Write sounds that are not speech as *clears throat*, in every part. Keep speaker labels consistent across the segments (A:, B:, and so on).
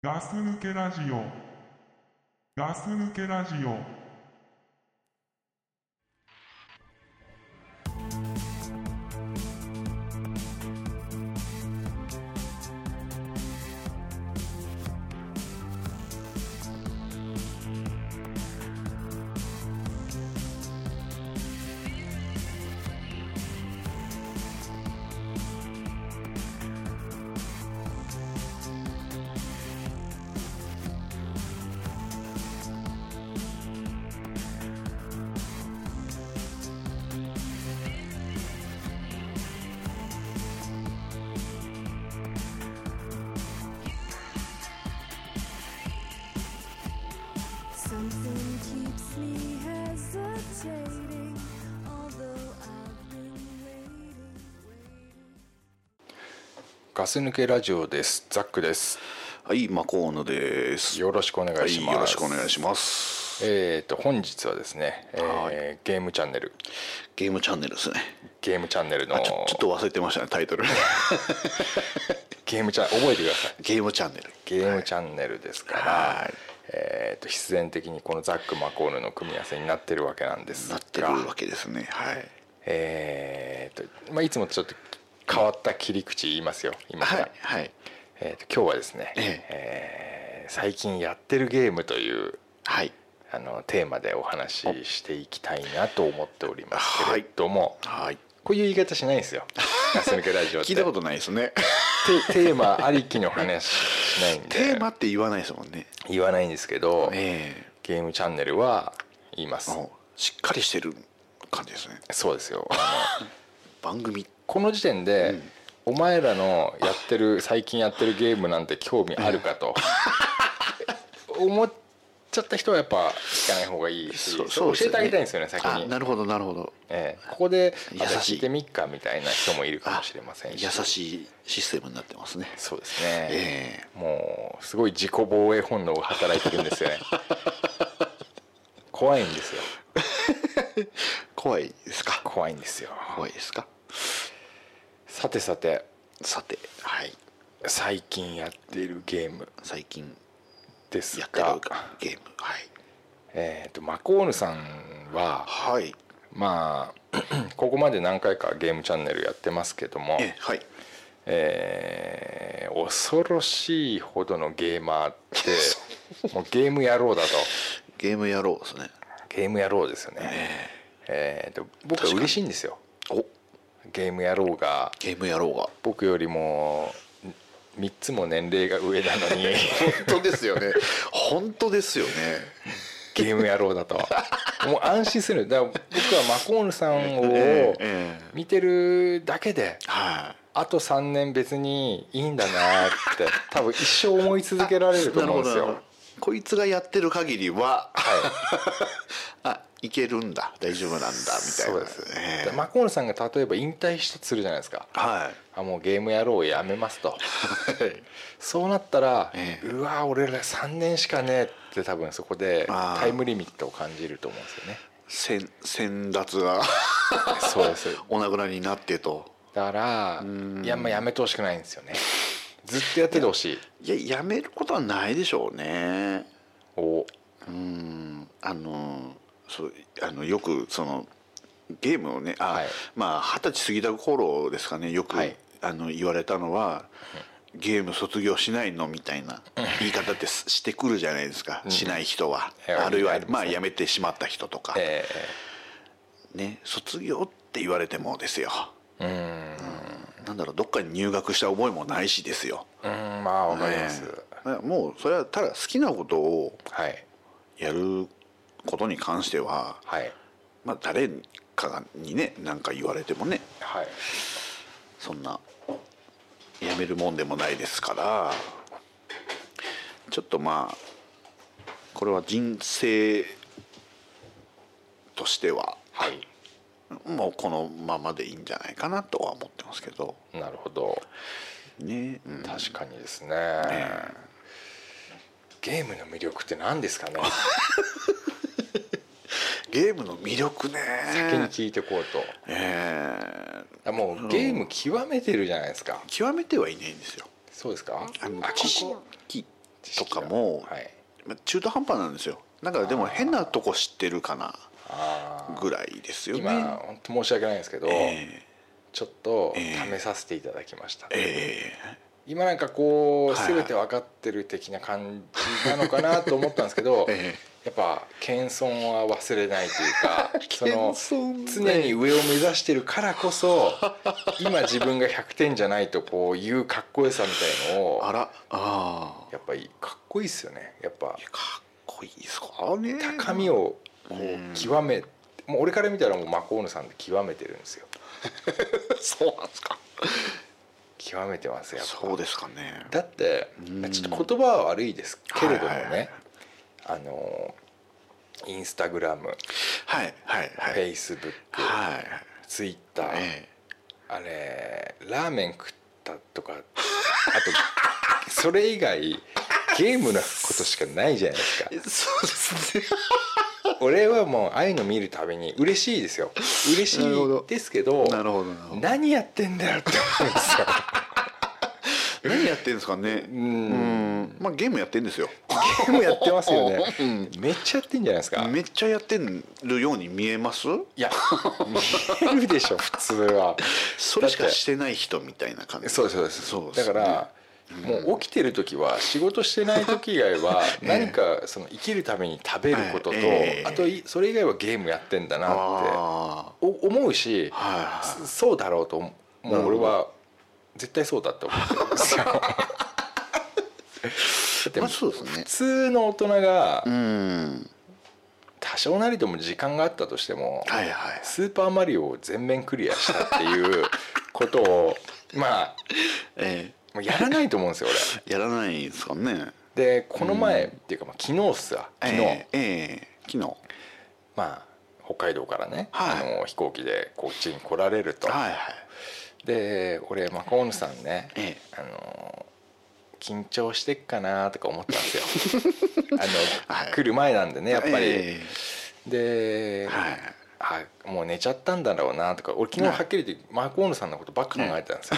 A: ガス抜けラジオ。ガス抜けラジオ。
B: Something keeps me hesitating, although I've been waiting.
C: ガス抜けラジオです。ザックです。
D: はい、マコーヌです。
C: よろしくお願いします。
D: はい、よろしくお願いします。
C: えっ、と本日はですね、えーゲームチャンネル
D: ゲームチャンネルですね。
C: ゲームチャンネルの
D: あ、ちょちょっと忘れてましたね、タイ
C: *laughs*
D: トル。
C: ゲームチャン覚えてください。
D: ゲームチャンネル。
C: ゲームチャンネルですから、
D: はい
C: えっ、と必然的にこのザックマコールの組み合わせになってるわけなんですが、
D: なってるわけですね。はい。
C: えっ、とまあいつもとちょっと変わった切り口言いますよ。今か
D: は
C: ら。
D: い、はい。
C: えっ、と今日はですね、
D: え
C: えー最近やってるゲームという。
D: はい。
C: あのテーマでお話ししていきたいなと思っておりますけれども、
D: はい。
C: こういう言い方しないんですよ「ガス抜けラジオ」って
D: 聞いたことないですね。
C: テテーマありきの話しないんで
D: *laughs* テーマって言わないですもんね。
C: 言わないんですけど、
D: え
C: ゲームチャンネルは言います
D: えしっかりしてる感じですね。
C: そうですよあの
D: 番組。
C: この時点で、お前らのやってる最近やってるゲームなんて興味あるか *laughs* と思っちゃった人はやっぱ聞かない方がいいしそう教えてあげたいんですよね先
D: あ
C: に
D: なるほど、なるほど。
C: ええここで「
D: 優しい
C: あじゃあ聞いてみっか」みたいな人もいるか
D: あ
C: もしれませんし
D: 優しいシステムになってますね。
C: そうですね、
D: え
C: もうすごい自己防衛本能が働いてるんです
D: *laughs*
C: よね怖いんですよ
D: 怖いですか。
C: 怖いんですよ
D: 怖いですか。
C: さてさて
D: さて、はい。
C: 最近やっているゲーム
D: 最近
C: です
D: やってる
C: が
D: ゲーム。はい。
C: えー、とマコーヌさんは
D: はい。
C: まあ *clears throat* ここまで何回かゲームチャンネルやってますけども、
D: えはい。
C: えー恐ろしいほどのゲーマーって
D: *laughs*
C: もうゲーム野郎だと
D: ゲームやろうですね。
C: ゲーム野郎ですよね、えーと僕は
D: 確かに
C: 嬉しいんですよ
D: お
C: ゲーム野郎が
D: ゲームやろうが。
C: 僕よりも3つも年齢が上なの
D: *laughs*
C: に
D: 本当ですよね。 *laughs* 本当ですよね。
C: ゲーム野郎だともう安心するだから僕はマコーヌさん
D: *laughs* え
C: を
D: え
C: 見てるだけで
D: はい、
C: あと3年別にいいんだなって多分一生思い続けられると思うんです
D: *laughs* なるほどなる
C: よ
D: ほ。どこいつがやってる限りは、あいけるんだ大丈夫なんだみたい
C: そう
D: な
C: です、
D: ええ
C: マコールさんが例えば引退したとするじゃないですか
D: はい
C: あもうゲームやろうやめますとそうなったら、
D: ええ
C: うわ俺ら3年しかねえって多分そこで
D: あー
C: タイムリミットを感じると思うんですよね
D: 先先達が
C: *laughs* そうです
D: お亡くなりになってと
C: だからいや,、まあ、やめてほしくないんですよねずっとやっててほしい
D: いややめることはないでしょうね
C: お
D: うんあのそうあのよくそのゲームをねあ、
C: はい
D: まあ二十歳過ぎた頃ですかねよく、
C: はい
D: あの言われたのは、ゲーム卒業しないのみた
C: *laughs*
D: いな言い方ってすしてくるじゃないですか、しない人は、
C: ええ
D: あるいは、
C: ありますね
D: まあやめてしまった人とか、
C: え
D: ね卒業って言われてもですよ
C: えうん
D: なんだろうどっかに入学した覚えもないしですよ、
C: うんまあわかります、
D: ねだからもうそれはただ好きなことを
C: はい
D: やることに関しては
C: はい
D: まあ、誰かにね何か言われてもね
C: はい
D: そんなやめるもんでもないですからちょっとまあこれは人生としては
C: はい
D: もうこのままでいいんじゃないかなとは思ってますけど
C: なるほど
D: ね、うん
C: 確かにですね、ゲームの魅力って何ですかね
D: ゲームの魅力ね
C: 先に聞いてこうと
D: えー
C: あもうゲーム極めてるじゃないですか
D: 極めてはいないんですよ
C: そうですか
D: あの
C: あこ
D: 知
C: こ
D: 識
C: 知識
D: と
C: が
D: かも
C: はい、
D: まあ中途半端なんですよだからでも変なとこ知ってるかな
C: あ
D: ぐらいです
C: ー
D: よ
C: 今
D: ね
C: 本当申し訳ないんですけど、
D: え
C: ちょっと
D: ええ
C: 試させていただきました、
D: ええ
C: 今なんかこう
D: はいはい
C: 全て分かってる的な感じなのかなと思ったんですけど、
D: *laughs* ええ
C: やっぱ謙遜は忘れないと
D: *laughs*
C: いうかその
D: 謙遜ね
C: 常に上を目指してるからこそ今自分が100点じゃないとこういうかっこよさみたいのを
D: あらああ
C: やっぱりかっこいいっすよねやっぱ
D: かっこいいですかね
C: 高みをこ
D: うん
C: う極めもう俺から見たらもうマコーヌさんって極めてるんですよ
D: そうなんですか
C: 極めてますやっぱ
D: そうですかね
C: だって
D: うん
C: ちょっと言葉は悪いですけれどもね、
D: はいはいはい
C: あのインスタグラム
D: はいはいは
C: フェ
D: い
C: イスブック
D: はい
C: ツイッター、
D: え
C: あれラーメン食ったとかあとそれ以外ゲームのことしかないじゃないですか
D: えそうですね
C: 俺はもうああいうの見るたびに嬉しいですよ嬉しい
D: なるほど
C: ですけど
D: *laughs* なるほどなるほど
C: 何やってんだよって思うんですよ
D: 何やってんですかねうんまあゲームやってんですよ
C: ゲームやってますよね
D: うん
C: めっちゃやってんじゃないですか
D: めっちゃやってるように見えます
C: いや見えるでしょ普通は
D: それしか
C: だって
D: してない人みたいな感じ
C: そうですそうです
D: そう
C: だから、もう起きてる時は仕事してない時以外 *laughs* は何かその生きるために食べることと、
D: はいええ
C: あといそれ以外はゲームやってんだ
D: あ
C: なって
D: あ
C: お思うし、
D: ーはいはい
C: そそうだろうと思うもう俺は絶対そうだって思って *laughs* るんですよ。だって
D: まあそうですね
C: 普通の大人が
D: うん
C: 多少なりとも時間があったとしても、
D: はいはい
C: スーパーマリオを全面クリアしたっていうことをまあ
D: え
C: もうやらないと思うんですよ俺。
D: えやらないんですかね
C: でこの前、っていうかまあ昨日っすわ昨日、
D: ええええ昨日
C: まあ北海道からね、
D: はい
C: あの飛行機でこっちに来られると、
D: はいはい
C: で俺マコーヌさんね、
D: ええ
C: あの緊張してっかなとか思ったんですよ
D: *laughs*
C: あの、
D: はい
C: 来る前なんでねやっぱり、
D: え
C: で、
D: えはい
C: あもう寝ちゃったんだろうなとか俺昨日はっきり言ってマコーヌさんのことばっか考えてたんですよ、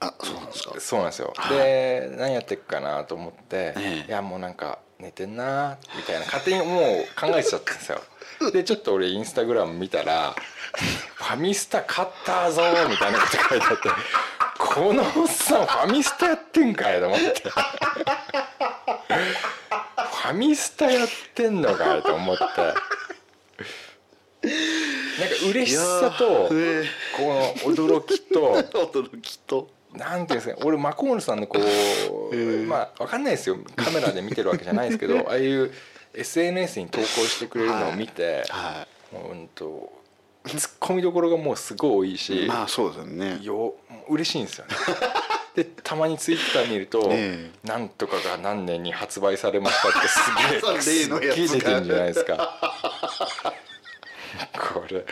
D: あそうなんですか
C: そうなんですよ、
D: はい
C: で何やってっかなと思って、
D: ええ
C: いやもうなんか寝てんなみたいな勝手にもう考えちゃったんですよでちょっと俺インスタグラム見た
D: *laughs*
C: ら「ファミスタ買ったぞ」みたいなこと書いてあってこのおっさんファミスタやってんかいと思ってファミスタやってんのかいと思ってなんか嬉しさとこ
D: いやーえ
C: の驚きと
D: え *laughs* 驚きと
C: なんていうんですかね俺マコールさんの
D: *laughs*
C: こう、まあわかんないですよカメラで見てるわけじゃないですけ
D: *laughs*
C: どああいう SNS に投稿してくれるのを見て、
D: は
C: もううんとツッコミどころがもうすごい多い
D: い
C: し、
D: まあそうですよね
C: よもう嬉しいん
D: *laughs*
C: ですよね。でたまにツイッター見ると「
D: え
C: なんとかが何年に発売されました」って
D: *laughs*
C: す
D: 例の
C: げえ
D: や
C: すっげえ出
D: つが
C: てんじゃないですか。 *laughs* これ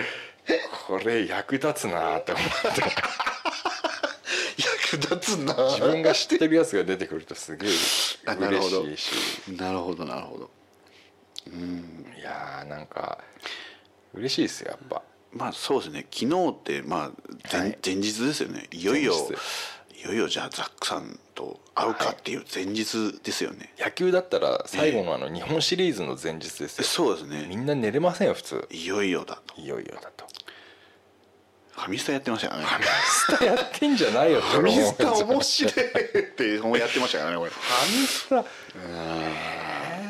C: これ役立つなと思って
D: 役立つな
C: 自分が知ってるやつが出てくるとすげえ
D: あなるほど
C: 嬉しいし
D: なるほどなるほど
C: いやーなんか嬉しいですよやっぱ
D: まあそうですね昨日ってまあ前,、
C: はい
D: 前日ですよねいよいよ
C: 前
D: いよいよじゃあザックさんと会うかっていう前日ですよね、
C: 野球だったら最後のあの日本シリーズの前日ですよ
D: そうです
C: み
D: ね
C: んな寝れませんよ普通
D: いよいよだと
C: いよいよだと
D: ファミスタやってましたよね
C: ファミスタやってんじゃないよ
D: *laughs* ファミスタ
C: ファ
D: 面 *laughs* 白いってもうやってましたからね俺
C: ミスタえ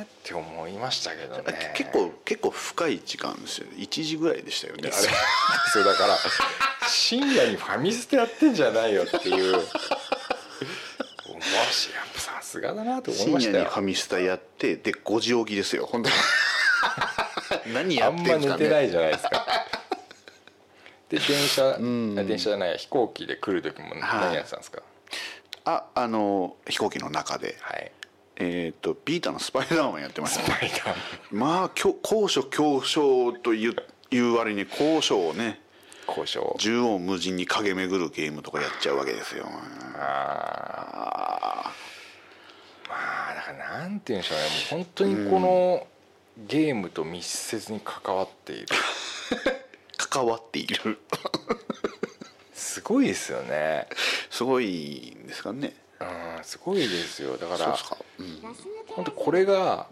C: ーって思いましたけどね
D: 結構結構深い時間ですよ1時ぐらいでしたよねあ
C: そう
D: れ
C: *laughs* そうだから深夜にファミスタやってんじゃないよっていう面白いや
D: *laughs*
C: っぱさすがだなと思い
D: 深
C: まし
D: 夜
C: た
D: に
C: よ
D: ファミスタやってで5時起きですよ本
C: *laughs*
D: 当に何
C: あ
D: やって
C: ん
D: ん
C: ます寝
D: か
C: てな
D: ね
C: いじゃないですか *laughs* で電車あ電車じゃない飛行機で来る時も何やってたんですか
D: ああの飛行機の中で
C: はい
D: えっ、とビータのスパイダーマンやってましたね
C: スパイダーマン
D: まあきょ高所恐怖症といういう割に高所をね
C: 交渉
D: 縦横無尽に駆け巡るゲームとかやっちゃうわけですよ
C: あ
D: あ
C: ーまあだからなんて言うんでしょうねもう本当にこのゲームと密接に関わっている
D: ー関わってい *laughs* る
C: すごいですよね
D: すごいんですかね
C: うんやーすごいですよだか
D: そう
C: ら
D: ですか、うん、
C: 本当これが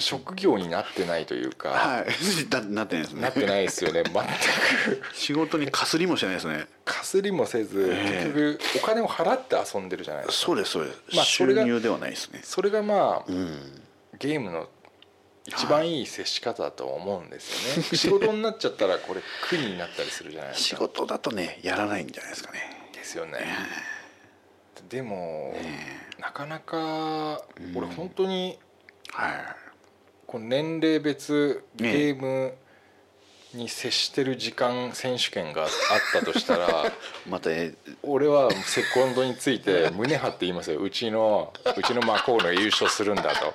C: 職業になってないというか、
D: はい *laughs* ななってないですね
C: なってないですよね全く
D: 仕事にかすりもしてないですね
C: かすりもせず結局お金を払って遊んでるじゃないですか
D: そうですそうです、
C: まあそ
D: 収
C: れが
D: 入ではないですね
C: それがまあ
D: うん
C: ゲームの一番いい接し方だとは思うんです *laughs* よね仕事になっちゃったらこれ苦になったりするじゃないです
D: 仕
C: か
D: 事だとねやらないんじゃないですかね
C: ですよねでもなかなか俺本当に
D: は
C: こう年齢別
D: ね
C: ゲームに接してる時間選手権があったとしたら
D: いまたね
C: 俺はセコンドについて胸張って言いますようちのうちのマコールが優勝するんだと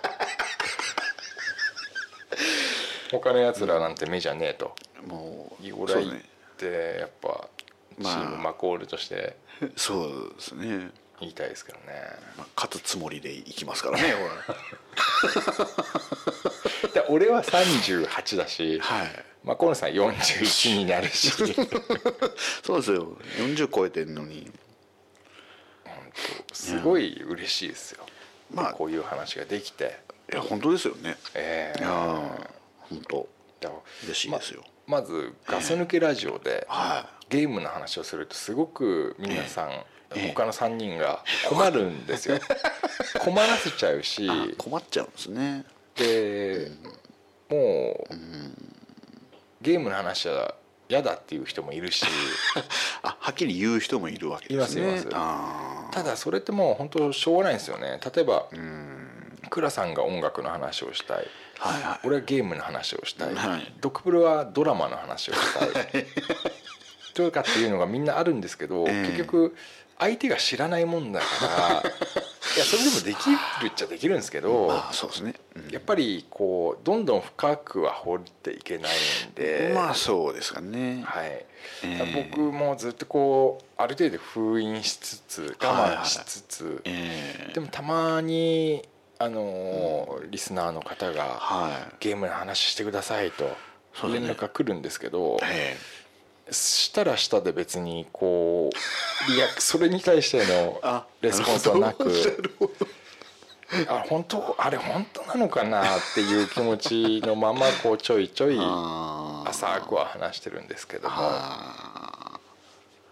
C: 他のやつらなんて目じゃねえと
D: もう
C: 俺
D: そ
C: は
D: う
C: 言っ
D: ね
C: てやっぱチ
D: まあ
C: ームマコールとして
D: そうですね、
C: 言いたいですけどね
D: まあ、勝つつもりでいきますからね
C: で俺は38だし
D: はい
C: マコールさん41になるし
D: そうですよ40超えてんのに
C: すごい嬉しいですよ
D: まあ
C: こういう話ができて
D: いや本当ですよね
C: え
D: い
C: え
D: やー本当
C: だ
D: 嬉しいですよ、
C: まずガス抜けラジオで
D: は
C: ゲームの話をするとすごく皆さん、
D: ええ
C: 他の3人が困るんですよ困らせちゃうし
D: い困っちゃうんですね
C: でもう、ゲームの話は嫌だっていう人もいるし
D: あはっきり言う人もいるわけですね
C: いますいます
D: あ
C: ただそれってもう本当しょうがないんですよね例えば倉さんが音楽の話をしたい
D: ーはいは
C: 俺はゲームの話をしたい、
D: はい
C: ドクプルはドラマの話をしたいとかっていうのがみんなあるんですけど、
D: ええ
C: 結局相手が知らないもんだ
D: *laughs*
C: からいやそれでもできるっちゃできるんですけど、
D: いあそうですね、うん
C: やっぱりこうどんどん深くは掘っていけないんで、
D: まあそうですかね、
C: はい
D: ええ
C: 僕もずっとこうある程度封印しつつ我慢しつつ、
D: ええ
C: でもたまにあのーリスナーの方が
D: はい
C: ゲームの話してくださいと
D: そうだ
C: 連
D: ね
C: 絡が来るんですけど、
D: え
C: したらしたで別にこうリア
D: *laughs*
C: クそれに対しての
D: あ
C: レスポンスはなく
D: なる
C: あ本当あれ本当なのかなっていう気持ちのままこうちょいちょい
D: えあー
C: 浅くは話してるんですけども
D: あ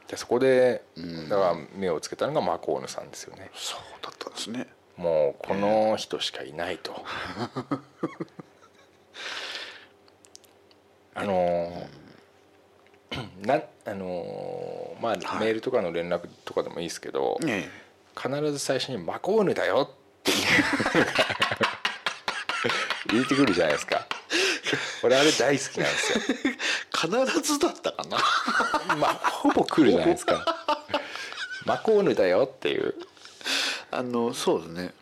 C: でそこで
D: ん
C: だから目をつけたのがマコーヌさんですよね
D: ーそうだったんですね
C: もうこの人しかいないと。
D: *laughs*
C: あのーなあのーまあ
D: はい
C: メールとかの連絡とかでもいいですけど、
D: え
C: 必ず最初に「マコーヌだよ」
D: *laughs*
C: っていう言ってくるじゃないですか俺あれ大好きなんですよ
D: え必ずだったかな
C: まあほぼ来るじゃないです
D: *laughs*
C: か「マコーヌだよ」っていう
D: あのそうですね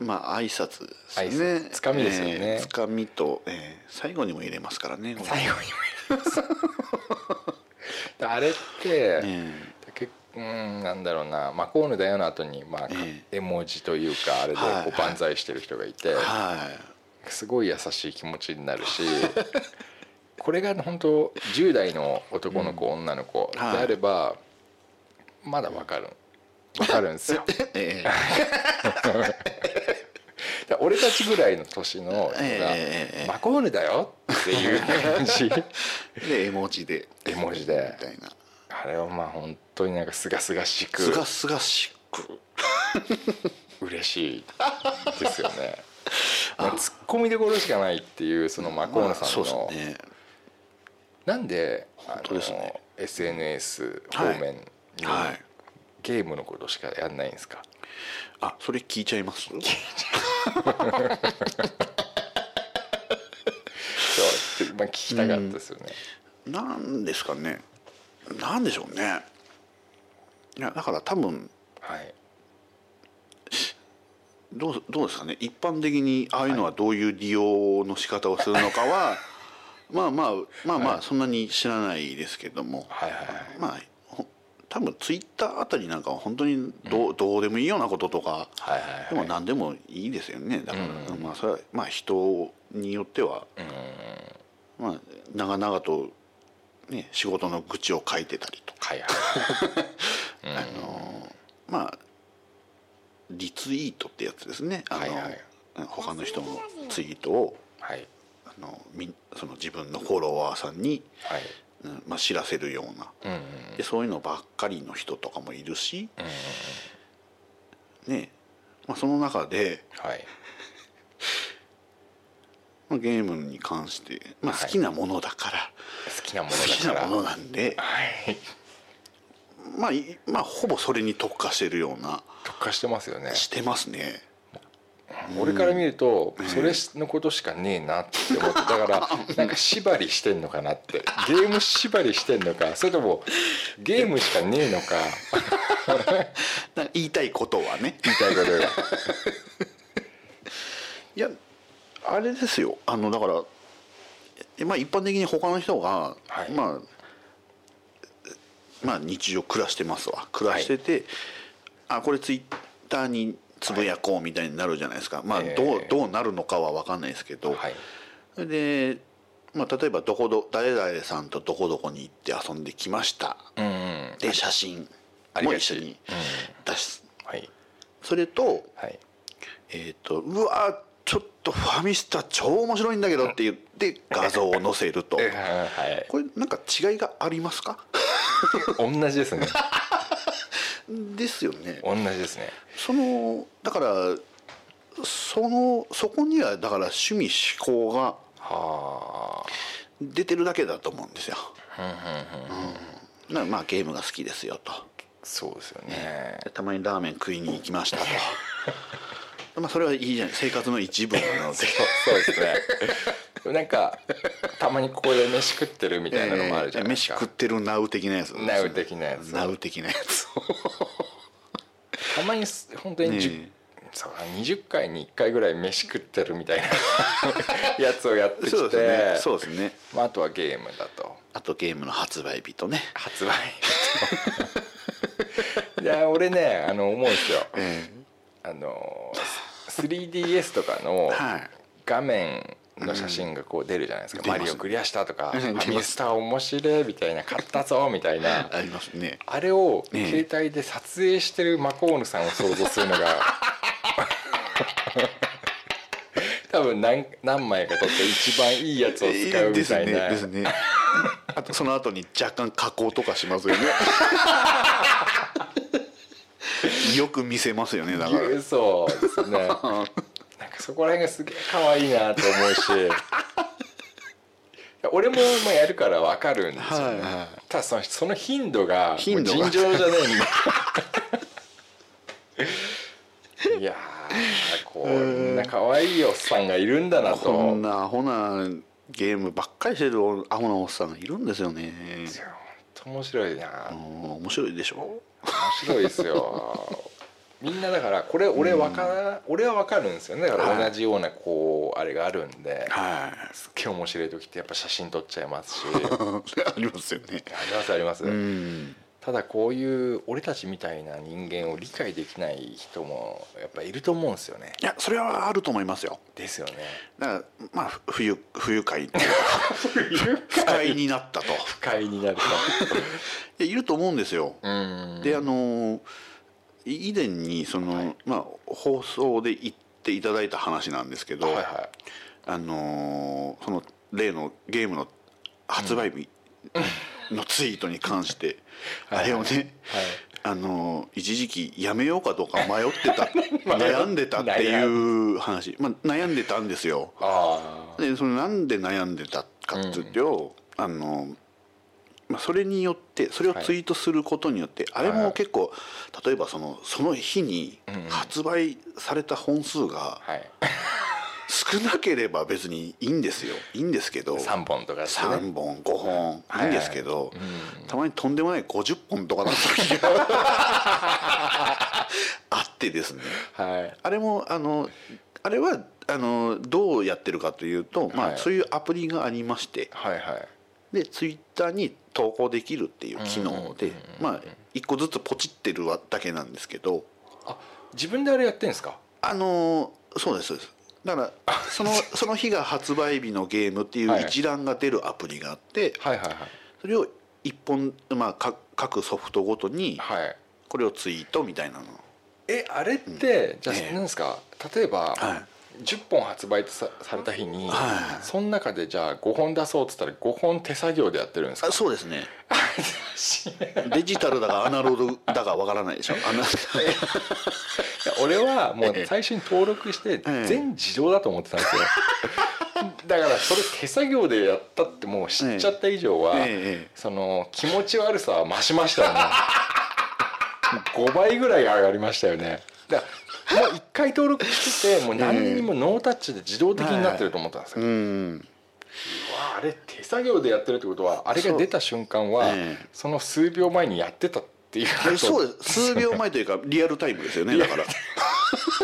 D: まあ挨拶ですね
C: 挨拶つかみですよね
D: ええつかみと、ええ最後にも入れますからねこれ
C: 最後にも言いますあれって、
D: え
C: 結うーんなんだろうなマコーヌだよの後にまあ、
D: え
C: 絵文字というかあれで
D: はい
C: こう万歳してる人がいて、
D: えはい
C: *laughs* すごい優しい気持ちになる
D: *laughs*
C: しこれが本当10代の男の子、女の子で
D: はい
C: あればまだわかるわかるんです
D: *laughs*
C: よだか
D: ええ
C: ら俺たちぐらいの年の人が
D: ええええ
C: 「マコーヌだよ」っていう感じ
D: で絵文字で
C: 絵文字で
D: みたいな
C: *laughs* あれをまあ本当になんかすがすがしく
D: すがすがしく
C: 嬉しいですよ
D: *laughs*
C: ねまあツッコミどころしかないっていうそのマコーナさん
D: まあそ
C: の
D: うですね
C: なんであ
D: 当ですね
C: の SNS 方面に
D: はい
C: ゲームのことしかやんないんですか
D: あそれ聞いちゃい *laughs* ます
C: そうまあ聞きたかったですよね
D: なんですかねなんでしょうねいやだから多分
C: はい
D: どうどうですかね一般的にああいうのはどういう利用の仕方をするのかは、 *laughs* まあまあまあまあそんなに知らないですけども、
C: はいはいはい
D: まあほ多分ツイッターあたりなんかは本当にどう,、どうでもいいようなこととか、
C: はいはいはい
D: でも何でもいいですよねだから、まあそれはまあ人によっては、まあ長々と、ね、仕事の愚痴を書いてたりとか
C: はいはい
D: まあリツイートってやつですねあの、
C: はいはい
D: うん他の人のツイートを
C: はい
D: あのみんその自分のフォロワーさんに、
C: はい
D: うんまあ、知らせるような、
C: うんうん
D: でそういうのばっかりの人とかもいるし、ねまあ、その中で、
C: はい
D: まあ、ゲームに関して、まあ、
C: はい
D: 好きなものだから、
C: 好きなもの
D: 好き
C: だか
D: な
C: ら
D: ものなんで、
C: はい
D: まあいまあ、ほぼそれに特化してるような
C: 特化してますよね
D: してますね
C: 俺から見るとそれのことしかねえなって思ってだからなんか縛りしてんのかなってゲーム縛りしてんのかそれともゲームしかねえのか
D: なんか言いたいことはね
C: みたいなことが
D: いやあれですよあのだからえまあ一般的に他の人が、
C: はい
D: まあまあ日常暮らしてますわ暮らしてて、あこれツイッターにつぶやこうみたいになるじゃないですか、まあどう、
C: ええ
D: どうなるのかは分かんないですけど、
C: はい
D: それで、まあ、例えばどこど誰々さんとどこどこに行って遊んできました
C: うんうん
D: で写真
C: あり
D: も
C: が
D: 一
C: ち
D: 緒に出す、
C: はい
D: それと
C: はい
D: えっ、とうわーちょっとファミスタ超面白いんだけどって言って画像を載せると
C: はい
D: これなんか違いがありますか
C: 同じですね
D: ですよね
C: 同じですね
D: そのだからそのそこにはだから趣味思考が
C: は
D: 出てるだけだと思うんですよ
C: あうんうんうん
D: なまあゲームが好きですよと
C: そうですよね
D: でたまにラーメン食いに行きましたと *laughs* まあそれはいいじゃない生活の一部なので
C: そうですねなんかたまにここで飯食ってるみたいなのもあるじゃないです
D: 飯
C: か、
D: 食ってるナウ的なやつですね
C: ナウ的なやつ
D: ナウ的なやつ
C: たまにす本当に
D: ね
C: 10そうだ20回に1回ぐらい飯食ってるみた
D: *laughs*
C: いなやつをやってきて
D: そうですねそうですね
C: まあ、あとはゲームだと
D: あとゲームの発売日とね、
C: 発売
D: *laughs*
C: いや俺ねあの思うんですよあの 3DS とかの
D: はい
C: 画面の写真がこう出るじゃないですか「
D: 出ます
C: マリオクリアした」とか「フ
D: 出ます
C: ァミスター面白い」みたいな「買ったぞ」みたいな
D: ありますね
C: あれを
D: ええ
C: 携帯で撮影してるマコーヌさんを想像す
D: *laughs*
C: るのが多分何何枚か撮って一番いいやつを使うみ
D: です
C: たい
D: ね
C: な
D: ですねあとその後に若干加工とか
C: *laughs*
D: しますよねよく見せますよねだから
C: そうですねなんかそこら辺がすげえ可愛いなと思う
D: *laughs*
C: しいや俺もまあやるから分かるんですよね、
D: はいはい
C: ただそのその頻度が
D: 頻度が
C: もう尋常じゃねえんだ *laughs* いやーこんな可愛いおっさんがいるんだなと
D: こん
C: 本
D: なアホなゲームばっかりしてるおアホなおっさんがいるんですよね
C: 当面白いな
D: う
C: 面
D: ん面白いでしょ
C: 白いですよみんなだからこれ俺わか、俺は分かるんですよねだから同じようなこうあれがあるんで、
D: は
C: すっげえ面白い時ってやっぱ写真撮っちゃい *laughs* ますし
D: い *laughs* ありますよね
C: ありますあります、
D: うん
C: ただこういう俺たちみたいな人間を理解できない人もやっぱいると思うんですよね
D: いやそれはあると思いますよ
C: ですよね
D: だからまあふ不愉不愉快っていうか不快になったと
C: 不快になると
D: いやいると思うんですよ
C: *laughs* うーん
D: であのーい以前にその、まあ、放送で言っていただいた話なんですけど、
C: はいは
D: あのーその例のゲームの発売日のツイートに
C: *laughs*
D: 関して、あれをね、あのー一時期やめようかどうか迷っ
C: *laughs*
D: てた悩んでたっていう話、まあ、悩んでたんですよ。
C: いあ
D: でそのなんで悩んでたかっていうと、あのまあ、それによってそれをツイートすることによって、
C: い
D: あれも結構例えばそのその日に
C: んうん
D: 発売された本数が
C: あはい
D: 少なければ別にいいんですよいいんですけど
C: 3本とかですね
D: 3本5本
C: はい
D: いいんですけど、
C: うん
D: たまにとんでもない50本とかの時が *laughs* あってですね
C: はい
D: あれもあのあれはあのどうやってるかというと、ま
C: は
D: あ、
C: い
D: そういうアプリがありまして
C: はいはい
D: でツイッターに投稿できるっていう機能で、まあ一個ずつポチってるわだけなんですけど
C: あ自分であれやってんですか
D: あのそうですそうですだから *laughs* そのその日が発売日のゲームっていう一覧が出るアプリがあって
C: はいはい
D: それを一本、まあ、か各ソフトごとに
C: はいはい
D: これをツイートみたいなの
C: えあれってじゃあ
D: ええ
C: 何ですか例えば
D: は
C: 10本発売さされた日に
D: はい
C: その中でじゃあ5本出そうっつったら5本手作業でやってるんですか
D: *laughs* あそうですねデジタルだかアナログだかわからないでしょアナ
C: いや俺はもう
D: ええ
C: 最初に登録して
D: ええ
C: 全自動だと思ってたん
D: *laughs*
C: ですよだからそれ手作業でやったってもう知っちゃった以上は
D: ええええ
C: その気持ち悪さは増しましたよね *laughs* 5倍ぐらい上がりましたよねだからもう1回登録しててもう何にもノータッチで自動的になってると思ったんですよ、
D: うん
C: うわあれ手作業でやってるってことはあれが出た瞬間は
D: そ
C: そ,、
D: うええ
C: の数秒前にやってたっていうこと
D: そうです数秒前とい
C: *laughs*
D: うかリアルタイムですよねだから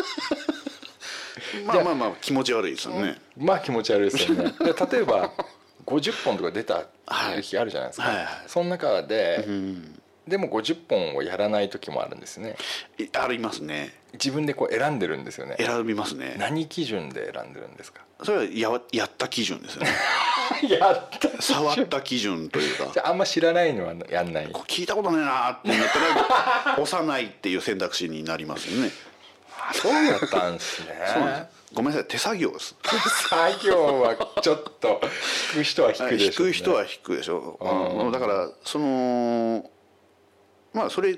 D: *laughs* まあまあまあ気持ち悪いですよね
C: まあ気持ち悪いですよ
D: *laughs*
C: ねで例えば50本とか出た時あるじゃないですか、
D: はいはい
C: その中で、
D: うん
C: でも50本をやらない時もあるんですね
D: いありますね
C: 自分でこう選んでるんですよね
D: 選びますね
C: 何基準で選んでるんです
D: *laughs*
C: か
D: それはやわやった基準ですよね
C: やった
D: 触った基準というか
C: *laughs* じゃああんま知らないのはやんない
D: これ聞いたことないなーってなった
C: *laughs*
D: ら押さないっていう選択肢になりますよね
C: そうだったんですね
D: そうなんですごめんなさい手作業です
C: 作業はちょっと引く人は引
D: は
C: く
D: い
C: で
D: 引
C: しょう、
D: く
C: ね、
D: 人は引くでしょ、
C: うん
D: うんだからそのまあそれ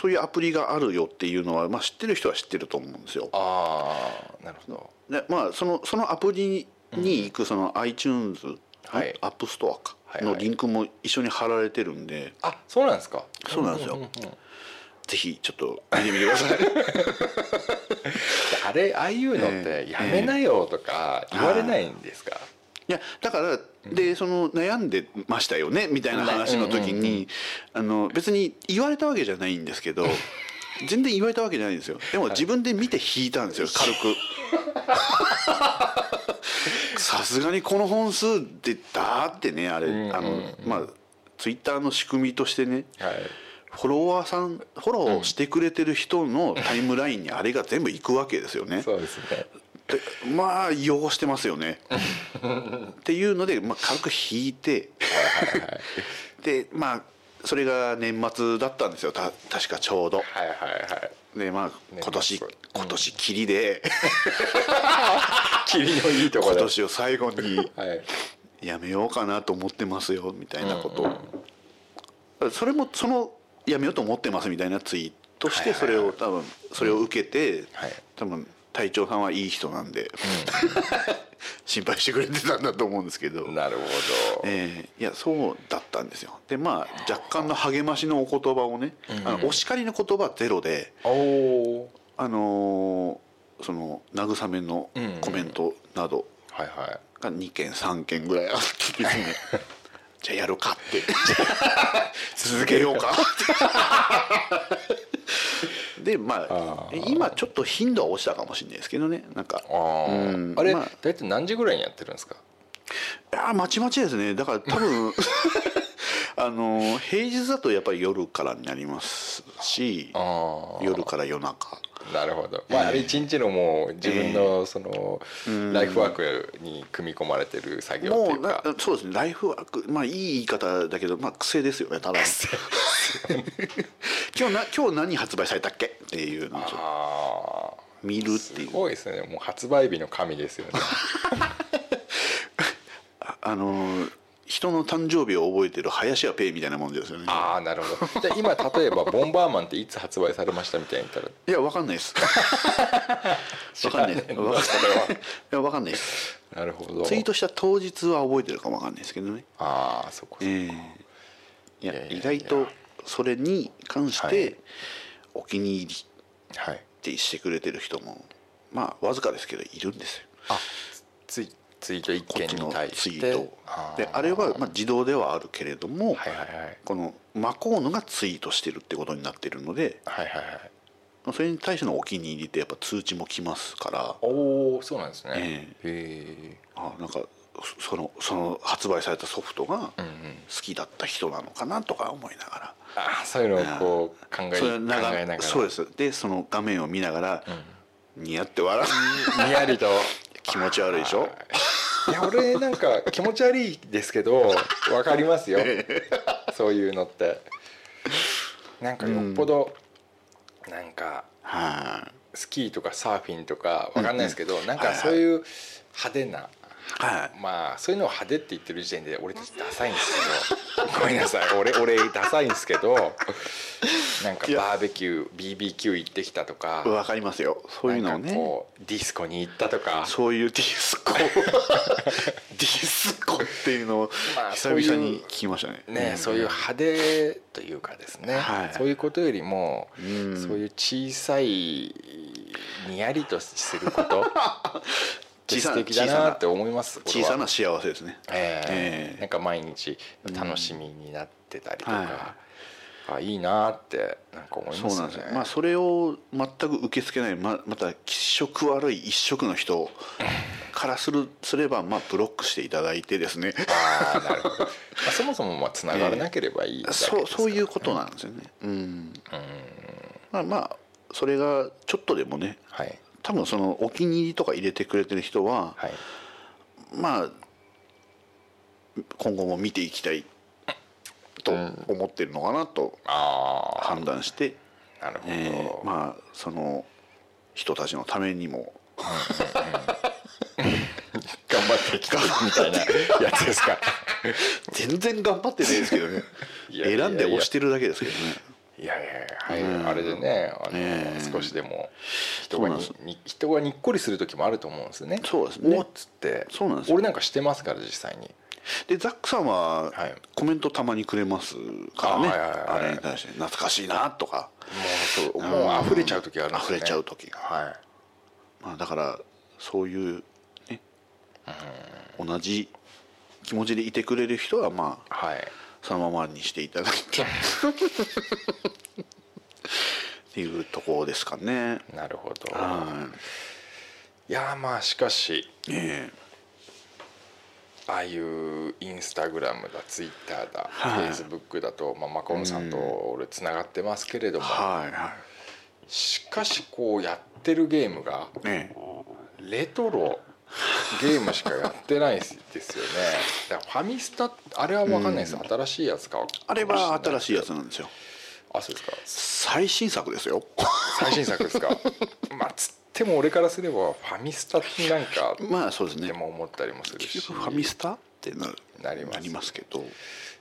D: そういうアプリがあるよっていうのは、まあ、知ってる人は知ってると思うんですよ
C: ああなるほど
D: でまあそのそのアプリに行くその iTunes、
C: はい
D: アップストアか
C: はいはい
D: のリンクも一緒に貼られてるんで、
C: あそうなんですか
D: そうなんですよ、
C: うううん
D: ぜひちょっと見てみてください
C: あれああいうのって「やめなよ」とか言われないんですか、
D: いやだからでその悩んでましたよねみたいな話の時に、あの別に言われたわけじゃないんです
C: *laughs*
D: けど全然言われたわけじゃないんですよでも自分で見て引いたんですよ軽
C: *laughs*
D: くさすがにこの本数でだーってねあれ、
C: んうんうん
D: あのまあツイッターの仕組みとしてね
C: はい
D: フォロワーさんフォローしてくれてる人のタイムラインにあれが全部行くわけですよね、
C: そうですね
D: でまあ汚してます
C: *laughs*
D: よねっていうので、まあ、軽く引いてでまあそれが年末だったんですよた確かちょうど
C: はいはいはい
D: でまあ
C: 年末
D: 今年
C: うん
D: 今年きりで
C: 霧のいいところ
D: 今
C: で
D: 年を最後に
C: はい
D: やめようかなと思ってますよみたいなことを、それもそのやめようと思ってますみたいなツイートして
C: はい
D: そ
C: はい
D: れ
C: はい
D: を多分それを受けて、
C: はい
D: 多分隊長さんはいい人なんで、 *laughs* 心配してくれてたんだと思うんですけど、
C: なるほど、
D: えーいやそうだったんですよでまあ若干の励ましのお言葉をね、あのお叱りの言葉はゼロで
C: おお
D: あのーその慰めのコメントなど
C: はいはい
D: が2件3件ぐらいあってですね
C: *laughs*
D: じゃあやるかって *laughs* 続け
C: *laughs*
D: ようかってでまあ
C: あ
D: 今ちょっと頻度は落ちたかもしれないですけどねなんか
C: あー、
D: うん
C: あれ、
D: まあ
C: 大体何時ぐらいにやってるんですか
D: いやーまちまちですねだから多分あのー平日だとやっぱり夜からになりますし
C: ああ
D: 夜から夜中
C: なるほどまああれ一日のもう自分のそのライフワークに組み込まれてる作業って
D: も
C: いううか
D: なそうですねライフワークまあいい言い方だけどまあ癖ですよねただの *laughs* 今日な今日何発売されたっけっていうのをちょっと
C: ああ
D: 見るって
C: す
D: いう
C: ごいですねもう発売日の神ですよね
D: ああのー人の誕生日を覚えてる林家ペイみたいなもんですよね
C: ああなるほどじゃあ今例えば「ボンバーマン」っていつ発売されましたみたいに言ったら
D: いやわかんないですわかんないわ
C: *laughs*
D: かんないいやわかんないです
C: なるほど
D: ツイートした当日は覚えてるかもわかんないですけどね、
C: ああそこそこ、
D: ええいや
C: いやいやいや
D: 意外とそれに関し
C: は
D: て
C: い
D: お気に入り
C: はい
D: ってしてくれてる人もまあわずかですけどいるんですよ
C: あツイツイート一
D: こっ
C: 件
D: ちの
C: に対
D: ツイ
C: して
D: ートであれはまあ自動ではあるけれども、
C: はいはいはい
D: このマコーヌがツイートしてるってことになってるので
C: はいはいはい
D: それに対してのお気に入りってやっぱ通知も来ますから
C: おおそうなんですね
D: え
C: へ
D: あなんかそそのその発売されたソフトが
C: えうんう
D: 好
C: ん
D: きだった人なのかなとか思いながら。
C: ああそういうのをこう考え
D: そ
C: 考
D: れ
C: えな
D: 長
C: がら
D: そうですでその画面を見ながら、ニヤって笑
C: にやりと
D: う気持ち悪いでしょ
C: いや俺なんか気持ち悪いですけ
D: *laughs*
C: どわかりますよそういうのってなんかよっぽど、なんか
D: はい
C: スキーとかサーフィンとかわかんないですけど、なんかそういう派手な、
D: はい
C: まあそういうのを派手って言ってる時点で俺たちダサいんですけ
D: *laughs*
C: どごめんなさい俺俺ダサいんですけどなんか
D: いや
C: バーベキュー BBQ 行ってきたとか
D: わかりますよそういうのを
C: なんか
D: ね
C: こうディスコに行ったとか
D: そういうディスコ *laughs* ディスコっていうのを
C: まあ
D: 久
C: そういう
D: 々に聞きましたね,、
C: ね、そういう派手というかですね、
D: はい
C: そういうことよりも、
D: ん
C: そういう小さいにやりとすること
D: 小さ
C: 素
D: な
C: 敵だなって思います
D: 小さ
C: 俺
D: な
C: は
D: 幸せですね
C: ええ
D: ええ
C: なんか毎日楽しみになってたりと
D: うん
C: か、あいいなってなんか思い
D: そ
C: ま
D: う
C: す
D: な
C: よ
D: んです
C: ね
D: よ、まあ、それを全く受け付けないままた気色悪い一色の人からするすれば、まあ、ブロックしていただいてですね
C: あーなるほどまあそもそもまあつながらなければいいだけですから
D: そうそういうことなんですよねうんまあまあそれがちょっとでもね
C: はい
D: 多分そのお気に入りとか入れてくれてる人は、
C: はい
D: まあ今後も見ていきたいと思ってるのかなと
C: あ
D: 判断して、
C: あなるほど、
D: えーまあその人たちのためにも
C: 頑張ってきたみたいなやつですか
D: 全然頑張ってないですけどね
C: *laughs* いやいやいや
D: 選んで押してるだけですけどね
C: いやいやいや、はい、あれでね、あの、
D: ねえ
C: 少しでも人がに
D: そう
C: に人がにっこりする時もあると思うんですね。
D: そうですね
C: おっつって、
D: そうなんですよ
C: 俺なんかしてますから実際に。
D: でザックさんは、
C: はい
D: コメントたまにくれますからね
C: あはいはいは
D: あ
C: い
D: れに対して懐かしいなとか、
C: もうそう、もう溢れちゃう時あるんですよね。
D: 溢れちゃう時が
C: は
D: まあ、だからそういうね同じ気持ちでいてくれる人はまあ
C: いはい。
D: そのままにしていただいてっていうところですかね
C: なるほど。
D: はい
C: やまあしかし
D: いえ
C: ああいうインスタグラムだ、ツイッターだ、フ
D: はい
C: ェイスブックだとまあマコンさんと俺つながってますけれど
D: え
C: も、
D: はいは
C: しかしこうやってるゲームが。
D: いね
C: レトロゲームしかやってないですよねだからファミスタあれは分かんないです、新しいやつか
D: あれは新しいや
C: つ
D: つなんですよ
C: あそうですか
D: 最新作ですよ *laughs*
C: 最新作ですかまあつっても俺からすればファミスタってなんか
D: まあそうです
C: で
D: ね
C: も思ったりもするし
D: 結局ファミスタってな
C: なります
D: けど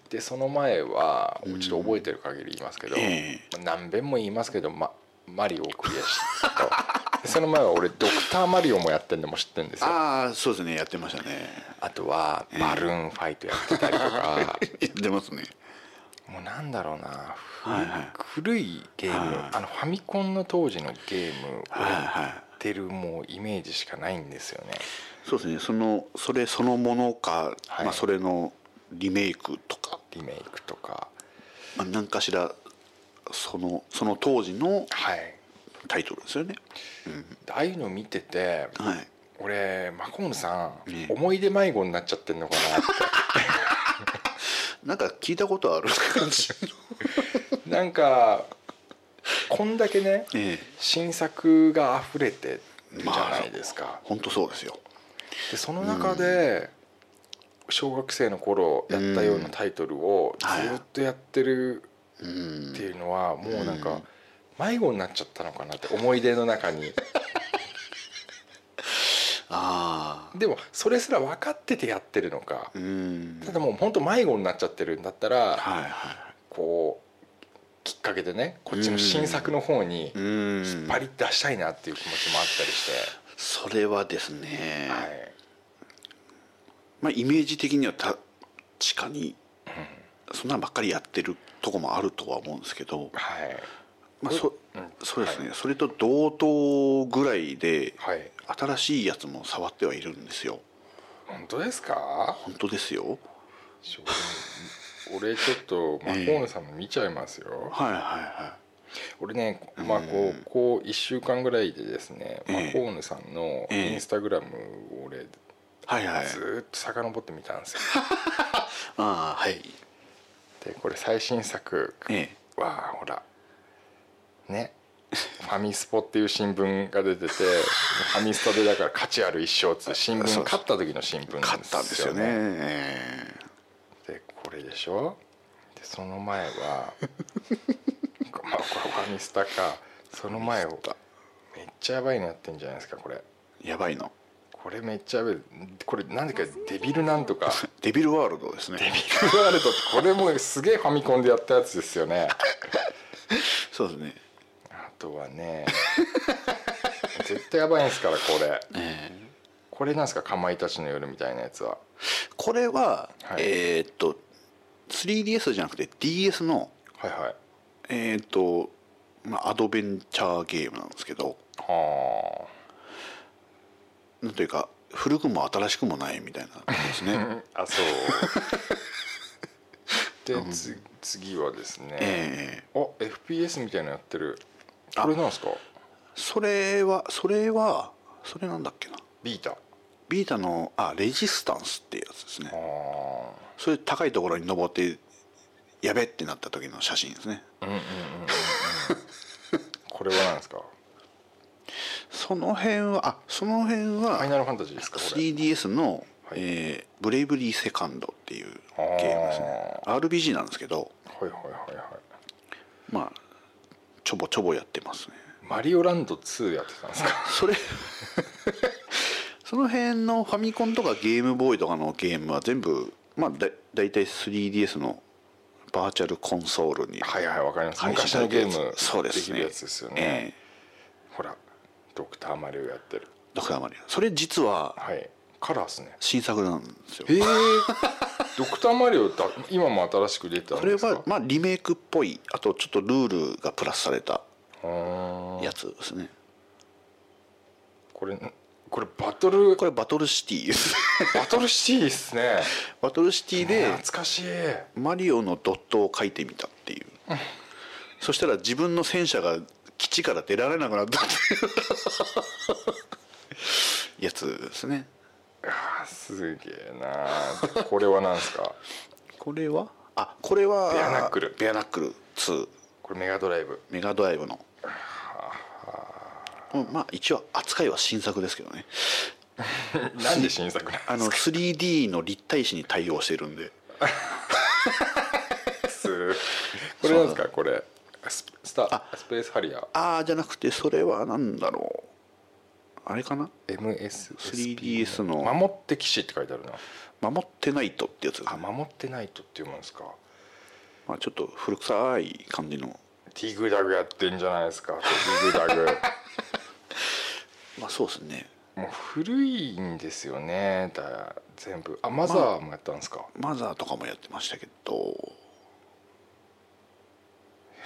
C: でその前はちょっと覚えてる限り言いますけど、
D: え
C: 何遍も言いますけど、ま、マリオをクリアしたと *laughs* でその前は俺ドクターマリオもやってんのも知ってるんですよ
D: ああそうですねやってましたね
C: あとはバルーンファイトやってたりとか、
D: やってますね
C: もうなんだろうな、
D: はいはい
C: 古いゲーム、
D: はい
C: あのファミコンの当時のゲームを
D: はい
C: や
D: はい
C: ってるもうイメージしかないんですよね
D: そうですねそのそれそのものか、
C: はい
D: まあ、それのリメイクとか、
C: リメイクとか
D: まあ、何かしらそのその当時の
C: はい
D: タイトルですよね
C: ああいうの見てて
D: はい
C: 俺マコーンさん、
D: ええ
C: 思い出迷子になっちゃってんのか
D: なんか聞いたことある
C: *laughs*
D: 感じの
C: なって
D: *laughs*
C: なんかこんだけね
D: ええ
C: 新作が溢れてるじゃないですか、
D: 本当そうですよ
C: でその中で小学生の頃やったようなタイトルをず
D: はい
C: っとやってる
D: う
C: っ
D: ん
C: ていうのはもうなん
D: う
C: か
D: ん
C: 迷子になっちゃったのかなって思い出の中に
D: ああ
C: でもそれすら分かっててやってるのか
D: うん
C: ただもう本当迷子になっちゃってるんだったら
D: はいは
C: こうきっかけでねこっちの新作の方に
D: いうん
C: 引っ張り出したいなっていう気持ちもあったりして、
D: それはですね、
C: はい、
D: まあ、イメージ的には確かにそんなんばっかりやってるとこもあるとは思うんですけど、
C: はい
D: まあ、そ
C: うん
D: そうですね、それと同等ぐらいで
C: はい、
D: 新しいやつも触ってはいるんですよ
C: 本当ですか
D: 本当ですよ
C: ちょ俺ちょっとマコーンさんの見ちゃいますよ、
D: はいはいは
C: 俺ね、まあ、こうこう1週間ぐらいでですね、
D: え
C: マ
D: え
C: コーヌさんの
D: ええ
C: インスタグラムを俺
D: いはいはい
C: ずーっと遡ってみたんですよ、
D: ああはい
C: でこれ最新作
D: え
C: わあほらねファミスポっていう新聞が
D: *laughs*
C: 出ててファミスタでだから価値ある一生っつう新聞
D: そうそう
C: 勝った時の新聞
D: え買ったんですよねえ
C: でこれでし
D: *laughs*
C: ょでその前はまあこれファミスタかその前を
D: た
C: めっちゃやばいのやってんじゃないですかこれ
D: やばいの
C: これめっちゃやばいこれ何でかデビルなんとか *laughs*
D: デビルワールドですね
C: デビルワールドってこれもすげえファミコンでやったやつですよね
D: そうですね
C: あとはね *laughs* 絶対やばいんですからこれこれなんですかかまいたちの夜みたいなやつは
D: これは、
C: はい
D: えーっと 3DS じゃなくて DS の
C: はいはい
D: えーっと、まあ、アドベンチャーゲームなんですけど
C: は
D: なんというか古くも新しくもないみたいなことですね *laughs*
C: ああそうでつ次はですね、
D: え
C: お FPS みたいなのやってる
D: あ
C: これなんですか
D: それはそれはそれなんだっけな
C: ビータ
D: ビータのあレジスタンスっていうやつですね
C: あー
D: それ高いところに登ってやべってなった時の写真ですね
C: これは何ですか
D: その辺はあその辺
C: ファイ
D: は
C: ナルファンタジーですかこれ
D: 3DS の、
C: はい
D: えーブレイブリーセカンド」っていうゲームですね RPG なんですけど
C: はいはいはいはい
D: まあちょぼちょぼやってますね
C: マリオランド2やってたんですか
D: それ *laughs* その辺のファミコンとかゲームボーイとかのゲームは全部まあだ大体 3DS のバーチャルコンソールに
C: はいはいわかります
D: 配信
C: 昔
D: さ
C: の
D: れて
C: ゲ
D: る
C: ー
D: やつ
C: ム
D: そうです
C: で
D: ね
C: きるやつですよね
D: え
C: ほらドクターマリオやってる
D: えドクターマリオそれ実は
C: はいカラーっすね
D: 新作なんですよ
C: えー、ドクターマリオだ今も新しく出たん
D: それ
C: ですか
D: はまあリメイクっぽいあとちょっとルールがプラスされた
C: うーん
D: やつですね
C: これこれバトル
D: これバトルシティです *laughs*
C: バトルシティっすね
D: バトルシティで
C: 懐かしい
D: マリオのドットを書いてみたっていうそしたら自分の戦車が基地から出られなくなったっていうやつですね
C: あーすげえなでこれは何ですか
D: これはあこれは
C: ベアナックル
D: ベアナックル2
C: これメガドライブ
D: メガドライブのうんまあ一応扱いは新作ですけどね
C: なんで新作なん
D: あの 3D の立体視に対応してるんで
C: ですこれなんですかこれススタスペースハリア
D: ああじゃなくてそれは何だろうあれかな
C: MS3DS
D: 3DS の
C: 守って騎士って書いてあるな
D: 守ってないとってやつです
C: あ
D: ね
C: 守ってないとっていうもんですか
D: まあ、ちょっと古臭い感じの
C: ティグダグやってんじゃないですかティグダグ
D: まあそうですね
C: もう古いんですよねだ全部あマザーもやったんですか、
D: マザーとかもやってましたけど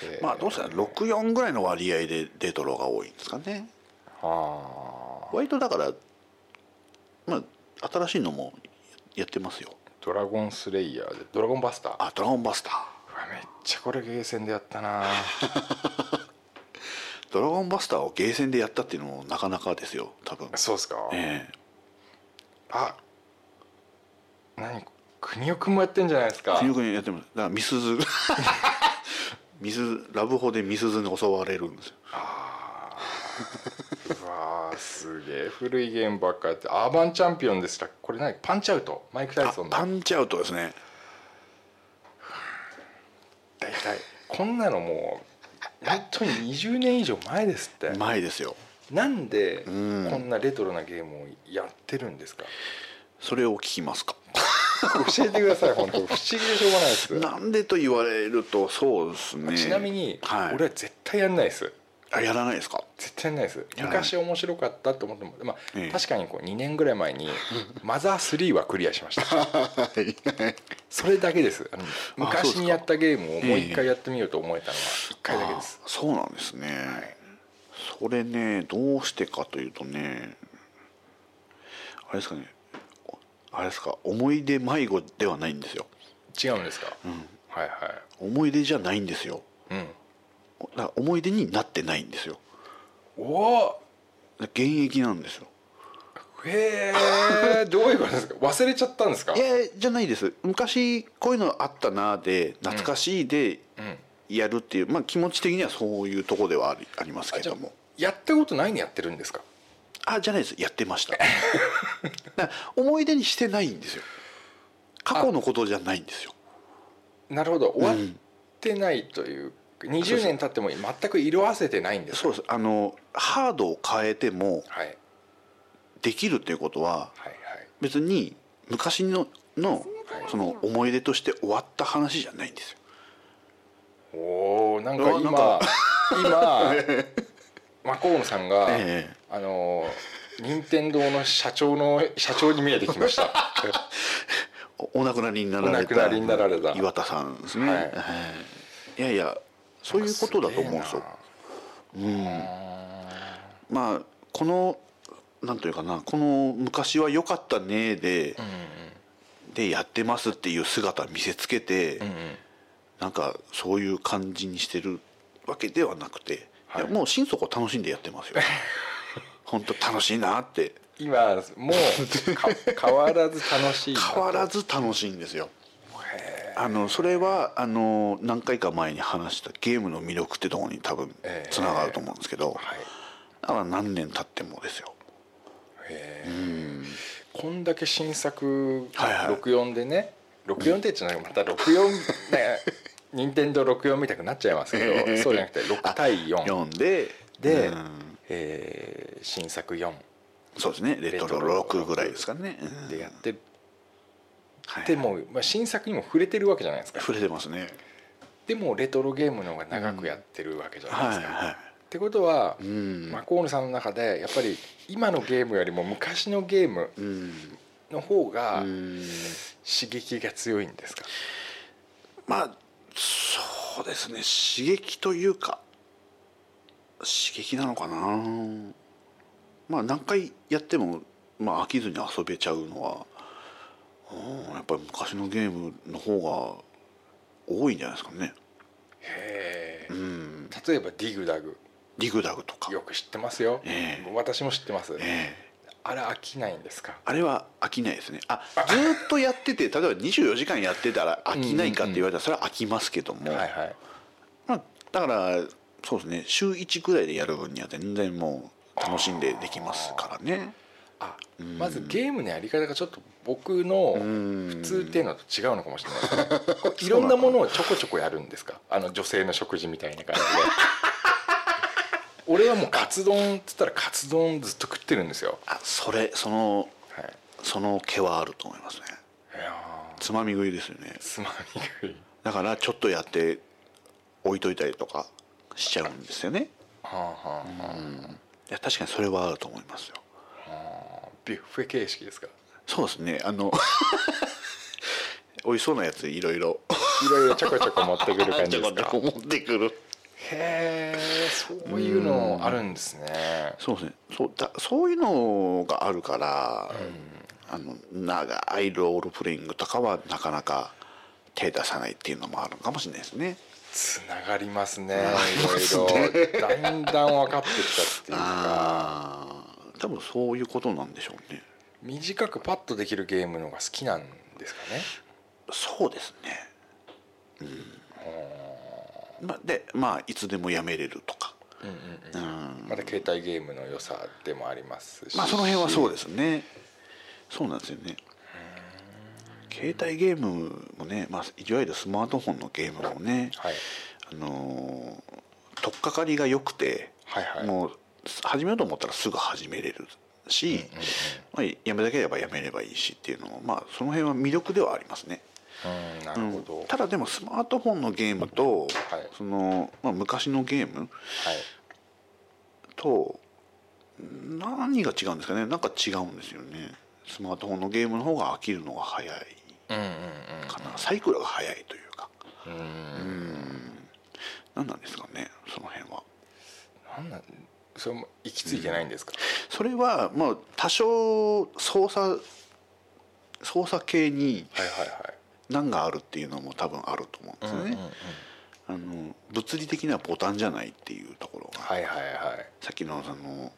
C: へー
D: まあどうせ64ぐらいの割合でレトロが多いんですかね
C: あー
D: 割とだからまあ新しいのもやってますよ
C: ドラゴンスレイヤーでドラゴンバスターうわ
D: あドラゴンバスター
C: めっちゃこれゲーセンでやったな
D: ドラゴンバスターをゲーセンでやったっていうのもなかなかですよ多分
C: そうっすか
D: ええ
C: あ何国尾くんもやってんじゃないですか
D: 国にやってますだからミス *laughs* ズミスラブホでミスズに襲われるんですよ
C: うわーすげえ古いゲームばっかやってアーバンチャンピオンでしたこれ何パンチアウトマイク・タイ
D: あ
C: ソンの
D: パンチアウトですね
C: 大体こんなのもう本当に20年以上前ですって
D: 前ですよ
C: なんでこ
D: ん
C: んなレトロなゲームをやってるんですか
D: それを聞きますか
C: 教えてください本当不思議でしょうがないです
D: なんでと言われるとそうですね
C: ちなみに、
D: はい、
C: 俺は絶対やんないです
D: あやらないですか
C: 絶対やんないです
D: やらない
C: 昔面白かったと思っても、まあ
D: ええ
C: 確かにこう2年ぐらい前 *laughs* に「マザー3」はクリアしましたそれだけですあの昔にやったゲームをもう一回やってみようと思えたのは1回だけです
D: あそうなんですね、それねどうしてかというとねあれですかねあれですか思い出迷子ではないんですよ
C: 違うんですか、はいは
D: 思い出じゃないんですよ
C: い、うん、
D: だから思い出になってないんですよ
C: おお
D: だから現役なんですよ
C: へえどういうことですか忘れちゃったんですか
D: いやじゃないです昔こういうのあったなーで懐かしいで
C: うん
D: やるっていう、まあ気持ち的にはそういうとこではありありますけ
C: あじゃ
D: ど
C: あ
D: も
C: やったことないのやってるんですか
D: あじゃないですやってました *laughs* だから思い出にしてないんですよ過去のことじゃないんですよ
C: なるほど終わってないという20年経っても全く色あせてないんです
D: そうですあのハードを変えても
C: はいはい
D: できるっていうことは
C: はい
D: 別に昔ののその思い出として終わった話じゃないんですよ
C: おーなんか
D: うわなん
C: 今
D: か *laughs*
C: 今マコームさんが、
D: ええ
C: あの任天堂の社長の社長に見えてきました
D: おお亡くなりになられた
C: お亡くなりになられた
D: 岩田さんですね、
C: はい
D: ええいやいや *laughs* そういうことだと思うんですよまあこのなんというかなこの「昔は良かったね」で、でやってますっていう姿見せつけて、
C: うんうん
D: なんかそういう感じにしてるわけではなくて、
C: はい
D: いやもう心底楽しんでやっ
C: *laughs*
D: てますよ本当楽しいなって
C: 今もうか
D: *laughs*
C: 変わらず楽しい
D: 変わらず楽しいんですよあのそれはあの何回か前に話したゲームの魅力ってところに多分
C: ええ
D: つながると思うんですけど、
C: はい
D: だから何年経ってもですよ
C: こんだけ新作
D: はいはい
C: 64でね、64でじゃないまた64ね *laughs* 任天堂64みたくなっちゃいますけどそうじゃなくて6対4
D: 4で
C: で
D: うん
C: えー新作4
D: そうですねレト
C: レト
D: ロ
C: ロ
D: 6ぐらいですかね、うん
C: でやって
D: はい
C: でも、まあ、新作にも触れてるわけじゃないですか
D: 触れてますね
C: でもレトロゲームの方が長くやってるわけじゃない
D: は
C: で
D: い
C: すか、
D: は
C: ってことは、
D: いうん、
C: マコールさんの中でやっぱり今のゲームよりも昔のゲーム
D: うん
C: の方が
D: うん
C: 刺激が強いんですか、
D: まあそうですね刺激というか刺激なのかなまあ何回やっても、まあ、飽きずに遊べちゃうのはうんやっぱり昔のゲームの方が多いんじゃないですかね
C: へえ
D: うん
C: 例えば「ディグダグ
D: リグダグと」か
C: よく知ってますよ、
D: ええ
C: 私も知ってます、
D: ええ
C: あれ飽きないんですか
D: あれは飽きないですねあずーっとやって *laughs* て例えば24時間やってたら飽きないかって言われたらそれは飽きますけども、
C: はいはい
D: まあ、だからそうですね週1ぐらいでやる分には全然もう楽しんでできますからね
C: あまずゲームのやり方がちょっと僕の普
D: 普
C: 通っていうのと違うのかもしれ
D: *laughs*
C: ないですねこういろんなものをちょこちょこやるんですかあの女性の食事みたいな感じ
D: *laughs*
C: で俺はもうカツ丼っつったらカツ丼ずっと食ってるんですよ
D: あそれその
C: はい
D: その毛はあると思いますね
C: いや
D: つまみ食いですよね
C: ーつまみ食い
D: だからちょっとやって置いといたりとかしちゃうんですよね
C: はあはあはあ
D: いや確かにそれはあると思いますよ
C: ビュッフェ形式ですか
D: そうですねあの *laughs* 美味しそうなやついろいろ
C: いろいろちょこちょこ持ってくる感じ
D: *laughs* ちょ
C: です
D: こちょ
C: か
D: こ持ってくる
C: へえそういうのあるんですね
D: そうですねそうだそういうのがあるから、あの長いロールプレイングとかはなかなか手出さないっていうのもあるのかもしれないですね
C: つながりますねいろいろだんだん分かってきたっていうか
D: ああ多分そういうことなんでしょうね
C: 短くパッとできるゲームのが好きなんですかね
D: そうですねうん、まあ、でまあいつでもやめれるとか、うん
C: また携帯ゲームの良さでもありますし
D: まあその辺はそうですねそうなんですよね携帯ゲームもね、まあ、いわゆるスマートフォンのゲームもね、
C: はい
D: あのー取っかかりが良くて、
C: はいはい
D: もう始めようと思ったらすぐ始めれるし、まあ、やめたければやめればいいしっていうのも、まあ、その辺は魅力ではありますね。
C: うんなるほど、
D: うん
C: はい
D: ただでもスマートフォンのゲーム
C: は
D: と、
C: い
D: そのまあ、昔のゲームと何が違うんですかねなんか違うんですよねスマートフォンのゲームの方が飽きるのが早い
C: うんうん
D: かな、サイクルが早いというか
C: うんうん
D: 何なんですかねその辺は。
C: なんなんそれも行き着いてないんですか、
D: それはまあ多少操作操作系に
C: はいはいはい
D: 難があるっていうのも多分あると思うんですよね、あの物理的なボタンじゃないっていうところが、
C: はいはいはい
D: さっきのその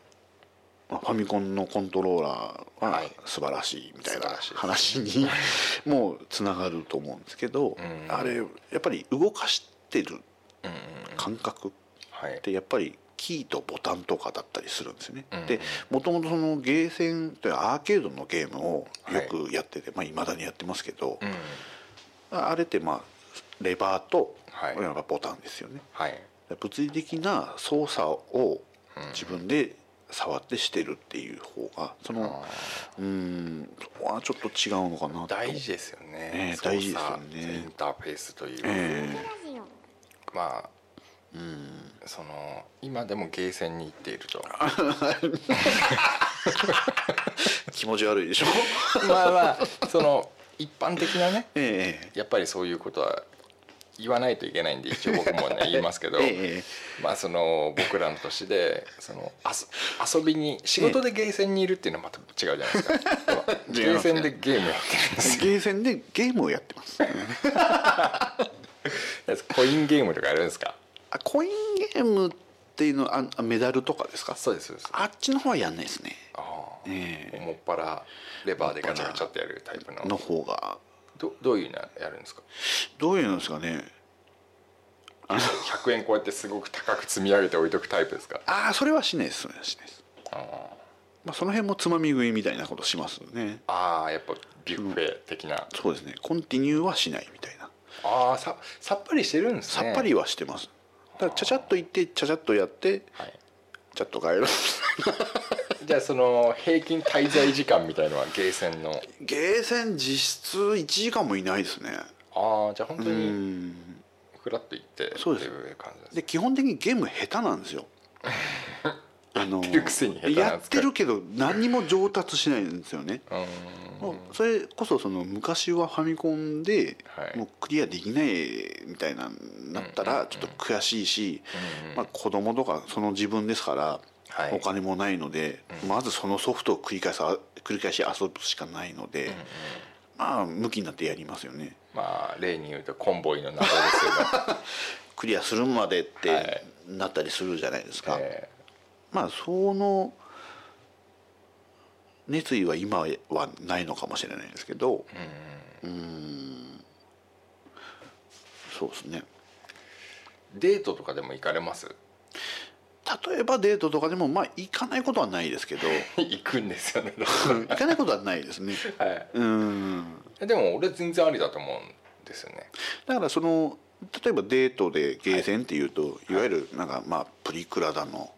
D: まあファミコンのコントローラーは
C: はい
D: 素晴らしいみたいな
C: 素晴ら
D: 話に *laughs* もうつながると思うんですけど、
C: うん
D: あれやっぱり動かしてる
C: うんうん
D: 感覚
C: はい
D: でやっぱりキーとボタンとかだったりするんですよね、
C: うん
D: でもともとそのゲーセンというアーケードのゲームをよくやってて、まあ、未だにやってますけど、
C: うん
D: あれってまあレバーと、
C: はい
D: これがボタンですよね
C: はい
D: 物理的な操作を自分で触ってしてるっていう方がそのうーんそこはちょっと違うのかなと
C: 大事ですよね
D: ね大事ですよね
C: 操作インターフェースという、
D: え
C: まあその今でもゲーセンに行っていると
D: え気持ち悪いでしょ
C: *laughs* まあまあその一般的なね
D: *laughs* ええ
C: やっぱりそういうことは言わないといけないんで一応僕もね言いますけ *laughs* ど、
D: ええ
C: まあその僕らの年でそのあそ遊びに仕事でゲーセンにいるっていうのはまた *laughs* 違うじゃないですか、ゲーセンでゲームやってるんですよ
D: ゲーセンでゲームをやってます
C: *laughs* コインゲームとかやるんですか
D: あコインゲームっていうのはああメダルとかですか
C: そうですそうです
D: あっちの方はやんないですね
C: ああ
D: ええ
C: もっぱらレバーでガチャガチャってやるタイプの
D: の方が
C: どどういうのやるんですか
D: どういうのですかね
C: 100円こうやってすごく高く積み上げて置いとくタイプですか
D: ああそれはしないですそれはしないです
C: あ
D: まあ、その辺もつまみ食いみたいなことしますよね
C: あーやっぱビュッフェ的な、
D: そうですねコンティニューはしないみたいな
C: ああささっぱりしてるんです
D: さ
C: ね
D: っぱりはしてます、だからちゃちゃっと行ってちゃちゃっとやって
C: はい
D: ちゃっと帰る
C: じゃあその平均滞在時間みたいのはゲーセンの
D: *laughs* ゲーセン実質1時間もいないですね
C: ああじゃあ本当
D: う
C: に
D: ん
C: フラッと行って
D: そうです
C: っていう感じなんですね
D: で基本的にゲーム下手なん *laughs* ですよあ
C: や
D: の
C: ってるくせに下手な
D: や
C: んで
D: っ
C: すか
D: てるけど何にも上達しないんですよねもうそれこそその昔はファミコンで
C: はい
D: もうクリアできないみたいなになったらちょっと悔しいし、まあ、子供とかその自分ですから
C: はい
D: お金もないのでまずそのソフトを繰り返す繰り返し遊ぶしかないのでまあ向きになってやりますよね
C: まあ例に言うとコンボイの謎ですよね、
D: クリアするまでっ
C: は
D: て
C: い
D: なったりするじゃないです
C: *laughs*
D: か、
C: え
D: まあその熱意は今はないのかもしれないですけどうんそうですね
C: ーデートとかでも行かれます *laughs*
D: 例えばデートとかでもまあ行かないことはないです
C: *laughs*
D: けど
C: 行くんですよね
D: 行かないことはないですね
C: はい
D: うん
C: えでも俺全然ありだと思うんですよね
D: だからその例えばデートでゲーセンっていうと、い、わゆるなんかまあプリクラだの、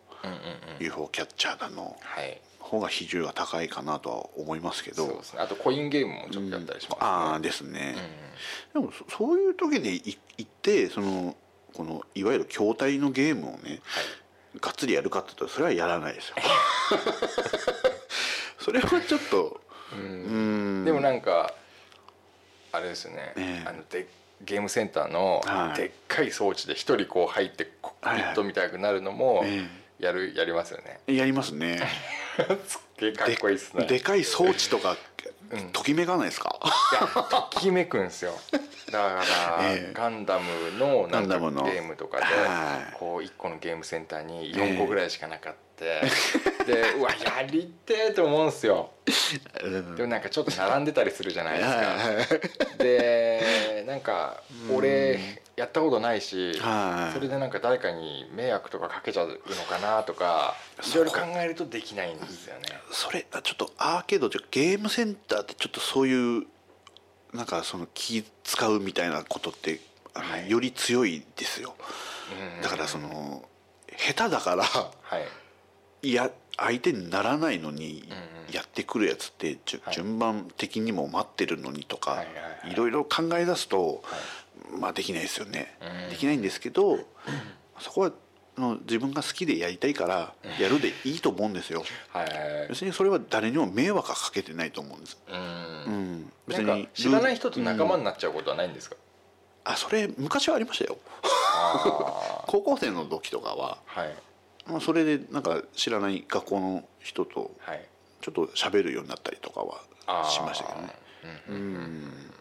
D: UFO キャッチャーだの
C: はい
D: 方が比重が高いかなとは思いますけど
C: そうですねあとコインゲームもちょっとやったりします、
D: ああですね、でもそそういう時でい行ってそのこのいわゆる筐体のゲームをね、がっつりやるかって言ったらそれはやらないですよ *laughs* それはちょっとうん
C: でもなんかあれですよね、
D: ええ
C: あのでゲームセンターの
D: はい
C: でっかい装置で一人こう入ってコックピットみたいになるのも
D: え
C: やるやりますよ
D: *laughs*
C: ね
D: やりますね
C: すっげえかっこいいっすね
D: でかい装置とか、ときめかないですか
C: いやときめくんですよだから、
D: *laughs* ええ
C: ガンダムのなん
D: ガ
C: か
D: ンダムの
C: ゲームとかで
D: はい
C: こう1個のゲームセンターに4個ぐらいしかなかった、でうわやりてえと思うんですよでもなんかちょっと並んでたりするじゃないですかでなんか俺やったことないし
D: はい
C: それでなんか誰かに迷惑とかかけちゃうのかなとかいろいろ考えるとできないんですよね
D: それあちょっとアーケードじゃゲームセンターってちょっとそういうなんかその気使うみたいなことってあの、より強いですよだからその下手だから
C: はい
D: いや相手にならないのにやってくるやつってじゅ、
C: はい
D: 順番的にも待ってるのにとか、
C: はいはい
D: い
C: はい
D: ろいろ考え出すと、まあできないですよね、できないんですけど、そこはあの自分が好きでやりたいからやるでいいと思うんですよ
C: はい
D: 別にそれは誰にも迷惑はかけてないと思うんです、
C: うん
D: うん、別
C: なん
D: に
C: か知らない人と仲間
D: うん
C: になっちゃうことはないん
D: *laughs*
C: ですか、
D: あそれ昔はありましたよ
C: あ
D: 高校生の時とかは、
C: あはい
D: まあ、それでなんか知らない学校の人と
C: はい
D: ちょっと喋るようになったりとか
C: あ
D: は
C: ー
D: しましたけどねうん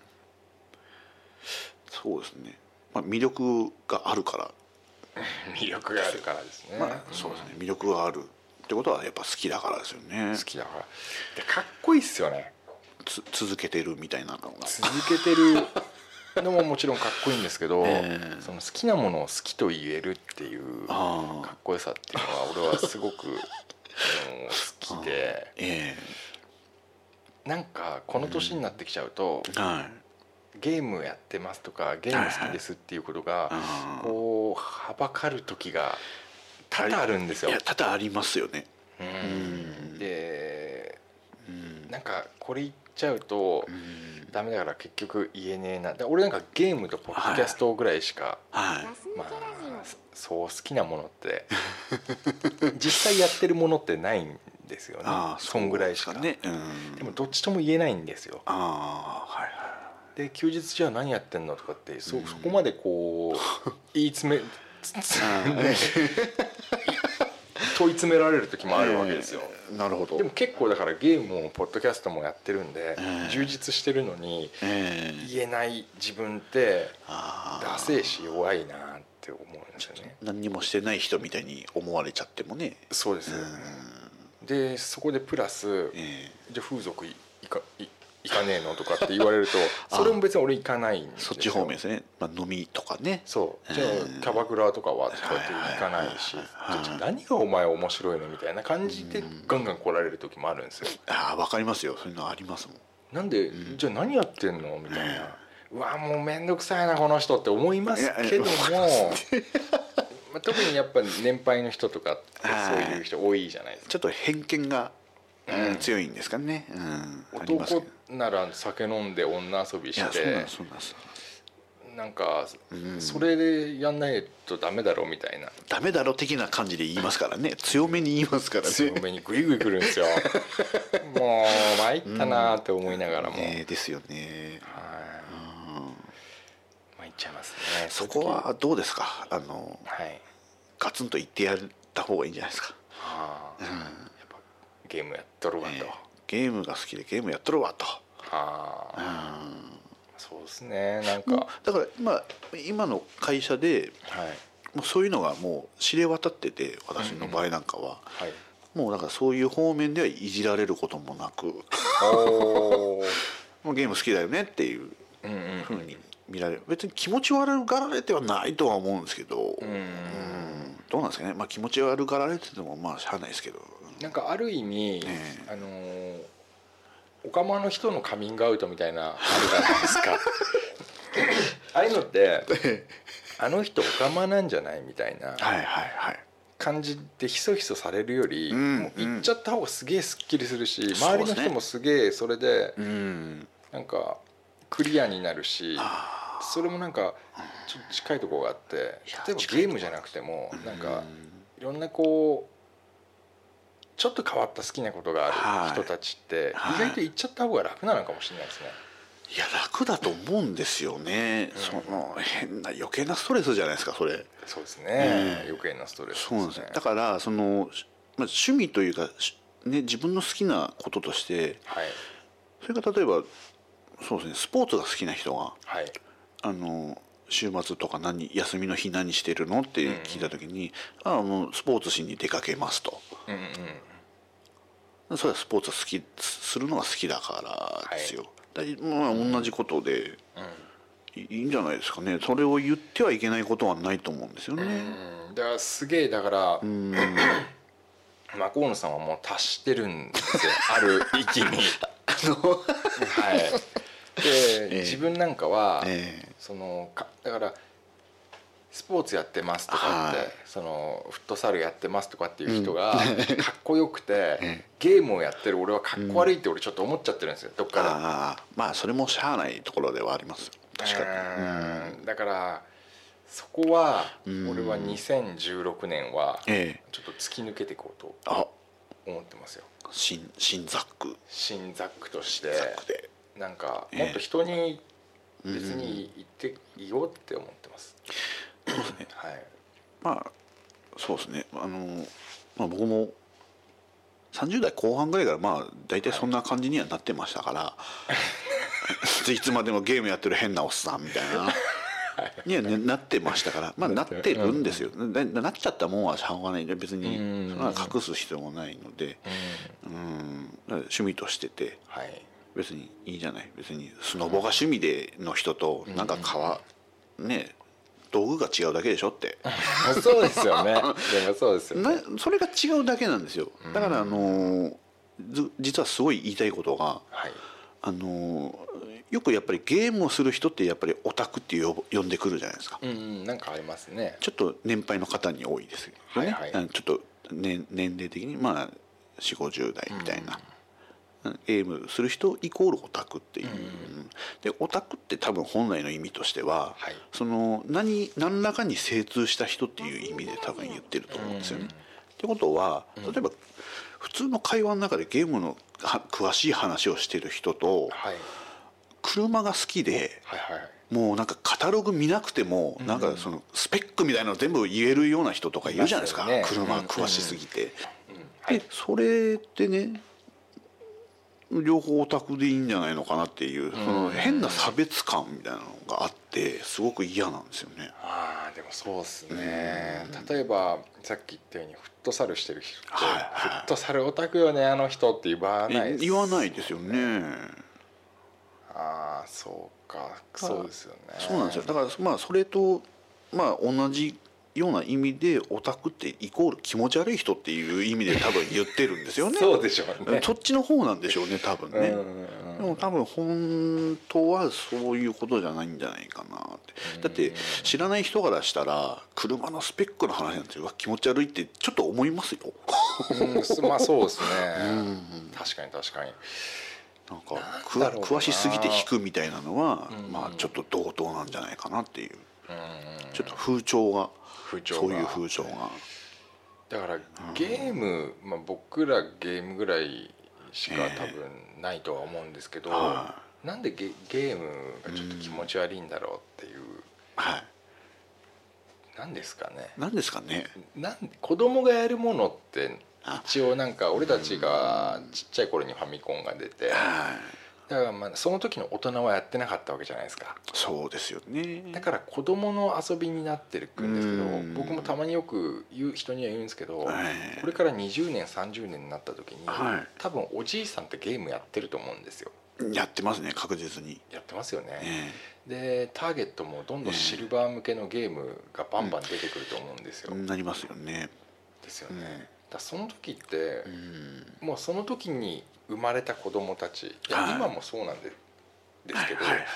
D: そうですね、まあ、魅力があるから、
C: *laughs* 魅力があるからですね、
D: まあ、そうですね魅力があるってことはやっぱ好きだからですよね
C: 好きだからでかっこいいっすよね
D: つ続けてるみたいなのが
C: 続けてるのももちろんかっこいいんですけ *laughs* ど、
D: ええ
C: その好きなものを好きと言えるっていうか
D: ああ
C: っこよさっていうのは俺はすごく *laughs* あの好きで
D: え
C: なんかこの年になってきちゃうと、
D: えは
C: ゲームやってますとかゲーム好きですっていうことがこうはばかる時が多々あるんですよ
D: いや。多々ありますよね
C: うんで
D: うん
C: なんかこれ言っちゃうと
D: うん
C: ダメだから結局言えねえなで俺なんかゲームとポッドキャストぐらいしか、
D: はい
C: まあそう好きなものって
D: *laughs*
C: 実際やってるものってないんですよね
D: ああ
C: そんぐらいしか
D: そうですうん
C: でもどっちとも言えないんですよ
D: ああはいは
C: で休日じゃあ何やってんのとかってそ,、
D: うん
C: そこまでこう言い詰めつつ *laughs* 問い詰められる時もあるわけです
D: *laughs*
C: よ、
D: いなるほど
C: でも結構だからゲームもポッドキャストもやってるんで、
D: うん
C: 充実してるのに
D: ええ
C: 言えない自分って
D: あ
C: ダ
D: あ
C: セえし弱いなって思うんですよね
D: 何にもしてない人みたいに思われちゃってもね
C: そうで
D: う
C: す、
D: ん
C: でそこでプラス
D: ええ
C: じゃあ風俗いいかい行かねえのとかって言われる
D: *laughs*
C: とそれも別に俺行かないんですよ
D: そっち方面ですね、まあ、飲みとかね
C: そうじゃ
D: うん
C: あキャバクラとかはとかって行かないし
D: はいはいはい
C: じゃあ何がお前面白いのみたいな感じでガンガン来られる時もあるんですよ
D: ああわかりますよそういうのありますもん
C: なんでじゃあ何やってんのみたいなうわもう面倒くさいなこの人って思いますけども
D: いやいやわ
C: まあ特にやっぱ年配の人とかってそういう人多いじゃないですか
D: ちょっと偏見が、うん
C: うん
D: 強いんですかね、うん、ありますけ
C: 男
D: ど
C: なら酒飲んで女遊び
D: いや
C: し
D: そうなん
C: て
D: ですそうなんです
C: なんか
D: ん
C: それでやんないとダメだろみたいな
D: ダメだろ的な感じで言いますからね強めに言いますからね
C: 強めにグイグイ来るん
D: *laughs*
C: ですよもう参ったなーって思いながらも、
D: ねですよね
C: はい参っちゃいますね
D: そこはどうですかあの
C: はい
D: ガツンと言ってやった方がいいんじゃないですか、
C: あー
D: うん
C: やっぱゲームやっとるわと、
D: ええゲームが好きでゲームやっとるわと、
C: あ
D: う
C: あ
D: ん
C: そうですねなんか、
D: もうだから今今の会社で
C: はい
D: もうそういうのがもう知れ渡ってて私の場合なんかは、
C: はい
D: もうだからそういう方面ではいじられることもなく
C: おー
D: もうゲーム好きだよねっていう
C: うんうん
D: ふうに見られる別に気持ち悪がられてはないとは思うんですけど、
C: う
D: うん
C: ん
D: どうなんですかね、まあ、気持ち悪がられててもまあしゃあないですけど
C: なんかある意味、
D: ええ
C: あのーオカマの人のカミングアウトみたいなあるじゃないです
D: *laughs*
C: かああいうのって *laughs* あの人オカマなんじゃないみたいな
D: はいはいはい
C: 感じでひそひそされるより、
D: うん
C: もう行っちゃった方がすげえすっきりするし、
D: そう
C: 周
D: で
C: り
D: す
C: の
D: ね
C: 人もすげえそれで
D: うん
C: なんかクリアになるし
D: あ
C: それもなんかちょっと近いところがあって
D: や
C: 例えば
D: 近い
C: ゲームじゃなくても
D: ー
C: なんか
D: うん
C: いろんなこうちょっと変わった好きなことがあ
D: はい
C: る人たちって
D: はい
C: 意外と行っちゃった方が楽なのかもしれないですね。
D: いや楽だと思うんですよね、
C: うん
D: その変な余計なストレスじゃないですかそれ
C: そうですね
D: ええ
C: 余計なストレス
D: そうなんですねだからその、しまあ、趣味というか、しね、自分の好きなこととして
C: はい
D: それが例えばそうですねスポーツが好きな人が
C: はい
D: あの週末とか何休みの日何してるのって聞いた時に「ああもうスポーツしに出かけます」と
C: うんうん
D: 「それはスポーツは好きすするのが好きだからですよ」だまあ、同じことでいいいんじゃないですかねそれを言ってはいけないことはないと思うんですよね。
C: うんうんだからすげえだから
D: うん
C: マコーノさんはもう達してるんです
D: *laughs*
C: よある域に。はい、で、
D: ええ
C: 自分なんかは、
D: ええ
C: そのかだからスポーツやってますとかって、
D: はい
C: そのフットサルやってますとかっていう人がか
D: *laughs*
C: っこよくて、ゲームをやってる俺はかっこ悪いって俺ちょっと思っちゃってるんですよどっかで。
D: ああまあそれもしゃあないところではあります確かに
C: うんだからそこは
D: ん
C: 俺は2016年はちょっ
D: ええ
C: と突き抜けていこうと
D: あ
C: 思ってますよ
D: 新新ザック
C: 新ザックとして
D: ザックで
C: なんか
D: ええ
C: もっと人に別に言っていようって思ってます、はい
D: まあそうですねあの、まあ、僕も30代後半ぐらいからまあ大体そんな感じにはなってましたから、い、つまでもゲームやってる変なおっさんみたいな。にはね、なってましたからまあなってるんですよ、ななっちゃったもんはしょうがないんで別に
C: うんうんうん
D: そんなの隠す必要もないのでうんだから趣味としてて
C: はい
D: 別にいいじゃない別にスノボが趣味での人となんか川、ね道具が違うだけでしょって
C: そうですよねでもそうですよね
D: なそれが違うだけなんですよだからあのーず実はすごい言いたいことが
C: はい
D: あのーよくやっぱりゲームをする人ってやっぱりオタクって呼ぶ呼んでくるじゃないですか、
C: うんうんなんかありますね
D: ちょっと年配の方に多いですよ
C: は
D: ね、
C: いはい
D: うんちょっと年年齢的にまあ4 5 0代みたいな、うんゲームする人イコールオタクっていう、でオタクって多分本来の意味としては、
C: はい
D: その何何らかに精通した人っていう意味で多分言ってると思うんですよね。ってことは例えば普通の会話の中でゲームのは詳しい話をしてる人と
C: はい
D: 車が好きで
C: はいはいはい
D: もうなんかカタログ見なくてもなんかそのスペックみたいなの全部言えるような人とかいるじゃないですか、
C: いますよね
D: 車が詳しすぎて。でそれってね両方オタクでいいんじゃないのかなっていうその変な差別感みたいなのがあってすごく嫌なんですよね。
C: あーでもそうっすね例えばさっき言ったようにフットサルしてる人って、
D: はいはい
C: フットサルオタクよねあの人って言わない
D: 言わないいですよね。
C: ああそうかそうですよね
D: そうなんですよだからまあそれとまあ同じような意味でオタクってイコール気持ち悪い人っていう意味で多分言ってるんです *laughs* よね。
C: そうでしょうね
D: そっちの方なんでしょうね多分ね。でも多分本当はそういうことじゃないんじゃないかなってだって知らない人からしたら車のスペックの話なんてうわ気持ち悪いってちょっと思いますよ
C: うんすまあそうですね確かに確かに
D: なんか
C: なんだろうな
D: 詳詳しすぎて引くみたいなのはまあちょっと同等なんじゃないかなっていうちょっと風潮が
C: 風潮が
D: そういう風潮が
C: だからゲーム、まあ、僕らゲームぐらいしか多分ないとは思うんですけど、
D: は
C: なんでゲゲームがちょっと気持ち悪いんだろうっていう、
D: はい
C: なんですかね
D: 何ですかね
C: なん子供がやるものって
D: あ
C: 一応なんか俺たちがちっちゃい頃にファミコンが出て
D: はい
C: だからまあその時の大人はやってなかったわけじゃないですか
D: そうですよね
C: だから子供の遊びになってるんですけど
D: うん
C: 僕もたまによく言う人には言うんですけど、
D: ええ
C: これから20年30年になった時に、
D: はい
C: 多分おじいさんってゲームやってると思うんですよ
D: やってますね確実に、
C: やってますよ
D: え
C: ね、
D: え
C: でターゲットもどんどんシルバー向けのゲームがバンバン出てくると思うんですよ、
D: なりますよね
C: ですよ
D: う
C: ね、
D: ん
C: だからその時って
D: う、ん
C: もうその時に生まれた子供たちいや
D: はい
C: 今もそうなんでですけど、
D: はいはい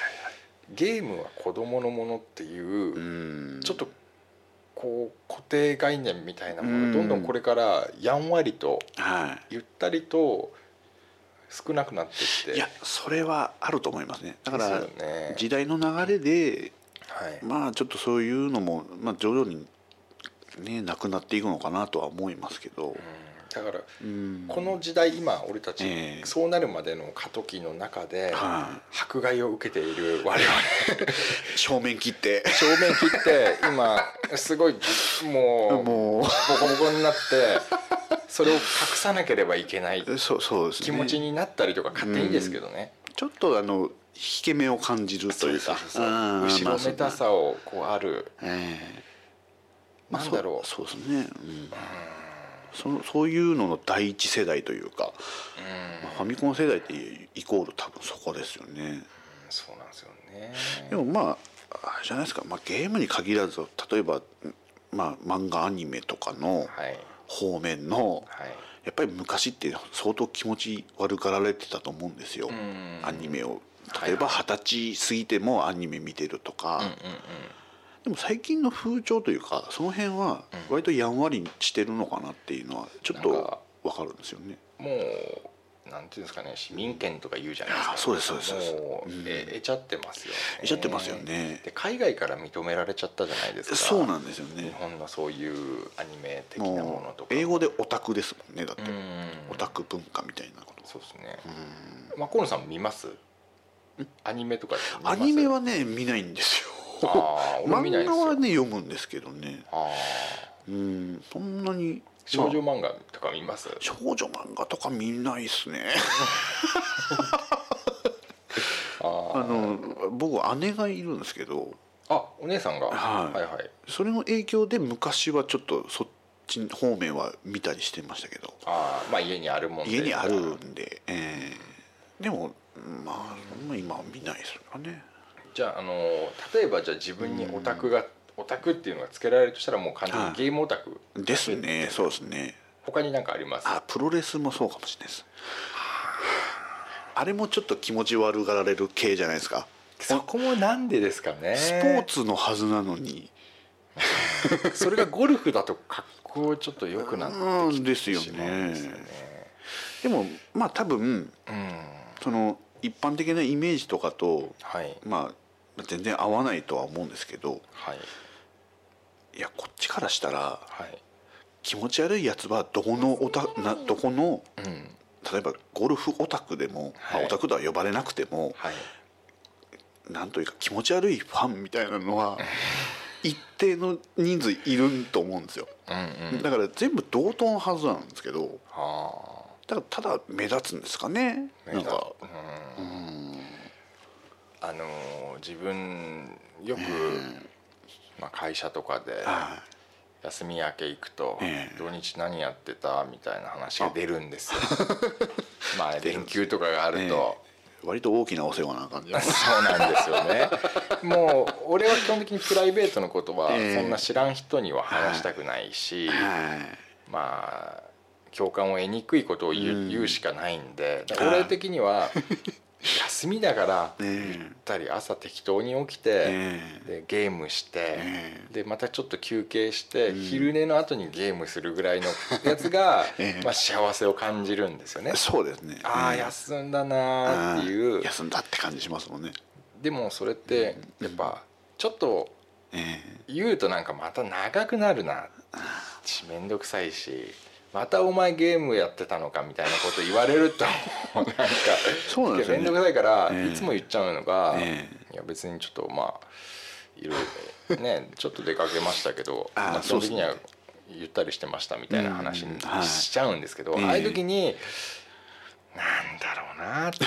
C: ゲームは子供のものっていう、
D: うん
C: ちょっとこう固定概念みたいなものがどんどんこれからやんわりと
D: は
C: ゆったりと少なくなってきて
D: い、いやそれはあると思いますねだか
C: です
D: ら
C: よね
D: 時代の流れで
C: はい、
D: まあちょっとそういうのも、まあ、徐々に、ね、なくなっていくのかなとは思いますけど、
C: だから
D: うん
C: この時代今俺たち、
D: ええ
C: そうなるまでの過渡期の中で、
D: は
C: 迫害を受けている我々
D: い、正面切って
C: 正面切って今すごいもう
D: *laughs* も
C: ボコボコになってそれを隠さなければいけないう
D: そうそうですね
C: 気持ちになったりとか勝手にですけどね、
D: ちょっとあの引け目を感じるという
C: そ
D: か
C: うそうそう
D: うん
C: 後ろめた
D: まあ
C: さをこうある、
D: そうええまあ
C: なんだろう
D: そうそうですね、うん、そのそういうのの第一世代というか、まあファミコン世代ってイコール多分そこですよね
C: そうなんですよね
D: でもまああれじゃないですか、まあ、ゲームに限らず例えば、うんまあ、漫画アニメとかの
C: はい
D: 方面の、
C: はい
D: やっぱり昔って相当気持ち悪がられてたと思うんですよ
C: ん
D: アニメを
C: はい
D: 例えば二十歳過ぎてもアニメ見てるとか、でも最近の風潮というかその辺は割とやんわりしてるのかなっていうのはちょっ
C: なんか
D: とわかるんですよね。
C: もうなんていうんですかね市民権とか言うじゃないです
D: あ
C: か
D: そうですそうですそうです
C: もう、え得ちゃってますよね
D: 得ちゃってますよね
C: で海外から認められちゃったじゃないですか
D: そうなんですよ
C: 日
D: ね。
C: 本のそういうアニメ的なもの
D: も
C: と
D: う
C: か
D: 英語でオタクですもんねだって
C: うん
D: オタク文化みたいなこと。
C: そうですねまあ河野さん見ますアニメとかって見ま
D: ア
C: す
D: ニメはね見ないんですよ。
C: あー俺見ない
D: 漫
C: です
D: 画
C: よ
D: はね読むんですけどね。
C: あー
D: うんそんなに
C: 少女漫画とか見ます
D: 少女漫画とか見ないっすね
C: あ
D: あの僕姉がいるんですけど
C: ああお姉さんが
D: はい
C: はいはい
D: それの影響で昔はちょっとそっち方面は見たりしてましたけど
C: あーまあ家にあるもんで
D: 家にあるんで、えーでもまあそんな今は見ないですよね
C: じゃああの例えばじゃあ自分にオタクがオタクっていうのがつけられるとしたらもう完全
D: は
C: に
D: い
C: ゲームオタク
D: ですねそうですね
C: 他に何かあります
D: あプロレスもそうかもしれないですあれもちょっと気持ち悪がられる系じゃないですか
C: そこもなんでですかね
D: スポーツのはずなのに、
C: それがゴルフだと格好ちょっと良くなって
D: うんですよ
C: しまうん
D: ね
C: ですよね
D: でもまあ多分
C: うん
D: その一般的なイメージとかと
C: はい
D: まあ全然合わないとは思うんですけど
C: はい
D: いやこっちからしたら
C: はい
D: 気持ち悪いやつはどこのオタなどこの
C: うん
D: 例えばゴルフオタクでも、まあ
C: はい
D: オタクとは呼ばれなくても、
C: はい
D: なんというか気持ち悪いファンみたいな
C: *laughs*
D: のは一定の人数いると思うんですよ、
C: うんうん
D: だから全部同等のはずなんですけど
C: あ
D: ただただ目立つんですかね
C: あ
D: なんか
C: うんあのー自分よく、まあ、会社とかで
D: は
C: 休み明け行くと、
D: ええ
C: 土日何やってたみたいな話が出るん
D: *laughs*
C: ですよまあ連休とかがあると、
D: い割と大きなお世話
C: *laughs*
D: な感じ
C: そうなんですよ
D: *laughs*
C: ねもう俺は基本的にプライベートのことは
D: ええ
C: そんな知らん人には話したくないし、
D: はい
C: まあ共感を得にくいことを言う,、
D: うん
C: 言うしかないんでだか
D: あ
C: ら
D: あ
C: 俺的に
D: *laughs*
C: は休みだからゆっ
D: ね
C: たり朝適当に起きて、
D: えね
C: でゲームして、
D: え
C: でまたちょっと休憩して、
D: うん、
C: 昼寝の後にゲームするぐらいのやつが
D: *laughs* ええ
C: まあ、幸せを感じるんですよね
D: え。そうですね
C: ああ
D: うん
C: 休んだなーってい
D: あ
C: う
D: ー休んだって感じしますもんね
C: でもそれってやっぱちょっと
D: ええ
C: 言うとなんかまた長くなるなちめんどくさいしまたお前ゲームやってたのかみたいなこと言われるともうなんか
D: そうなんですよね
C: いやめんどくさいから、
D: ええ
C: いつも言っちゃうのが、
D: え
C: いや別にちょっとまあいろいろね *laughs* ちょっと出かけましたけど
D: あー
C: まあ基
D: そう
C: 本
D: です
C: 的
D: ね
C: にはゆったりしてましたみたいな話
D: うん
C: に
D: はい
C: しちゃうんですけど、
D: ええ
C: ああいう時になんだろうな
D: *laughs*
C: って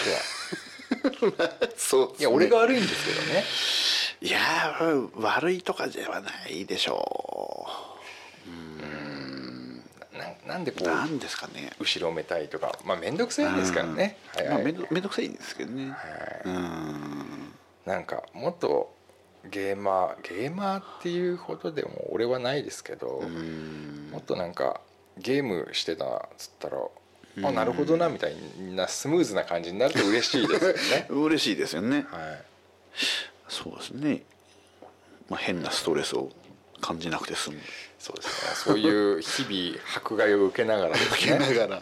D: そう
C: いや俺が悪いんですけどね。
D: いやー悪いとかではないでしょ
C: ななんでこ
D: うな
C: うん
D: ですかね
C: 後ろめたいとかまあ面倒くさいんですからね、
D: うん
C: はいはい
D: まあ、めんどめんどくさいんですけどね、
C: はい
D: うん
C: なんかもっとゲーマーゲーマーっていうほどでも俺はないですけど、
D: うん
C: もっとなんかゲームしてたっつったら、
D: う
C: あ
D: ん。
C: なるほどなみたいなスムーズな感じになると嬉しいですよね
D: 嬉しいですよね
C: はい
D: そうですね、まあ、変なストレスを感じなくて済む
C: そうですね、そういう日々迫害を受けながらですねこ
D: がら
C: っ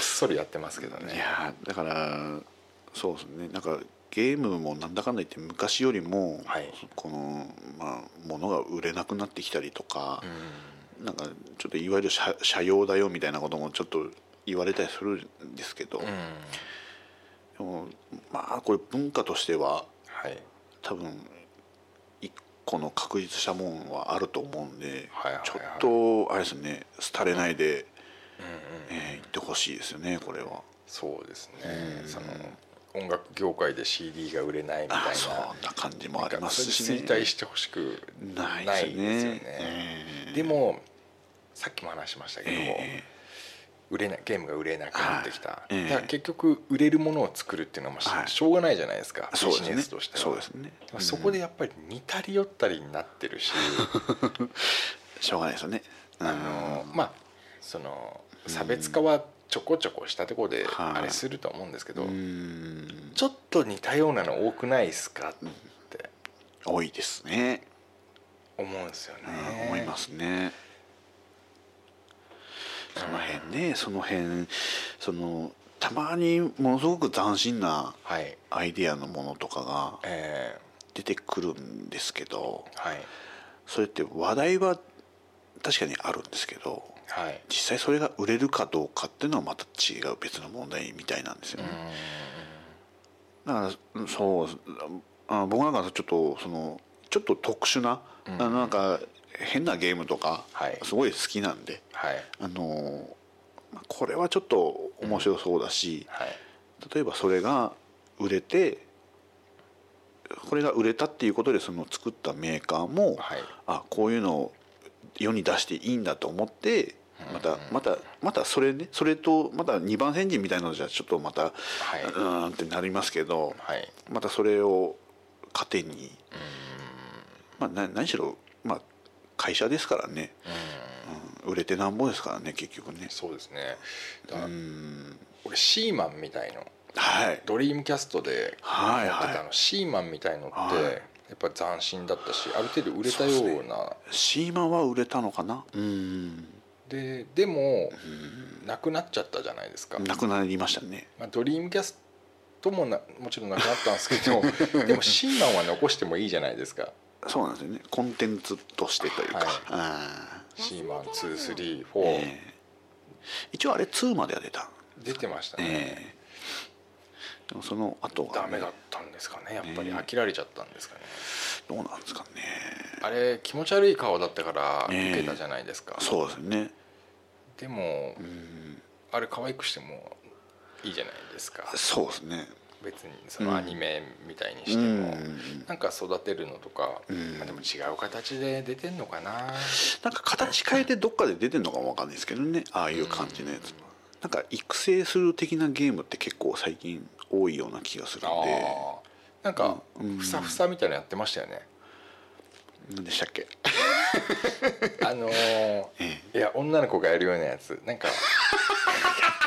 C: そりやってますけど
D: い
C: ね
D: やーだからそうですねなんかゲームもなんだかんだ言って昔よりも、
C: はい
D: このまあ物が売れなくなってきたりとか
C: う、ん
D: なんかちょっといわゆる社社用だよみたいなこともちょっと言われたりするんですけど、
C: うん
D: でもまあこれ文化としては
C: はい
D: 多分一個の確立したもんはあると思うんで、
C: はいはいはい
D: ちょっとあれですね廃れないで、えー行ってほしいですよねこれは。
C: そうですね、その音楽業界で CD が売れないみたい
D: あ
C: な
D: そんな感じもありますし、ね、
C: 衰退してほしく
D: ない
C: ない
D: ですね
C: ですよね
D: えー
C: でもさっきも話しましたけども、
D: え
C: 売れないゲームが売れなくなってきた、
D: はいええ
C: だから結局売れるものを作るっていうのはまあし,、
D: はい
C: ょうがないじゃないですか
D: そう
C: ビジ
D: で
C: ネ
D: す
C: スと
D: ね
C: しては
D: そうですね
C: まあそこでやっぱり似たり寄ったりになってるし、
D: しょうがないですよね
C: あのまあその差別化はちょこちょこしたところで
D: はい
C: あれすると思うんですけど、
D: うーん
C: ちょっと似たようなの多くないですかって
D: 多いですね
C: 思うんですよね
D: うん、思いますねその辺ねその辺そのたまにものすごく斬新な
C: はい
D: アイデアのものとかが
C: え
D: 出てくるんですけど
C: ーはい
D: それって話題は確かにあるんですけど
C: はい
D: 実際それが売れるかどうかっていうのはまた違う別の問題みたいなんですよね。だからうんそうあ僕なんかちょっとそのちょっと特殊な、
C: うん
D: あのなんか変なゲームとか、
C: はい
D: すごい好きなんで、
C: はい
D: あのまあこれはちょっと面白そうだし、
C: はい
D: 例えばそれが売れてこれが売れたっていうことでその作ったメーカーも、
C: はい
D: あこういうのを世に出していいんだと思ってまたまたまたそれねそれとまた二番煎じみたいなのじゃちょっとまた、
C: はいう
D: ーんってなりますけど
C: はい
D: またそれを糧に、まあ、な何しろ、まあ、会社ですからね、うん売れてなんぼですからね結局ね。
C: そうですねだ
D: う
C: から
D: ん
C: 俺シーマンみたいの
D: はい
C: ドリームキャストで
D: はい
C: やってたあ
D: は
C: のシーマンみたいのって、
D: はい
C: やっぱ斬新だったしある程度売れた
D: そう
C: よ
D: で
C: うない
D: シーマは売れたのかなうん
C: で,、でもなくなっちゃったじゃないですか、
D: なくなりましたね
C: まあ、ドリームキャストもなもちろんなくなったんですけ
D: *laughs*
C: どでもシーマンは残してもいいじゃないですか
D: そうなんですよねコンテンツとしてというか、
C: はい
D: あー
C: シーマン234、
D: ええ一応あれ2までは出た、
C: 出てましたね、
D: ええでもその後が
C: ダ
D: ね、
C: メだったんですかねやっぱり
D: ね
C: 飽きられちゃったんですかね
D: どうなんですかね
C: あれ気持ち悪い顔だったから
D: ね
C: 受けたじゃないですか、
D: そうですね
C: でもあれ可愛くしてもいいじゃないですか
D: そうですね
C: 別にそのアニメみたいにして
D: う
C: も、
D: ん
C: なんか育てるのとか、
D: ん
C: まあ、でも違う形で出てんのかな
D: なんか形変えてどっかで出てるのかもわかんないですけどねああいう感じのやつ、なんか育成する的なゲームって結構最近多いような気がするん
C: あ
D: で
C: ーなんか
D: うん
C: ふさふさみたいなのやってました
D: *laughs*
C: よね、
D: 何でしたっけ
C: あのー
D: え
C: いや女の子がやるようなやつなん
D: *laughs*
C: か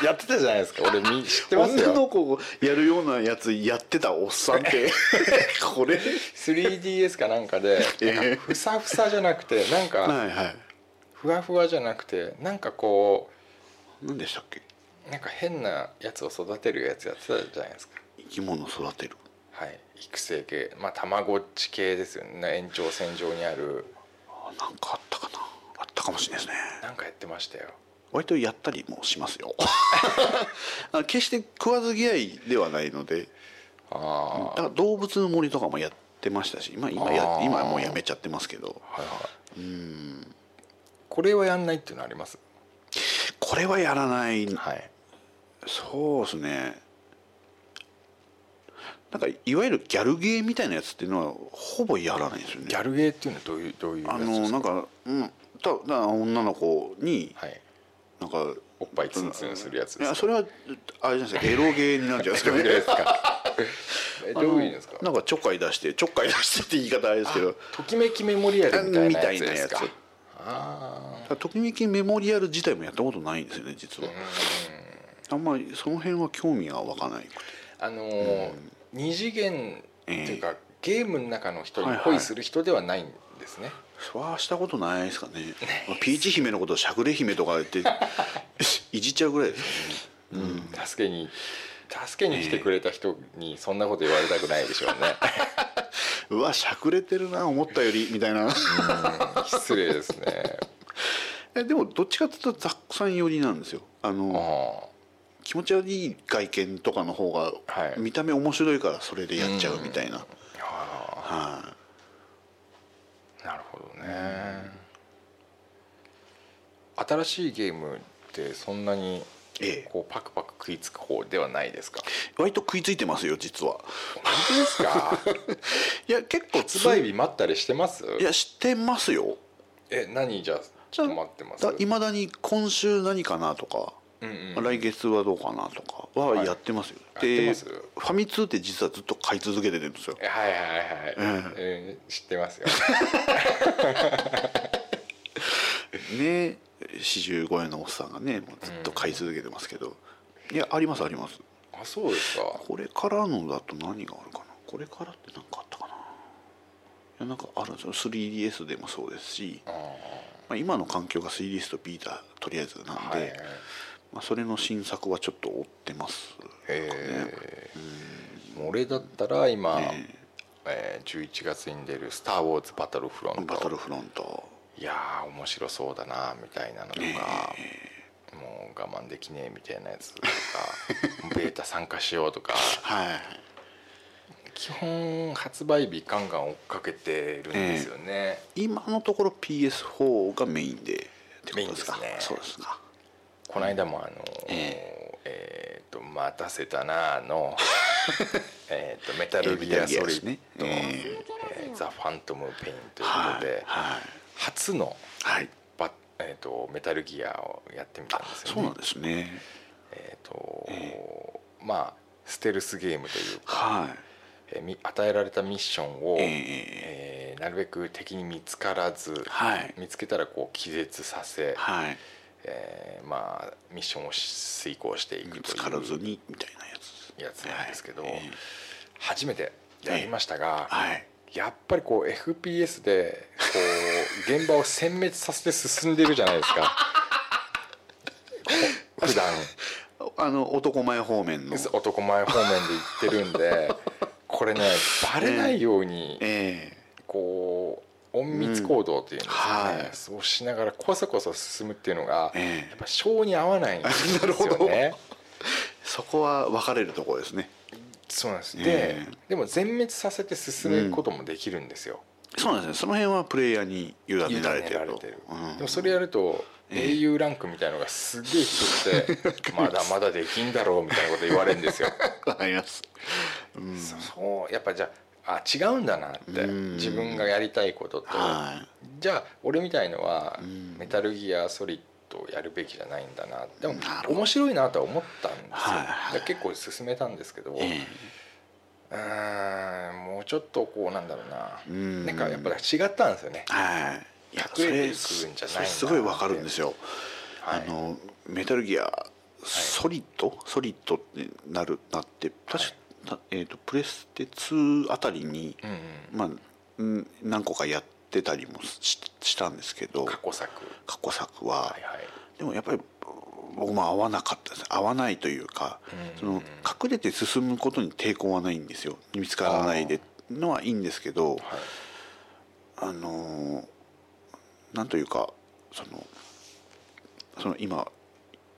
C: やってたじゃないですか俺み知ってます
D: 女の
C: よ
D: 子をやるようなやつやってたおっさんって *laughs* これ
C: 3DS かなんかで
D: ええ
C: なんかふさふさじゃなくてなんか
D: はいはい
C: ふわふわじゃなくてなんかこ
D: 何でしたっけ
C: うなんか変なやつを育てるやつやってたじゃないですか
D: 生き物を育てる
C: はい育成系まあたまごっち系ですよね延長線上にある
D: あなんかあったかなあったかもしれないですね
C: なんかやってましたよ
D: 割とやったりもします *laughs* よあ決して食わず嫌いではないのでだ
C: ああ
D: から動物の森とかもやってましたし、まあ、今や
C: あー
D: 今はもうやめちゃってますけど
C: はいはい
D: うん
C: これはやんないっていうのあります
D: これはやらない
C: はい
D: そうですねなんかいわゆるギャルゲーみたいなやつっていうのはほぼやらないですよね
C: ギャルゲーっていうのはどういうどういうや
D: あ
C: つですか
D: のなんかうんただ女の子に
C: はい
D: なんか、
C: おっぱいツンツンするやつ
D: い
C: で
D: や
C: すか
D: それはあれじゃないですかエロゲーになるんじゃないですか
C: *laughs*
D: ね *laughs*
C: え
D: あ
C: ど
D: の
C: ういうんですか
D: なんかちょっかい出してちょっかい出してって言い方あれですけど
C: ときめきメモリアルみたいなやつ
D: みたいな
C: です
D: やつ
C: かあ
D: ただときめきメモリアル自体もやったことないんですよね実はあんまりその辺は興味が湧かない
C: ああのー二次元っていうか、ゲームの中の人
D: は
C: に
D: いはい
C: 恋する人ではないんですね、
D: それはしたことないですかねまあピーチ姫のことをしゃくれ姫とか言っていじっちゃうぐらいですよね
C: 助けに助けに来てくれた人にそんなこと言われたくないでしょうね *laughs*
D: うわしゃくれてるな思ったよりみたいな
C: うん失礼ですね
D: えでもどっちかっていうとザックさん寄りなんですよあの
C: あ
D: 気持ち悪い外見とかの方が
C: はい
D: 見た目面白いからそれでやっちゃうみたいな、はい
C: あなるほどね新しいゲームってそんなに
D: ええ
C: こうパクパク食いつく方ではないですか
D: 割と食いついてますよ実は
C: 本当ですか
D: いや結構
C: *laughs* 発
D: つ
C: 売日待ったりしてます
D: いや知ってますよ
C: え何じゃあちょっと待ってます
D: いまだに今週何かなとか、
C: うんうん
D: 来月はどうかなとかはやってますよ、
C: はい
D: で
C: やってます
D: ファミ通って実はずっと買い続けてるんですよ
C: えはいはいはいはい、
D: うん
C: えー知って *laughs* ますよ
D: ね45円のおっさんがねもうずっと買い続けてますけど、いやありますあります
C: あそうですか
D: これからのだと何があるかなこれからって何かあったかないやなんかあるんですよ 3DS でもそうですし、
C: あ
D: まあ、今の環境が 3DS とビータとりあえずなん
C: ー
D: で、
C: はい
D: まあ、それの新作はちょっと追ってます
C: えー、俺だったら今、
D: ね
C: えー、11月に出る「スター・ウォーズ・バトルフロン
D: バト
C: ト
D: ルフロント」
C: いやー面白そうだなみたいなのとか、もう我慢できねえみたいなやつとか *laughs* ベータ参加しようとか
D: はい
C: 基本発売日ガンガン追っかけてるんですよね、
D: 今のところ PS4 がメインでってことですか
C: メインですね
D: そうですか
C: この間もあの
D: え
C: えーっと待たせたなー
D: *laughs*
C: のえーっとメタルギアソリッド、
D: メタルギアですね
C: えーザ・ファントム・ペインというこ
D: は
C: とで
D: い、はい、
C: 初の
D: はい、
C: バえーっとメタルギアをやってみたんですよね
D: そうなんですね
C: えーっと、まあステルスゲームというか、
D: はい
C: えーみ与えられたミッションを、
D: ええ
C: えーなるべく敵に見つからず、
D: はい
C: 見つけたらこう気絶させ、
D: はい
C: えーまあミッションをし遂行してい
D: 見
C: くという
D: つからずにみたいなやつ
C: やつなんですけど、
D: はいええ
C: 初めてやりましたが、
D: はい
C: やっぱりこう FPS でこう現場を殲滅させて進んでるじゃないです
D: *laughs*
C: かこ普段
D: あの男前方面の
C: 男前方面で行ってるんでこれねバレないように
D: え
C: こう隠密行動っていうんですかね、
D: はい
C: そうしながらこそこそ進むっていうのが、
D: ええ
C: やっぱ性に合わないんですよ
D: *laughs* なるほど
C: ね。
D: えそこは分かれるところですね
C: そうなんです、
D: ええ
C: ででも全滅させて進むこともできるんですよ、
D: そうなんですねその辺はプレイヤーに委
C: 委
D: ね
C: ね
D: ら
C: られ
D: れて
C: て
D: る
C: る
D: とうん
C: でもそれやると英雄ランクみたいのがすっげえ低く
D: *laughs*
C: てまだまだできんだろうみたいなこと言われるんですよ、
D: わかります
C: そそうやっぱじゃああ違うんだなって
D: うん
C: 自分がやりたいことと
D: は
C: じゃあ俺みたいのは
D: ん
C: メタルギアソリッドをやるべきじゃないんだなでも
D: なるほど
C: 面白いなとは思ったんですよ、
D: はいは
C: だ
D: い
C: から結構進めたんですけど、
D: いえ
C: うーんもうちょっとこうなんだろうな
D: うん
C: なんかやっぱり違ったんですよね
D: えはいいやそ
C: 隠れ
D: れ
C: てくるんじゃないな
D: それすごい分かるんですよ
C: はい
D: あのメタルギアソリッド、ソリッドってなるなって確か、えー、とプレステ2あたりに、
C: うんうん
D: まあうん何個かやってたりもししたんですけど
C: 過去作
D: 過去作は、
C: はいはい
D: でもやっぱり僕も合わなかったです合わないというか、
C: うん
D: その隠れて進むことに抵抗はないんですよ見つからないでのはいいんですけど
C: はい
D: あのーなんというかそのその今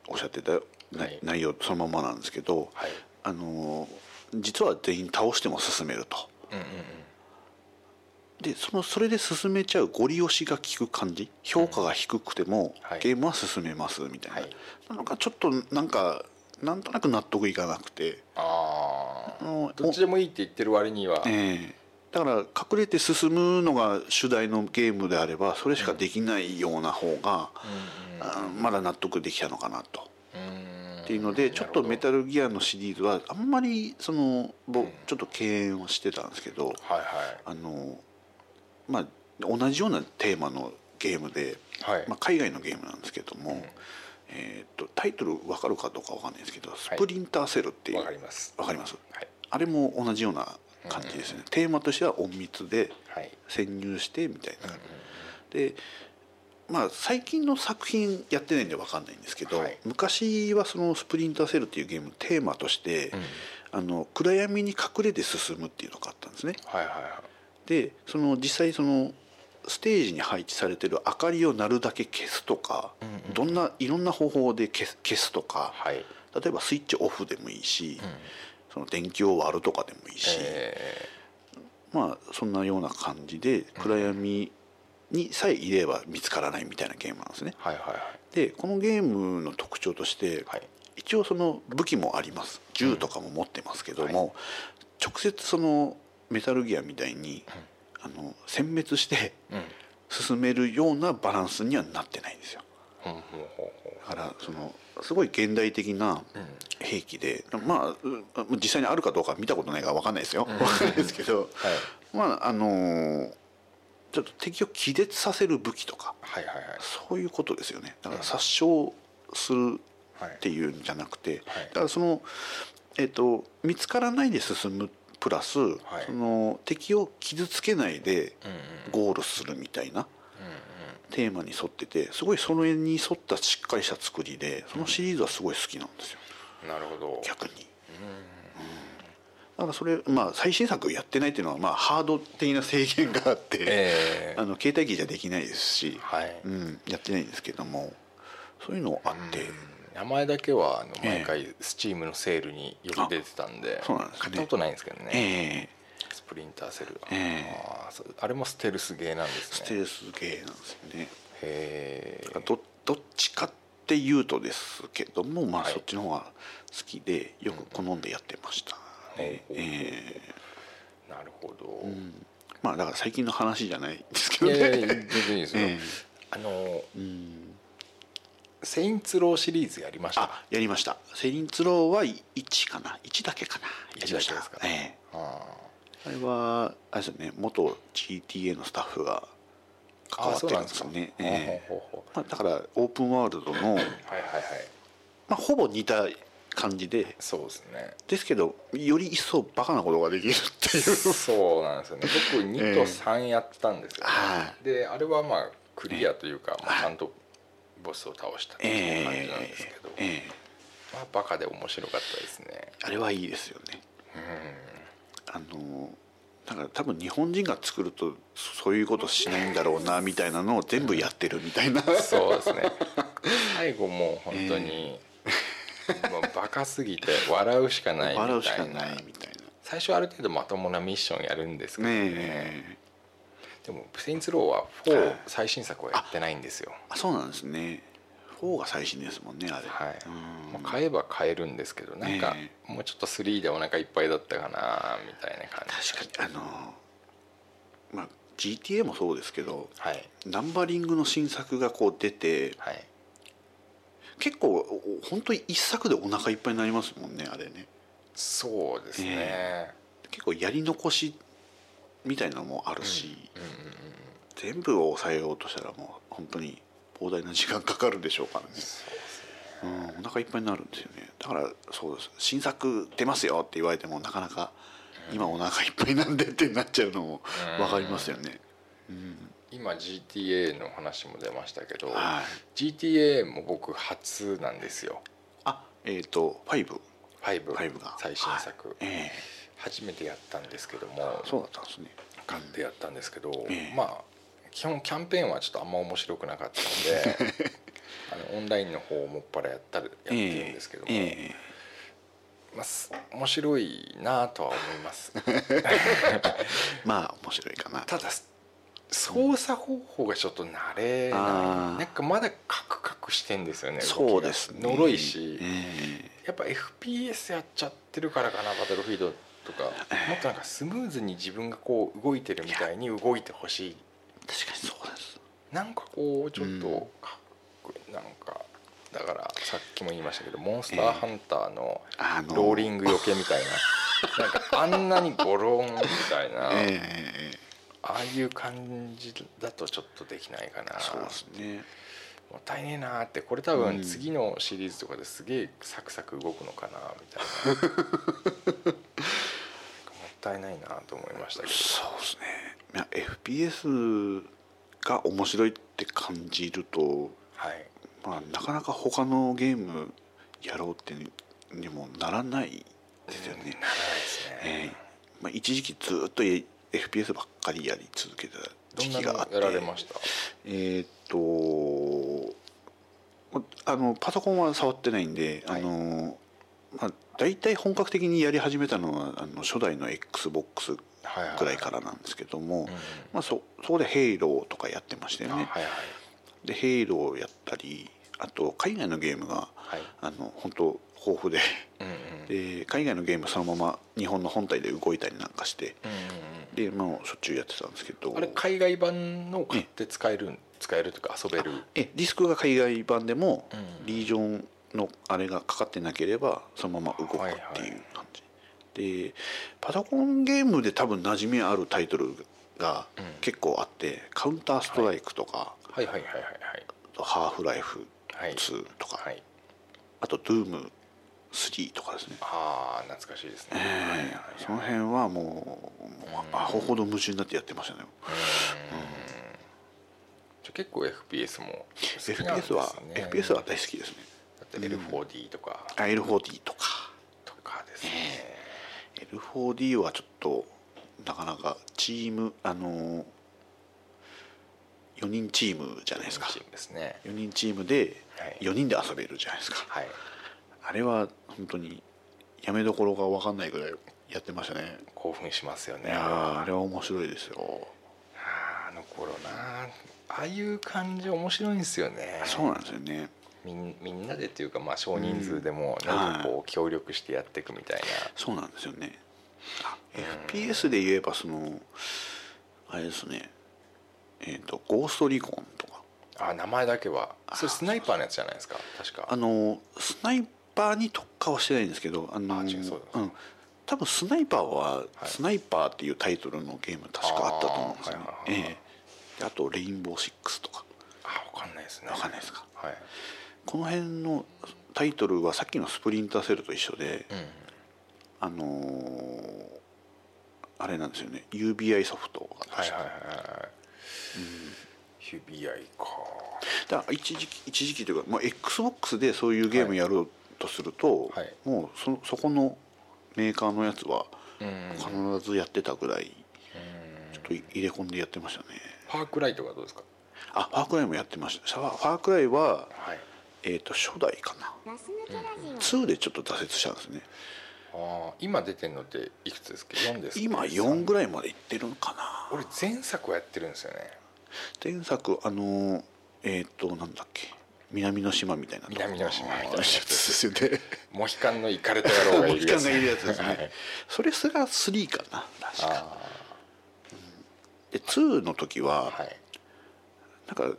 D: おっしゃってた、な
C: はい
D: 内容そのままなんですけど、
C: はい
D: あのー実は全員倒しても進めると
C: うんうんうん
D: でそのそれで進めちゃうゴリ押しが効く感じ評価が低くても、
C: はい
D: ゲームは進めますみたいな、
C: はい
D: なんかちょっとなんかなんとなく納得いかなくて、
C: ああ
D: あの
C: どっちでもいいって言ってる割には、
D: ええだから隠れて進むのが主題のゲームであればそれしかできないような方が、あーまだ納得できたのかなと。
C: うん
D: っていうのでちょっとメタルギアのシリーズはあんまりその僕
C: うん
D: ちょっと敬遠をしてたんですけど
C: はい
D: あのまあ同じようなテーマのゲームで、
C: はいはい、
D: まあ、海外のゲームなんですけども、
C: ん
D: えー、とタイトル分かるかどうか分かんないですけど「スプリンターセル」っていう、
C: わかります
D: わかります
C: はい
D: あれも同じような感じですね、テーマとしては隠密で
C: はい
D: 潜入してみたいな、でまあ最近の作品やってないんで分かんないんですけど、
C: はい
D: 昔はその「スプリンターセル」っていうゲームのテーマとして、
C: うん
D: あの暗闇に隠れて進むっていうのがあったんですね
C: はいはいはい
D: でその実際そのステージに配置されてる明かりをなるだけ消すとか、
C: うんうん
D: どんないろんな方法で消す消すとか、
C: はい
D: 例えばスイッチオフでもいいし、その電球を割るとかでもいいし、
C: え
D: まあそんなような感じで暗闇にさえいれば見つからないみたいなゲームなんですね。
C: ーはいはいはい
D: でこのゲームの特徴として、
C: はい
D: 一応その武器もあります銃とかも持ってますけども、直接そのメタルギアみたいに、あの殲滅して
C: うん
D: 進めるようなバランスにはなってないんですよ。
C: ほんほんほんほん
D: だからそのすごい現代的な兵器で、まあう実際にあるかどうか見たことないから分かんないですよ、分かんないですけど、
C: はい
D: まああのーちょっと敵を気絶させる武器とか
C: はいはいはい
D: そういうことですよねだから殺傷する
C: はい
D: っていうんじゃなくて、
C: はい
D: だからその、えっと見つからないで進むプラス、
C: い
D: その敵を傷つけないで
C: うんうん
D: ゴールするみたいな
C: うん
D: テーマに沿っててすごいその辺に沿ったしっかりした作りでそのシリーズはすごい好きなんですよ
C: うんなるほど
D: 逆に。うんだからそれ、まあ、最新作やってないっていうのは、まあ、ハード的な制限があって、
C: ええ
D: あの携帯機じゃできないですし、
C: はい
D: うん、やってないんですけどもそういうのあって、
C: 名前だけはあの
D: ええ
C: 毎回スチームのセールによく出てたんで
D: あそうなんですね
C: 買ったことないんですけどね
D: ええ
C: スプリンターセル
D: え
C: あーそうあれもステルスゲーなんで
D: ス
C: す
D: テ
C: ね
D: ルスゲーなんですよね
C: へえ
D: どどっちかっていうとですけどもまあ
C: はい
D: そっちの方が好きでよく好んでやってました、
C: ええ
D: ええ
C: なるほど、
D: まあだから最近の話じゃないですけ
C: い
D: ど
C: やいや
D: ね
C: いや全然いいですよ、
D: ええ
C: あの
D: うん
C: 「セインツロー」シリーズやりました
D: *laughs* あやりました「セリンツロー」は1かな1だけかなやりまし
C: 一だけ
D: た
C: ですか
D: ええ
C: あ
D: あれはあれですよね元 GTA のスタッフが
C: ー
D: 関わ
C: あ
D: って
C: そうなん
D: るん
C: で
D: です
C: か
D: すよね
C: ほう
D: ええ
C: ほうほうほ
D: まあ、だからオープンワールドの、
C: うはいはいはい
D: まあ、ほぼ似た感じで
C: そうですね
D: ですけどより一層バカなことができるって
C: *laughs*
D: いう
C: そうなんですよね僕2と3やったんですよ、ね
D: は
C: であれはまあクリアというか、まあ、ちゃんとボスを倒したっていう感じなんですけど、
D: ええ
C: まあ、バカで面白かったですね
D: *laughs* あれはいいですよねあのだから多分日本人が作るとそういうことしないんだろうなみたいなのを全部やってるみたいな
C: そうですね最後もう本当に、もうバカすぎて笑うしかないみたいな
D: 笑うしかないみたいな
C: 最初ある程度まともなミッションやるんですけどね
D: ねえ
C: でも「セインツロー」は4
D: はい
C: 最新作はやってないんですよ
D: あそうなんですね4が最新ですもんねあれ
C: はい
D: うん
C: まあ買えば買えるんですけどなんか
D: ね
C: もうちょっと3でお腹いっぱいだったかなみたいな感じ
D: 確かにあのまあ GTA もそうですけど
C: はい
D: ナンバリングの新作がこう出て
C: はい
D: 結構おお本当に一作でお腹いっぱいになりますもんねあれね
C: そうですね、
D: え結構やり残しみたいなのもあるし、全部を抑えようとしたらもう本当に膨大な時間かかるでしょうからねうん、お腹いっぱいになるんですよねだからそうです新作出ますよって言われてもなかなか今お腹いっぱいなんでってなっちゃうのも
C: うん
D: 分かりますよね、
C: 今 GTA の話も出ましたけど、
D: はい
C: GTA も僕初なんですよ
D: あえっ、ー、と5
C: 5,
D: 5が
C: 最新作、
D: はいえ
C: 初めてやったんですけども
D: えそうだったんですね
C: 買ってやったんですけど、
D: ええ
C: まあ基本キャンペーンはちょっとあんま面白くなかったので
D: *laughs*
C: あのオンラインの方をもっぱらやったりやってるんですけども、
D: ええ
C: まあす面白いなとは思います
D: まあ面白いかな
C: ただ操作方法がちょっと慣れ
D: あ
C: な
D: ー
C: いなんかまだカクカクしてんですよね
D: そうですね
C: ね呪いし、
D: え
C: やっぱ FPS やっちゃってるからかなバトルフィードとかもっとなんかスムーズに自分がこう動いてるみたいに動いてほしい
D: え確かにそうです
C: なんかこうちょっ
D: うん
C: とかっこいいなんかだからさっきも言いましたけどモンスターハンターの
D: あの
C: ローリングよけみたい
D: *laughs*
C: ななんかあんなにゴロンみたいな、
D: ええええ
C: ああいう感じだとちょっとできないかな
D: そうですね
C: もったいねえなーってこれ多分次のシリーズとかですげえサクサク動くのかなみたいななんかもったいないなと思いましたけど
D: そうですねいや FPS が面白いって感じると、
C: はい
D: まあ、なかなか他のゲームやろうってにもならないですよね、
C: ないですね、
D: ええまあ、一時期ずっとえ FPS ばっかりやり続けた時期
C: どん
D: があ
C: な
D: って
C: のやられました
D: えーっとまあのパソコンは触ってないんで、
C: はい
D: あのまあ大体本格的にやり始めたのはあの初代の XBOX
C: はいはい
D: くらいからなんですけども、
C: うん
D: まあ、そそこで「ヘイロー」とかやってましたよ
C: あはい
D: ね。
C: はい
D: で「ヘイロー」をやったりあと海外のゲームが
C: はい
D: あの本当豊富で
C: うんうん
D: で海外のゲームそのまま日本の本体で動いたりなんかして
C: うん
D: で、まあ、しょっちゅうやってたんですけど
C: うんあれ海外版のを買って使える、使えるというか遊べる
D: えディスクが海外版でも
C: うん
D: リージョンのあれがかかってなければそのまま動くっていう感じ、
C: はい
D: でパソコンゲームで多分馴染みあるタイトルが
C: うん
D: 結構あって「カウンターストライク」とか
C: はいはいはいはい
D: 「ハーフライフ
C: はいはい
D: 2」とか、
C: はい
D: あと「ドゥーム3」とかですね、
C: ああ懐かしいですね、はいはい
D: え
C: はい
D: えその辺はもうもうアホほど夢中になってやってましたね、
C: じゃあ結構 FPS も好きなんです
D: FPS
C: ね
D: は FPS は大好きですね
C: だって L4D とか、
D: あ L4D とか
C: とかですね、
D: L4D はちょっとなかなかチームあの4人チームじゃないですか
C: チームですね
D: 4人チームで
C: はい
D: 4人で遊べるじゃないですか、
C: はい
D: あれは本当にやめどころが分かんないぐらいやってましたね
C: 興奮しますよ
D: い
C: ね
D: や
C: あ
D: ーあれは面白いですよ
C: ーあの頃なああいう感じ面白いんですよね
D: そうなんですよね
C: みんみんなでっていうかまあ少人数でもなんかこう協力してやっていくみたい
D: そうなんですよねあ FPS で言えばそのあれですねえっ、と「ゴーストリコン」とか
C: な、あ名前だけはそれスナイパーのやつじゃないですか確か
D: あのスナイパーに特化はしてないんですけどあの
C: あ違うそうだ
D: ん、多分スナイパーは「
C: い
D: スナイパー」っていうタイトルのゲーム確かあったと思うんですよね
C: あーはいはいはいはい
D: ええであと「レインボーシックス」とか
C: あわかんないですね
D: わかんないですか
C: はい
D: この辺のタイトルはさっきのスプリンターセルと一緒で、あのーあれなんですよね UBI ソフトが
C: は
D: 出し
C: い
D: た
C: はいはいはい UBI か
D: だから一時期一時期というか、まあ、XBOX でそういうゲームやろうとすると、
C: はい
D: もうそそこのメーカーのやつは
C: うん
D: 必ずやってたぐらいちょっと入れ込んでやってましたね
C: パークライトがどうですか
D: あファークライもやってましたファファークライは、
C: はい
D: えー、と初代かな2でちょっと挫折したんですね
C: ああ今出てるのっていくつですか4ですか
D: 今4ぐらいまでいってるのかな
C: 俺前作をやってるんですよね
D: 前作あのーえっ、となんだっけ南の島みたいなとこ
C: 南の島みたいな
D: あーやつですよ *laughs* ね
C: モヒカンのイカれた野郎がいるやつ
D: モヒカンがいるやつですね
C: はい
D: それすら3かな確か
C: あ
D: で2の時は、
C: あはい
D: なんか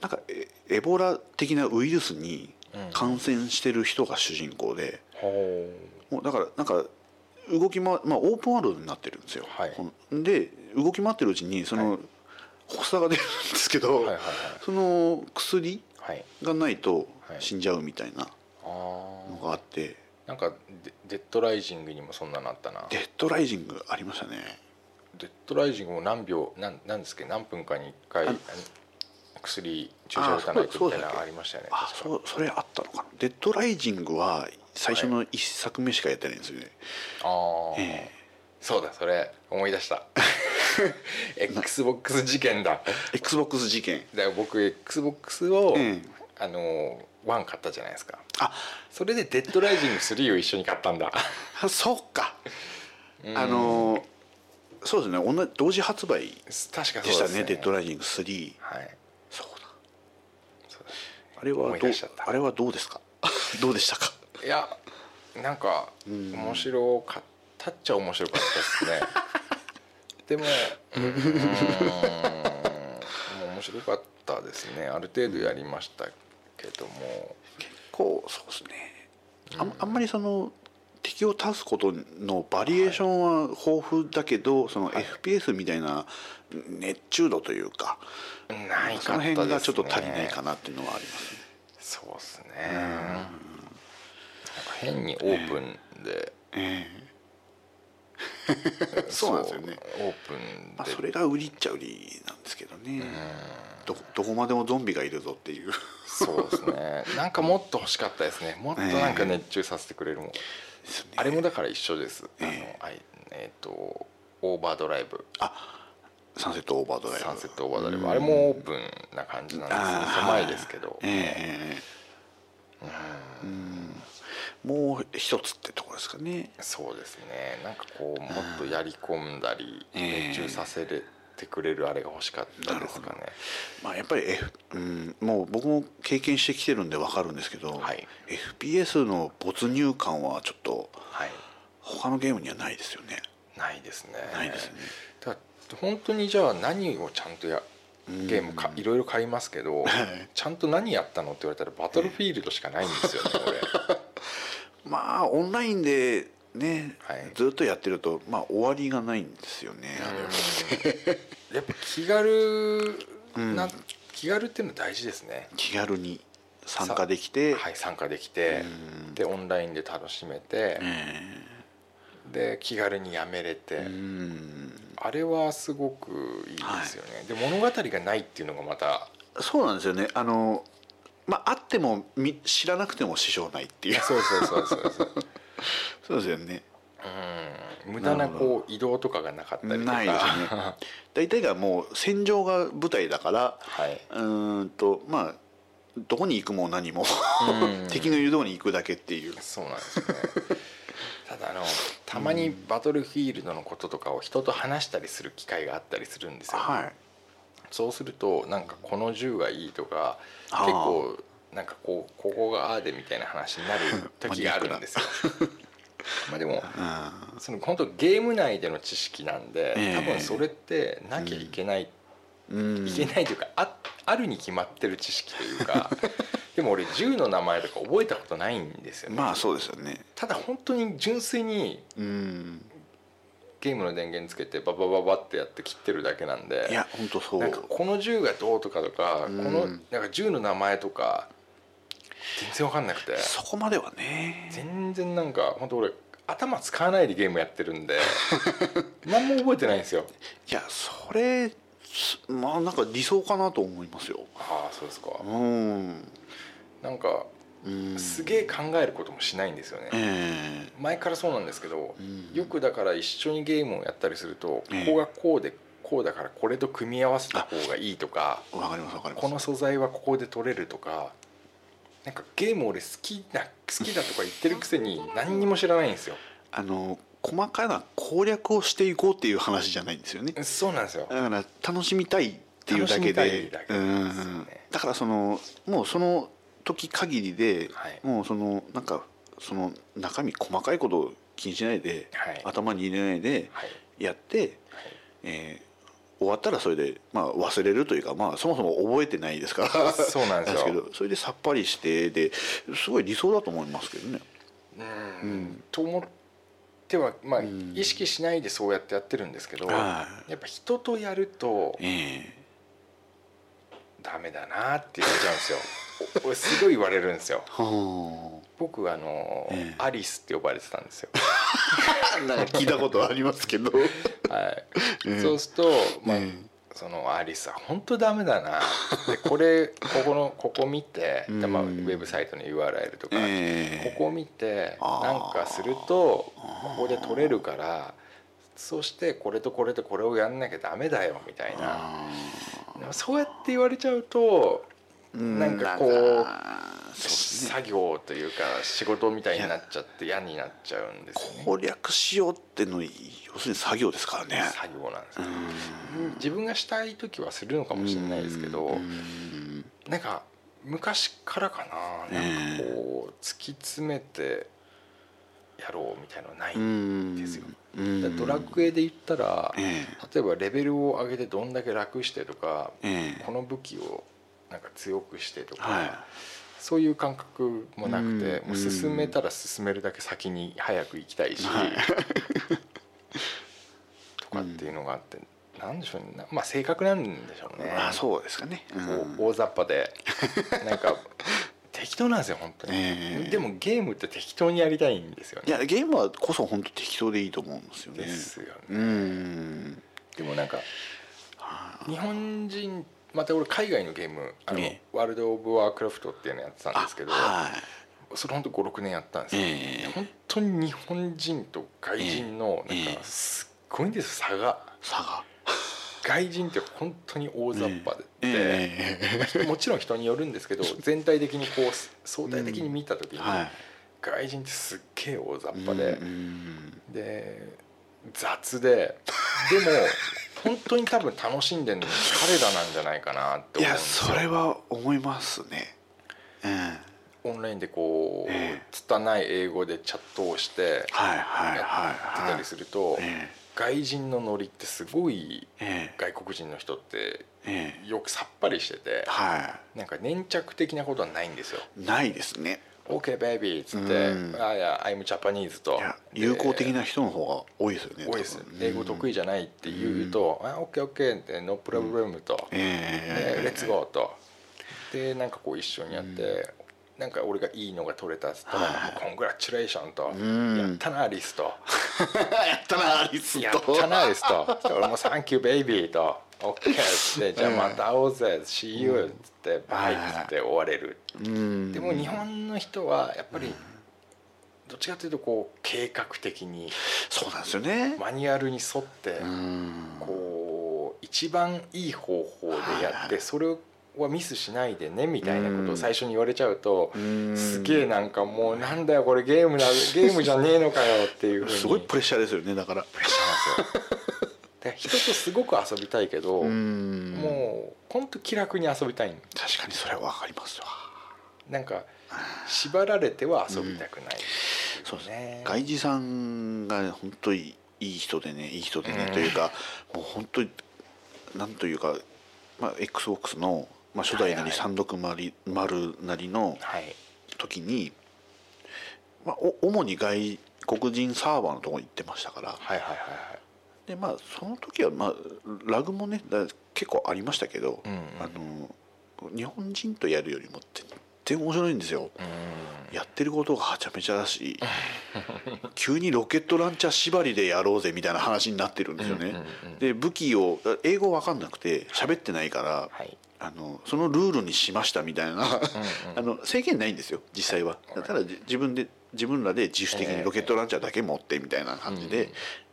D: なんかえエボラ的なウイルスに感染してる人が主人公で、
C: ほ
D: もうだからなんか動きま、まあ、オープンワールドになってるんですよ、
C: はい
D: こので動き回ってるうちにその、
C: はい
D: 発作が出るんですけ
C: は
D: ど、
C: いはいはい
D: その薬
C: うはい
D: がないと
C: はい
D: 死んじゃうみたいな
C: あ
D: の
C: あ
D: があって、
C: なんかデデッドライジングにもそんなのあったな
D: デッドライジングありましたね
C: デッドライジングも何秒なんなんですっけ何分かに1回
D: あ
C: あの薬注射打たないとみたいな
D: あそうだっ
C: の
D: け
C: ありましたよね
D: あ
C: 確か
D: そうそれあったのかなデッドライジングは最初の1作目しかやってないんですよね、
C: ああ、
D: え
C: そうだそれ思い出
D: *laughs*
C: した *laughs* XBOX 事件だ
D: XBOX 事件
C: だから僕 XBOX を、
D: ええ
C: あの1買ったじゃないですか
D: あ
C: それでデッドライジング3を一緒に買ったんだ
D: あそうかあのそうですね同じ同時発売
C: 確かそう
D: でしたねデッド
C: ラ
D: ライジング3
C: はい
D: そうだ
C: そう
D: あれは
C: 思い
D: どう
C: 出しちゃった
D: あれはどうですか *laughs* どうでしたか
C: だいやなんか
D: ん
C: 面白かったっちゃ面白か
D: *laughs*
C: ったですねでもうーんもう面白かったですねある程度やりましたけども
D: 結構そうですねあんあんまりその敵を倒すことのバリエーションは豊富だけど、その FPS みたいな熱中度というか、
C: ない
D: そ
C: か
D: の
C: ったですね
D: 辺がちょっと足りないかなっていうのはありますね
C: そうですねなんか変にオープンで、 *laughs*
D: そうなんですよね
C: そうオープンで、
D: まあ、それが売りっちゃ売りなんですけどねどこどこまでもゾンビがいるぞっていう
C: そうですねなんかもっと欲しかったですねもっとなんか熱中させてくれるもん、あれもだから一緒です、あのあいえっ、とオーバードライブ
D: サンセットオーバードライブ
C: サンセットオーバードライブあれもオープンな感じなんです
D: あー
C: よ狭いですけど、
D: ええええうんもう一つってところですかね
C: そうですねなんかこうもっとやり込んだり
D: ええ
C: 熱中させれてくれるあれが欲しかったですかね、
D: まあやっぱり、F うん、もう僕も経験してきてるんでわかるんですけど、
C: はい
D: FPS の没入感はちょっと
C: はい
D: 他のゲームにはないですよね
C: ないですね
D: ないですね
C: だから本当にじゃあ何をちゃんとやゲームかいろいろ買いますけどちゃんと何やったのって言われたらバトルフィールドしかないんです
D: *laughs*
C: よね
D: まあオンラインでね、
C: はい
D: ずっとやってるとまあ終わりがないんですよねあれは
C: 俺やっぱ気軽な、気軽っていうの大事ですね
D: 気軽に参加できて、
C: はい参加できて
D: うん
C: でオンラインで楽しめて
D: え
C: で気軽にやめれて
D: えうん
C: あれはすごくいいですよね、で物語がないっていうのがまた
D: そうなんですよねあのまああってもみ知らなくても支障ないってい
C: *laughs*
D: う
C: そうそうそうそうそう
D: そうですよね
C: うん無駄なこう移動とかがなかったりとか
D: ないですね大体がもう戦場が舞台だから
C: はい、
D: うーんとまあどこに行くも何も
C: うん
D: 敵の誘導に行くだけっていう
C: そうなんですよねただあのたまにバトルフィールドのこととかを人と話したりする機会があったりするんですよ、
D: はい
C: そうするとなんかこの銃がいいとか
D: あー
C: 結構なんかこうここがああでみたいな話になる時があるんですよまあでも
D: うん
C: その本当ゲーム内での知識なんで、
D: ええ
C: 多分それってなきゃいけない、
D: うん
C: いけないというかああるに決まってる知識という
D: *laughs*
C: かでも俺銃の名前とか覚えたことないんですよね、
D: まあそうですよね
C: ただ本当に純粋に
D: うん
C: ゲームの電源つけてババババってやって切ってるだけなんで
D: いや本当そう
C: なんかこの銃がどうとかとか、
D: うん
C: このなんか銃の名前とか全然わかんなくて
D: そこまではね
C: 全然なんか本当俺頭使わないでゲームやってるん
D: *laughs*
C: で何も覚えてないんですよ
D: いやそれすまあなんか理想かなと思いますよ
C: ああそうですか
D: うん
C: なんか
D: うん
C: すげえ考えることもしないんですよね
D: え
C: 前からそうなんですけど
D: えうん
C: よくだから一緒にゲームをやったりするとこ
D: ええ
C: こがこうでこうだからこれと組み合わせた方がいいとか
D: わかりますわかります
C: この素材はここで取れるとかなんかゲーム俺好きだ好きだとか言ってるくせに何にも知らないんですよ
D: あの細かな攻略をしていこうっていう話じゃないんですよね
C: そうなんですよ
D: だから楽しみたいっていうだ
C: 楽し
D: け
C: みたい
D: で
C: だけ
D: う
C: なん
D: ん
C: ですよね
D: だからそのもうその時限りで
C: はい
D: もうそのなんかその中身細かいことを気にしないで
C: はい
D: 頭に入れないで
C: はい
D: やって、えー終わったらそれで、まあ、忘れるというか、まあ、そもそも覚えてないですから
C: はいそうなんです
D: ですけ
C: よ
D: どそれでさっぱりしてですごい理想だと思いますけどね。
C: う
D: うんん
C: と思ってはまあ
D: ん
C: 意識しないでそうやってやってるんですけどや
D: は
C: っぱ人とやると
D: いえ
C: ダメだなって言われちゃうんですよ俺すごい言われるんですよ
D: えは
C: 僕あの、
D: ええ
C: アリスって呼ばれてたん
D: *laughs*
C: ですよ、
D: あなんか聞いたことありますけ
C: *laughs*
D: ど。
C: はい
D: ええ
C: そうすると、まあ
D: え
C: そのアリスは本当ダメだなでこれ *laughs* ここのここ見て、でまあ、ウ
D: うん
C: ェブサイトの URL とか、
D: ええ
C: ここを見て
D: あー
C: なんかするとまあここで取れるからそしてこれとこれとこれをやんなきゃダメだよみたいな
D: あ
C: でもそうやって言われちゃうと
D: ー
C: なんかこう
D: なんかそうですね
C: 作業というか仕事みたいになっちゃって嫌になっちゃうんですよね
D: 攻略しようっての要するに作業ですからね。
C: 作業なんです
D: う
C: よ自分がしたい時はするのか
D: ん
C: もしれないですけ
D: う
C: ど
D: ん
C: なんか昔からかななんかこう突き詰めてやろうみたいのはない
D: うんん
C: ですよ
D: うん
C: だからドラクエで言ったら
D: え
C: 例えばレベルを上げてどんだけ楽してとか
D: えええ
C: この武器をなんか強くしてとか、
D: は
C: そういう感覚もなくて、
D: うん
C: もう進めたら進めるだけ先に早く行きたいし、とかっていうのがあって、なんでしょうねなまあ性格なんでしょう
D: い。
C: ね
D: まあそうですかね。うん
C: こう大雑把
D: *laughs*
C: でなんか適当なんですよ本当に、
D: ええ
C: でもゲームって適当にやりたいんですよ
D: い
C: ね
D: やゲームはこそ本当適当でいいと思うんですよね。
C: ですよね、
D: うん。
C: でもなんか日本人また俺海外のゲームあの、
D: ええ
C: ワールド・オブ・ワークラフトっていうのやってたんですけど
D: はい。
C: それ本当56年やったんですよ、
D: ええ
C: 本当に日本人と外人の
D: ええ
C: なんかすっごいんですよ差が
D: 差が。
C: 外人って本当に大雑把で、
D: え
C: もちろん人によるんですけど全体的にこう相対的に見た時
D: え
C: に、
D: はい。
C: 外人ってすっげえ大雑
D: や
C: 把で、
D: うん
C: で雑ででも本当に多分楽しんでるの彼らなんじゃないかなって
D: い
C: 思うん
D: や
C: ですよ
D: それは思いますね。うん。
C: オンラインでこう、
D: ええ
C: 拙い英語でチャットをして
D: はいはい
C: や
D: はい
C: って
D: は
C: た
D: い。
C: りすると、
D: え
C: 外人のノリってすごい
D: ええ
C: 外国人の人って
D: えええ
C: よくさっぱりしてて
D: は
C: なんか粘着的なことはないんですよ
D: い。ないですね。
C: 「OK ベイビー」っつっ
D: うん
C: て「ああいや I'm Japanese と」
D: いや友好的
C: で
D: な人の方が多いですよね。
C: 多いです
D: 多分
C: 英語得意じゃないって言うと「あ OKOK」って「ノープロブレム」と
D: え
C: 「で
D: え
C: レッツゴー」とでなんかこう一緒にやってなんか俺がいいのが取れたっつったら
D: はい
C: もう「コングラチュレーション」と「
D: ん
C: やったなアリス」と
D: やったなアリス
C: 「
D: と。
C: やったなアリス」と「俺もサンキューベイビー」と「OK」っつって「じゃあまた会おうぜ」「See you」っつって「バイ」っつって終われる
D: うん。
C: でも日本の人はやっぱりどっちかというとこう計画的に
D: そうなんですよね。
C: マニュアルに沿って
D: うん。
C: こう一番いい方法でやっ
D: は
C: てそれはミスしないでねみたいなことを最初に言われちゃうと
D: うん
C: すげえなんかもうなんだよこれゲ
D: *laughs*
C: ームだゲームじゃねえのかよっていうふうに
D: すごいプ
C: プ
D: レッシャーですよねだから。
C: レッシャーなんですよ。で人とすごく遊びたいけど
D: んも
C: もうほんと気楽に遊びたいん
D: う確かにそれはわかりますわ。
C: なんか縛られては遊びたくない、
D: そうです
C: ね
D: ね。外事さんが本当にいい人でねいい人でね、
C: うん
D: というかもう本当になんというかまあ XBOX のまあ初代な
C: はい
D: り
C: はい
D: 三六丸丸なりの
C: はい
D: 時に、まあお主に外国人サーバーのところに行ってましたから。
C: はいはいはい
D: でまあその時はまあラグもねだ結構ありましたけど、
C: うんうん
D: あの日本人とやるよりもって対面白いんですよ、やってることがはちゃめちゃだし *laughs* 急にロケットランチャー縛りでやろうぜみたいな話になってるんですよね、で武器を英語わかんなくて喋ってないから、
C: はい
D: あのそのルールにしましたみたいなあの制限ないんですよ実際は、ただじ自分で自分らで自主的にロケットランチャーだけ持ってみたいな感じで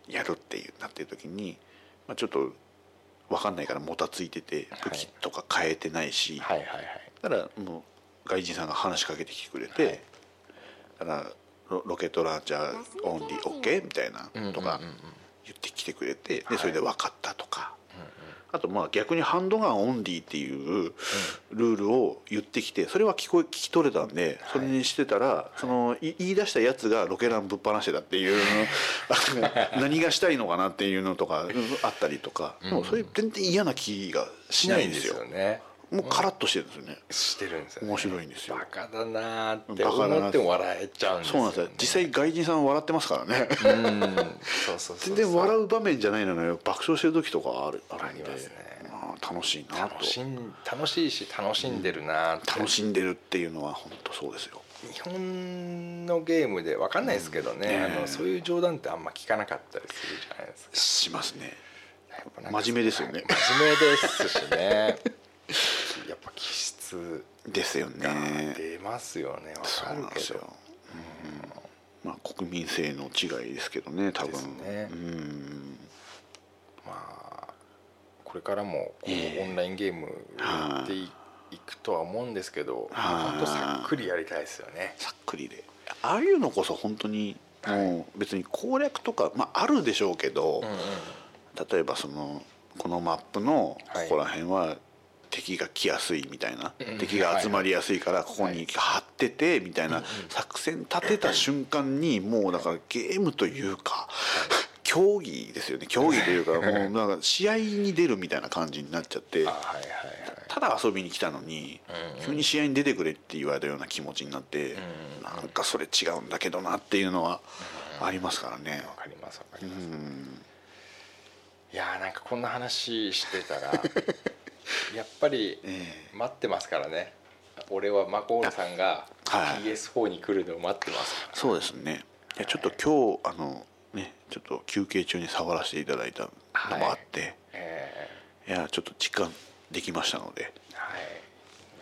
D: やるっていうなってる時に、まあ、ちょっと分かんないからもたついてて武器とか変えてないし、
C: はいはいはい
D: たらもう外人さんが話しかけてきてくれて、
C: はい
D: だからロロケットランチャーオンリー OK みたいなとか言ってきてくれて、でそれで分かったとか、あとまあ逆にハンドガンオンリーっていうルールを言ってきてそれは聞こえ聞き取れたんでそれにしてたら、そのい言い出したやつがロケランぶっ放してたって *laughs* いうあの何がしたいのかなっていうのと *laughs* かあったりとか、でもそれ全然嫌な気がしないんですよ。
C: しね
D: もうカラッとしてるんですよね。
C: してるんですよ、ね、
D: 面白いんですよ
C: バカだなーって
D: バカだなー
C: 思っても笑えちゃうんです
D: そう
C: よ、
D: なん
C: ね、
D: ですよ実際外人さん笑ってますから
C: *laughs*
D: ね
C: そうそうそう
D: 全然笑う場面じゃないのよ爆笑してる時とかあるあるんで
C: ありますね
D: まあ楽しいなと
C: 楽しん楽しいし楽しんでるなーって
D: 楽しんでるっていうのは本当そうですよ
C: 日本のゲームでわかんないですけどね,、
D: うんね
C: あのそういう冗談ってあんま聞かなかったりするじゃないですか
D: しますね
C: やっぱなんか
D: 真面目ですよね
C: 真面目ですしねやっぱ気質
D: ですよ
C: が
D: ね
C: 出ますよねわ
D: そう
C: か
D: なん
C: る
D: で
C: け
D: す
C: ど
D: よ、うんまあ、国民性の違いですけどね多
C: です
D: 分
C: ね
D: うん
C: まあこれからもこ
D: え
C: う
D: え
C: オンラインゲームやっていいくとは思うんですけど
D: はい
C: 本当さっくりやりたいですよね
D: さっくりでああいうのこそ本当にもう別に攻略とか、まあ、あるでしょうけど、例えばそのこのマップのこ
C: はい
D: こら辺は敵が来やすいみたいな、
C: うん
D: 敵が集まりやすいからここに張っててみたいな作戦立てた瞬間にもうだからゲームというか *laughs* 競技ですよね競技というかもうなんか試合に出るみたいな感じになっちゃって
C: あはいは
D: ただ遊びに来たのに急に試合に出てくれって言われたような気持ちになってなんかそれ違うんだけどなっていうのはありますからね
C: い。わかりますわかりますいやーなんかこんな話してた
D: *laughs*
C: らやっぱり
D: え
C: 待ってますからね俺はマコールさんが
D: はい
C: PS4 に来るのを待ってますから
D: そうですね。いやちょっと今日あのねちょっと休憩中に触らせていただいたのもあって、
C: え
D: い、やちょっと時間できましたので、
C: ーはい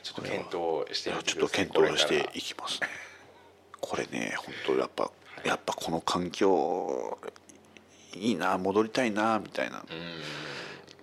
C: ちょっと検討してみて
D: ち
C: くだ
D: ょっと
C: さい
D: 検討し
C: これ
D: て
C: から
D: いきますね。これね本当やっぱやっぱこの環境いいな戻りたいなみたいな。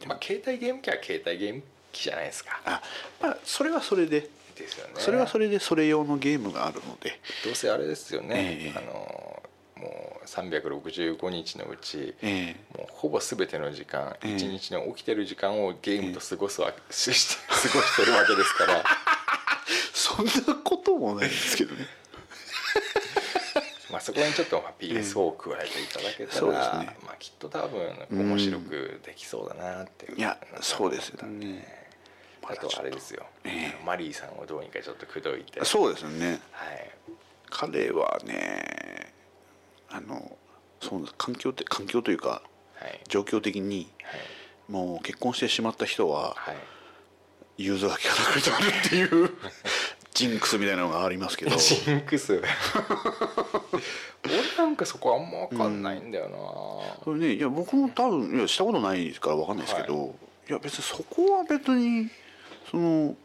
C: まあ携帯ゲーム機は携帯ゲーム機じゃないですか
D: あまあそれはそれで。
C: ですよね
D: それはそれでそれ用のゲームがあるので
C: どうせあれですよね、
D: ええ
C: あのもう365日のうち、
D: え
C: もうほぼ全ての時間、
D: ええ
C: 一日の起きてる時間をゲームと過ごすわ、しして *laughs* 過ごしてるわけですから
D: *laughs* そんなこともないんですけどね
C: まあそこにちょっとまあ PS4 を加えていただけた
D: そうです
C: ら、
D: ね
C: まあ、きっと多分面白くできそうだなっていう
D: いやそうです
C: な
D: よ
C: んか
D: ね
C: あとあれですよ、
D: え
C: マリーさんをどうにかちょっと口説いて
D: そうですよね
C: はい
D: 彼はねあのそうです環境って環境というか
C: はい
D: 状況的に
C: はい
D: もう結婚してしまった人は
C: はい
D: 融通が利かなくなるっていう
C: *laughs*
D: ジンクスみたいなのがありますけど
C: ジンク *laughs* ス俺なんかそこあんま分かんないんだよな、
D: それねいや僕も多分いやしたことないから分かんないですけど、い、や別にそこは別にその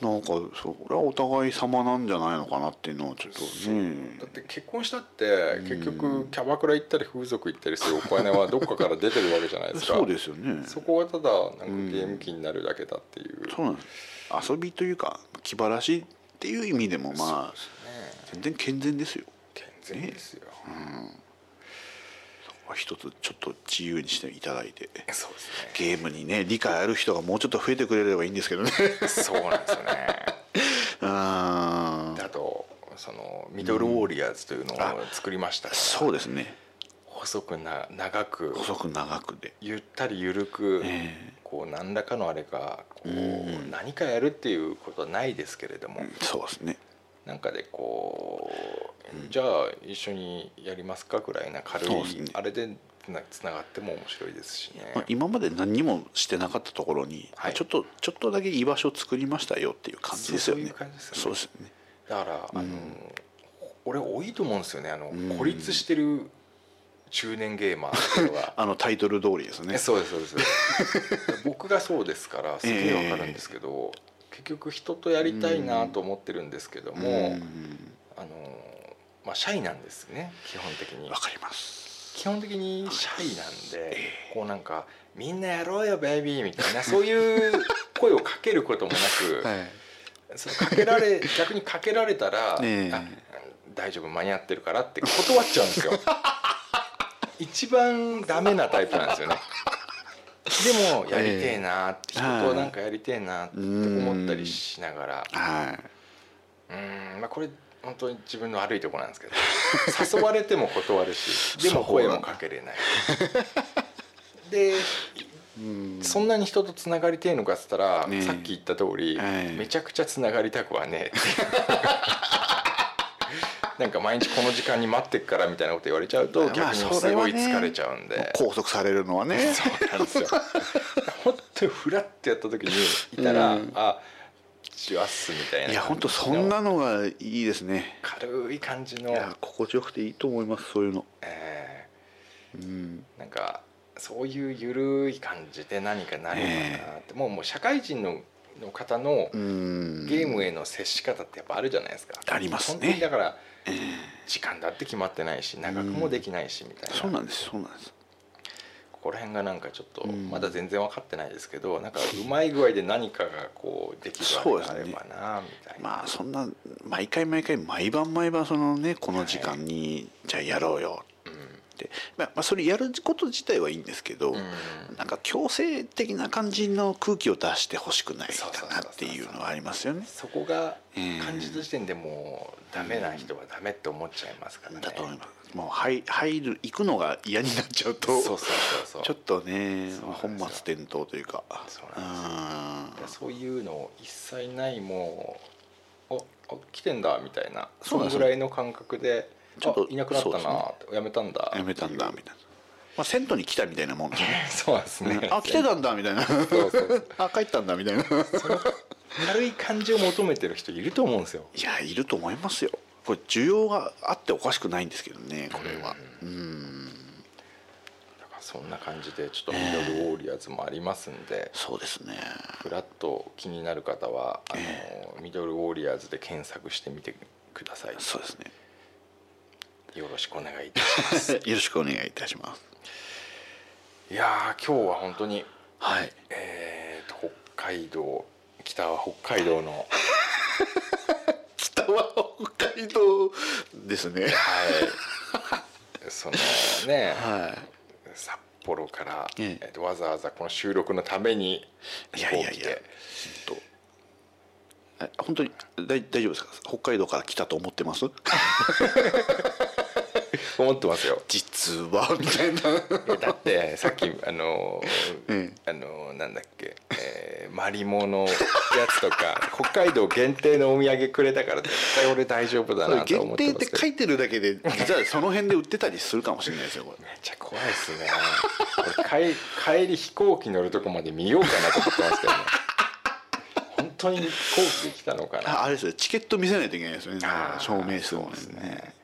D: なんかそれはお互い様なんじゃないのかなっていうのはちょっとね
C: だって結婚したって結局キャバクラ行ったり風俗行ったりするお金はどっかから出てるわけじゃないですか
D: そうですよね
C: そこがただなんかゲーム機になるだけだっていう、
D: そうなんです遊びというか気晴らしいっていう意味でもまあ
C: ね
D: 全然健全ですよ
C: 健全ですよ、
D: 一つちょっと自由にしていただいて
C: そうですね
D: ゲームにね理解ある人がもうちょっと増えてくれればいいんですけどね *laughs*
C: そうなんですよね
D: あ
C: で *laughs*
D: ー
C: あとそのミドルウォリアーズというのを作りましたから、
D: そうですね
C: 細くな長く
D: 細く長くで
C: ゆったりゆるく、
D: え
C: こう何らかのあれがこう、
D: うん
C: 何かやるっていうことはないですけれども、
D: そうですね
C: なんかでこう、じゃあ一緒にやりますかぐらいな軽い
D: そうですね
C: あれでなつながっても面白いですしね
D: まあ今まで何にもしてなかったところに、
C: はい
D: ちょっとちょっとだけ居場所を作りましたよっていう感じですよね
C: そういう感じですよね
D: そうですよね
C: だから、あの俺多いと思うんですよねあの、孤立してる中年ゲーマーっていうの
D: *laughs*
C: が
D: あのタイトル通りですね
C: そうですそうです *laughs* 僕がそうですからすげえわかるんですけど、結局人とやりたいなと思ってるんですけども、
D: ん
C: あのまあシャイなんですね基本的に
D: わかります
C: 基本的にシャイなんで、こうなんか「みんなやろうよベイビー」みたいなそういう声をかけることもな *laughs* く、
D: はい
C: そのかけら
D: *laughs*
C: れ逆にかけられたら、
D: ええ
C: あ大丈夫間に合ってるからって断っちゃうんです
D: *laughs*
C: よ一番ダメなタイプなんですよ
D: *laughs*
C: ねでもやりてえなって、
D: ええ
C: 人となんかやりてえなって思ったりしながら
D: はい
C: うんまあこれ本当に自分の悪いところなんですけど誘われても断る
D: *laughs*
C: しでも声もかけれないでそんなに人とつながりてえのかっつったら、
D: ねえ
C: さっき言った通り、
D: はい
C: めちゃくちゃつながりたくはねえ
D: *laughs*
C: なんか毎日この時間に待ってっからみたいなこと言われちゃうと
D: まあ
C: 逆に
D: そ
C: す
D: れは
C: ご
D: ね
C: い疲れちゃうんで、
D: 拘束されるのはね
C: そうなんですよ本当にフラッてやった時にいたら、
D: うん
C: あチュアっすみたいない
D: や本当そんなのがいいですね
C: 軽い感じ
D: い
C: の、
D: や心地よくていいと思いますそういうの
C: え
D: うん
C: ーなんかそういうゆるい感じで何かなるのかなって、もうもう社会人のの方の
D: うん
C: ゲームへの接し方ってやっぱあるじゃないですか、
D: ありますね
C: 本当にだから、時間だって決まってないし長くもできないしみたいな、
D: そうなんですそうなんです
C: ここら辺がなんかちょっと
D: うん
C: まだ全然分かってないですけど、なんかうまい具合で何かがこうできるあれがあればなみたいな、
D: まあそんな毎回毎回毎晩毎晩そのねこの時間に、じゃあやろうよって、まあ、まあそれやること自体はいいんですけど、
C: うん、
D: なんか強制的な感じの空気を出してほしくない
C: そうそうそう
D: か
C: そう
D: なっていうのはありますよね。
C: そこが
D: うん
C: 感じた時点でもうダメな人はダメって思っちゃいますからね、
D: だと思います。もう入入る行くのが嫌になっちゃうと
C: そうそうそうそう
D: ちょっとね
C: そうなんですよ
D: 本末転倒というか
C: そうなんそういうのを一切ないもうああ来てんだみたいな
D: そ
C: そ
D: うな
C: の
D: んです
C: ぐらいの感覚で
D: ちょっと
C: あいなくなったな、
D: そ
C: やめたんだ
D: うんやめたんだみたいな、まあ、銭湯に来たみたいなもんですね
C: そうなんですね
D: あ来てたんだみたいな
C: そうそうそう
D: あ帰ったんだみたいない
C: 軽い感じを求めてる人いると思うんですよ
D: やいると思いますよこれ需要があっておかしくないんですけどねこれはうん
C: だからそんな感じでちょっとミドルウォーリアーズもありますんで
D: そうですね
C: ふらっと気になる方はあのミドルウォーリアーズで検索してみてください
D: そうですね
C: よろしくお願いいたします
D: *laughs* よろしくお願いいたします
C: いやー今日は本当に
D: はい
C: えー、と北海道北は北海道の、はい、
D: 北は北海道ですね
C: そのね、
D: は
C: 札幌から、
D: え
C: え
D: え
C: ーとわざわざこの収録のために
D: い
C: 飛
D: いやい
C: 行
D: やい
C: 機
D: や
C: で
D: ほんとえ本当に大大丈夫ですか北海道から来たと思ってます
C: 思ってますよ
D: 実はみたいな
C: だってさっきあのー
D: え
C: あのーなんだっけ、えー、マリモのやつとか北海道限定のお土産くれたから絶対俺大丈夫だなと思
D: *laughs* 限
C: ってま
D: 定っ
C: す
D: て
C: けど
D: 書いてるだけでじゃあその辺で売ってたりするかもしれないですよこれ
C: めっちゃ怖いですね俺帰帰り飛行機乗るとこまで見ようかなと思ってますけどね本当に飛行機で来たのかな
D: *laughs* ああれですよチケット見せないといけないですよね
C: あー
D: 証明する
C: そう
D: のに
C: ですね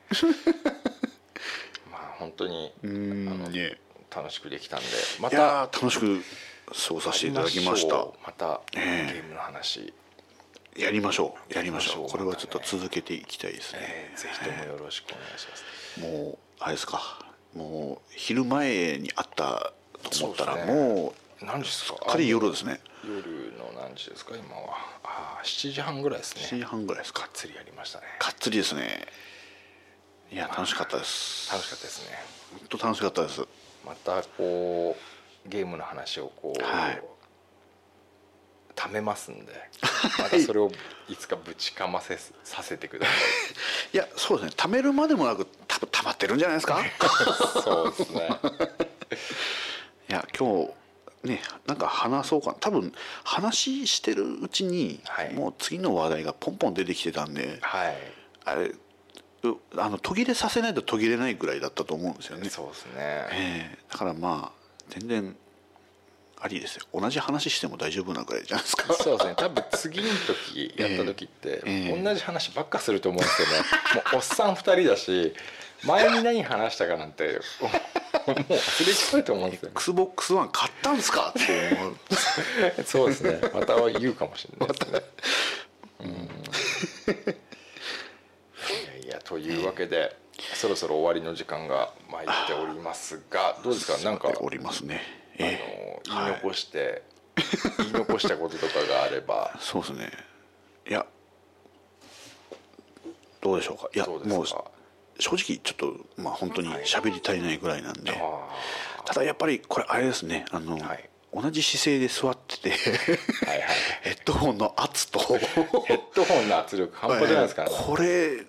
C: まあ本当に
D: うーんね
C: 楽しくできたんでま
D: い
C: た
D: やー楽しく過ごさせていただきまし
C: やり
D: た
C: ましょうまたゲ
D: ええ
C: ームの話、
D: やりましょうやりまし
C: やりまし
D: ょ
C: ょ
D: う
C: う
D: これはちょっと続けていきたいですね、
C: えーぜひともよろしくお願いします
D: もうあれですかもう昼前にあったと思ったら
C: そうですね
D: も
C: 何時ですか
D: うかなり夜ですね
C: 夜の何時ですか今はああ7時半ぐらいです
D: 7時
C: ね
D: 半ぐらいです
C: が
D: か
C: っつりやりましたね
D: かっつりですねいや楽しかったです
C: 楽しかったですね
D: 本当楽しかったです
C: またこうゲームの話をこう、
D: はい
C: 貯めます
D: *laughs*
C: んでまたそれをいつかぶちかませさせてくださ
D: いやそうですね貯めるまでもなく多分溜まってるんじゃないですか
C: い *laughs* そうですね
D: いや今日ねなんか話そうかな多分話してるうちに、
C: はい
D: もう次の話題がポンポン出てきてたんで
C: はい
D: あれうあの途切れさせないと途切れないぐらいだったと思うんですよね。
C: そうですね
D: ええだからまあ全然ありですよ同じ話しても大丈夫なぐらいじゃないですか *laughs*
C: そうですね多分次の時やった時って
D: ええ
C: 同じ話ばっかすると思うんですよねもうおっさん2人だ
D: *laughs*
C: し前に何話したかなんてもう忘れちゃうと思うんですよね
D: XBOX1 買ったんですかって思う
C: そうですねまたは言うかもしれないですねうんいやいやというわけでそろそろ終わりの時間が参っておりますがどうですかなんか
D: おりますね
C: あの
D: え
C: 言い残して、言い残したこととかがあれば
D: えそうですねいやどうでしょうかいや
C: どうです
D: もう
C: か
D: 正直ちょっとまあ本当に喋り足りないぐらいなんで、
C: あ
D: ただやっぱりこれあれですねあの、
C: はい
D: 同じ姿勢で座って *laughs* て
C: ーはいはい
D: ヘッドホンの
C: *laughs*
D: 圧と
C: ヘッドホンの圧力半端じゃないですか、ね
D: これ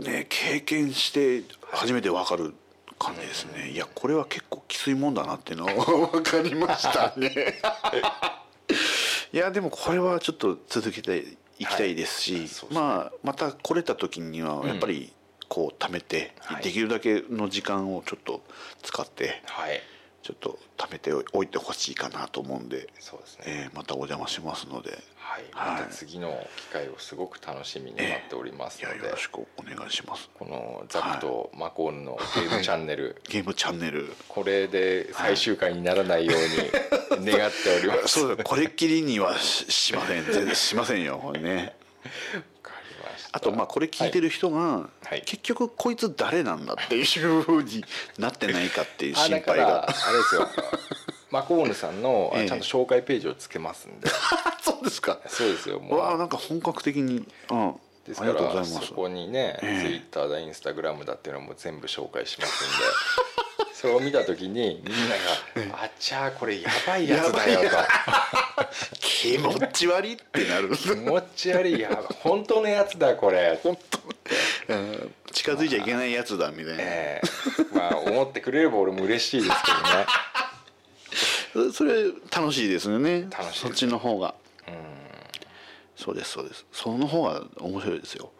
D: ね経験して初めて分かる感じですねいやこれは結構きついもんだなっていうの *laughs* は分かりましたね
C: *laughs*
D: いやでもこれはちょっと続けていきたいですし、
C: はいそうですね
D: まあまた来れた時にはやっぱりこう貯めて、
C: はい
D: できるだけの時間をちょっと使って
C: はい
D: ちょっと貯めておいてほしいかなと思うんで、
C: そうですね、
D: えーまたお邪魔しますので
C: はい
D: は
C: ま
D: い
C: た次の機会をすごく楽しみに待っております
D: いや
C: ので、
D: よろしくお願いします
C: このザクとマコーンのゲームチャンネル、
D: ゲームチャンネル
C: これで最終回にならないように願っております
D: そうだこれっきりにはししません全然しませんよこれね
C: わかりました
D: あとまあこれ聞いてる人が、
C: はい
D: 結局こいつ誰なんだっていうふうになってないかっていう
C: あ
D: 心
C: だか
D: 配
C: らあ
D: が
C: れです
D: *laughs*
C: よマコーヌさんの
D: ええ
C: ちゃんと紹介ページをつけます
D: *laughs*
C: んで、
D: そうですか
C: そうですよもう
D: わあなんか本格的に、うん、
C: ですか
D: ありがとうござ
C: ら
D: います
C: そこにね、
D: ええ
C: ツイッターだインスタグラムだっていうのも全部紹介しますん
D: *laughs*
C: でそれを見た時にみんなが「あっちゃーこれやばいやつだよ」
D: や
C: と
D: ばい気持ち悪いって
C: *laughs*
D: な
C: 「
D: る
C: 気持ち悪いやばい本当のやつだこれ」
D: 本当、うん近づいちゃいけないやつだみたいな、
C: ええまあ思ってくれれば俺も嬉しいですけどね
D: そそれ楽しいですよね
C: 楽しいです
D: そっちの方がそうですそうですその方が面白いですよ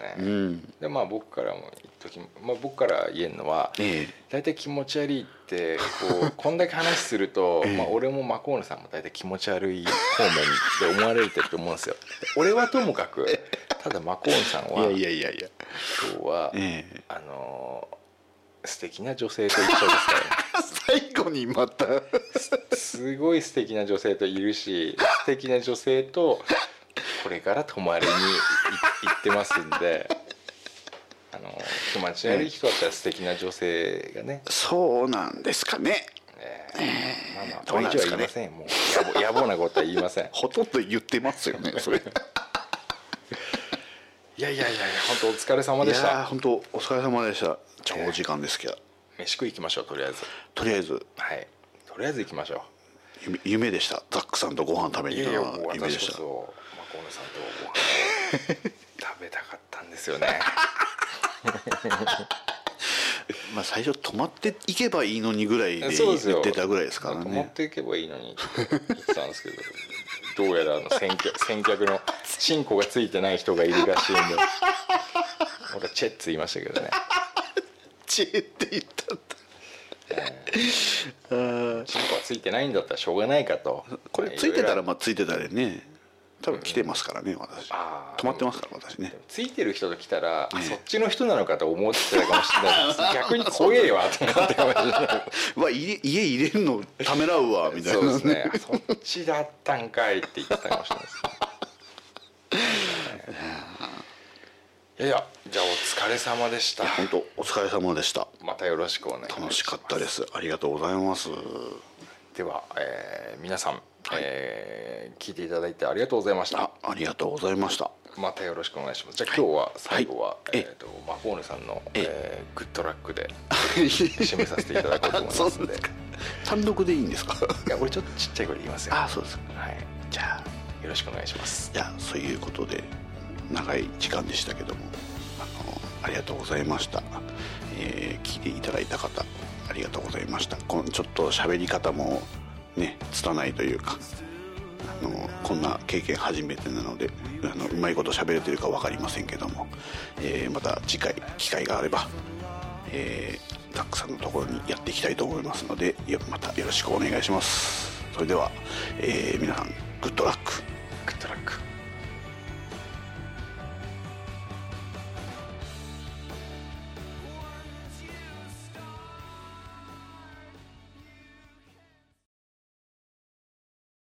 C: です
D: *laughs* う
C: ね
D: ん
C: でまあ僕からも言っとき、まあ、僕から言えるのは
D: え
C: 大体気持ち悪いってこう
D: *laughs*
C: こんだけ話すると、
D: ええ
C: まあ、俺もマコーヌさんも大体気持ち悪い方面で思われてると思うんですよ。で俺はともかくただマコーヌさん
D: え
C: はい今
D: やいやいやいや
C: 日は、
D: ええ
C: あのー素敵な女性と一緒
D: *laughs*
C: ですから
D: 最後にまた
C: すごい素敵な女性といるし素敵な女性とこれから泊まりにい行ってますんで。あのー気持ち悪い人だったら素敵な女性がね
D: そうなんですかね
C: ええまあまあ
D: ど
C: こ
D: う
C: れ
D: なん
C: 以上
D: で
C: は
D: す
C: 言いませ
D: かね
C: んもう野暮野暮なことは言いません
D: ほとんど言ってますよね *laughs* それい
C: いやいやいや本当お疲れ様でし
D: やー
C: た
D: 本当お疲れ様でした長時間ですけど、
C: 飯食い行きましょうとりあえず
D: とりあえず
C: はいとりあえず行きましょ
D: 夢夢でしたザックさんとご飯食
C: う
D: べに
C: い
D: 行
C: やい
D: く
C: や
D: の
C: もう
D: は夢で
C: 私
D: し
C: こ
D: た
C: そマコーネさんとご飯を
D: *laughs*
C: 食べたかったんですよね
D: まあ最初泊まっていけばいいのにぐらい *laughs* で
C: そうです
D: 言
C: よ
D: ってたぐらいですから
C: 持っ
D: ね
C: ていけばいいのにって言ってたんですけどどうやらあの先客先客のチンコがついてない人がいるらしいんで俺はチェッツ言いましたけどね
D: チェって言ったんだあー
C: チンコがついてないんだったらしょうがないかと
D: これついて
C: ろ
D: たら
C: ろ
D: まあついてたでね多分来てますからね私
C: あー
D: 泊まってますから私ね
C: ついてる人と来たら、あ
D: ええ
C: そっちの人なのかと思ってたかもしれないで
D: *laughs*
C: す逆に怖えわと思ってました
D: うわ家家入れるのためらう *laughs* わみたいな
C: そうですねそっちだったんかいって言ってたかもしれ
D: *laughs*
C: ないですいやいやじゃあお疲れ様でした
D: 本当お疲れ様でした
C: またよろしくお願いします
D: 楽しかったですありがとうございます
C: では、えー皆さん、えー聞いていただいてありがとうございました
D: あありがとうございま *laughs* した
C: またよろしくお願いしますじゃあ今日は最後は、
D: え
C: え
D: え
C: っ、とマコーヌさんの、
D: ええ
C: えーグッドラックで締めさせていただこうと思い
D: *laughs*
C: ますんで
D: 単独でいいんですか
C: いや俺ちょっとちっちゃい声で言いますよ
D: あそうですか
C: はい
D: じゃあ
C: よろしくお願いします
D: じゃあそういうことで長い時間でしたけどもあのありがとうございました、えー聞いていただいた方ありがとうございましたこのちょっと喋り方もね拙いというかあのこんな経験初めてなのであのうまいこと喋れてるか分かりませんけども、えーまた次回機会があれば、えーたくさんのところにやっていきたいと思いますのでよまたよろしくお願いしますそれでは、えー皆さんグッドラック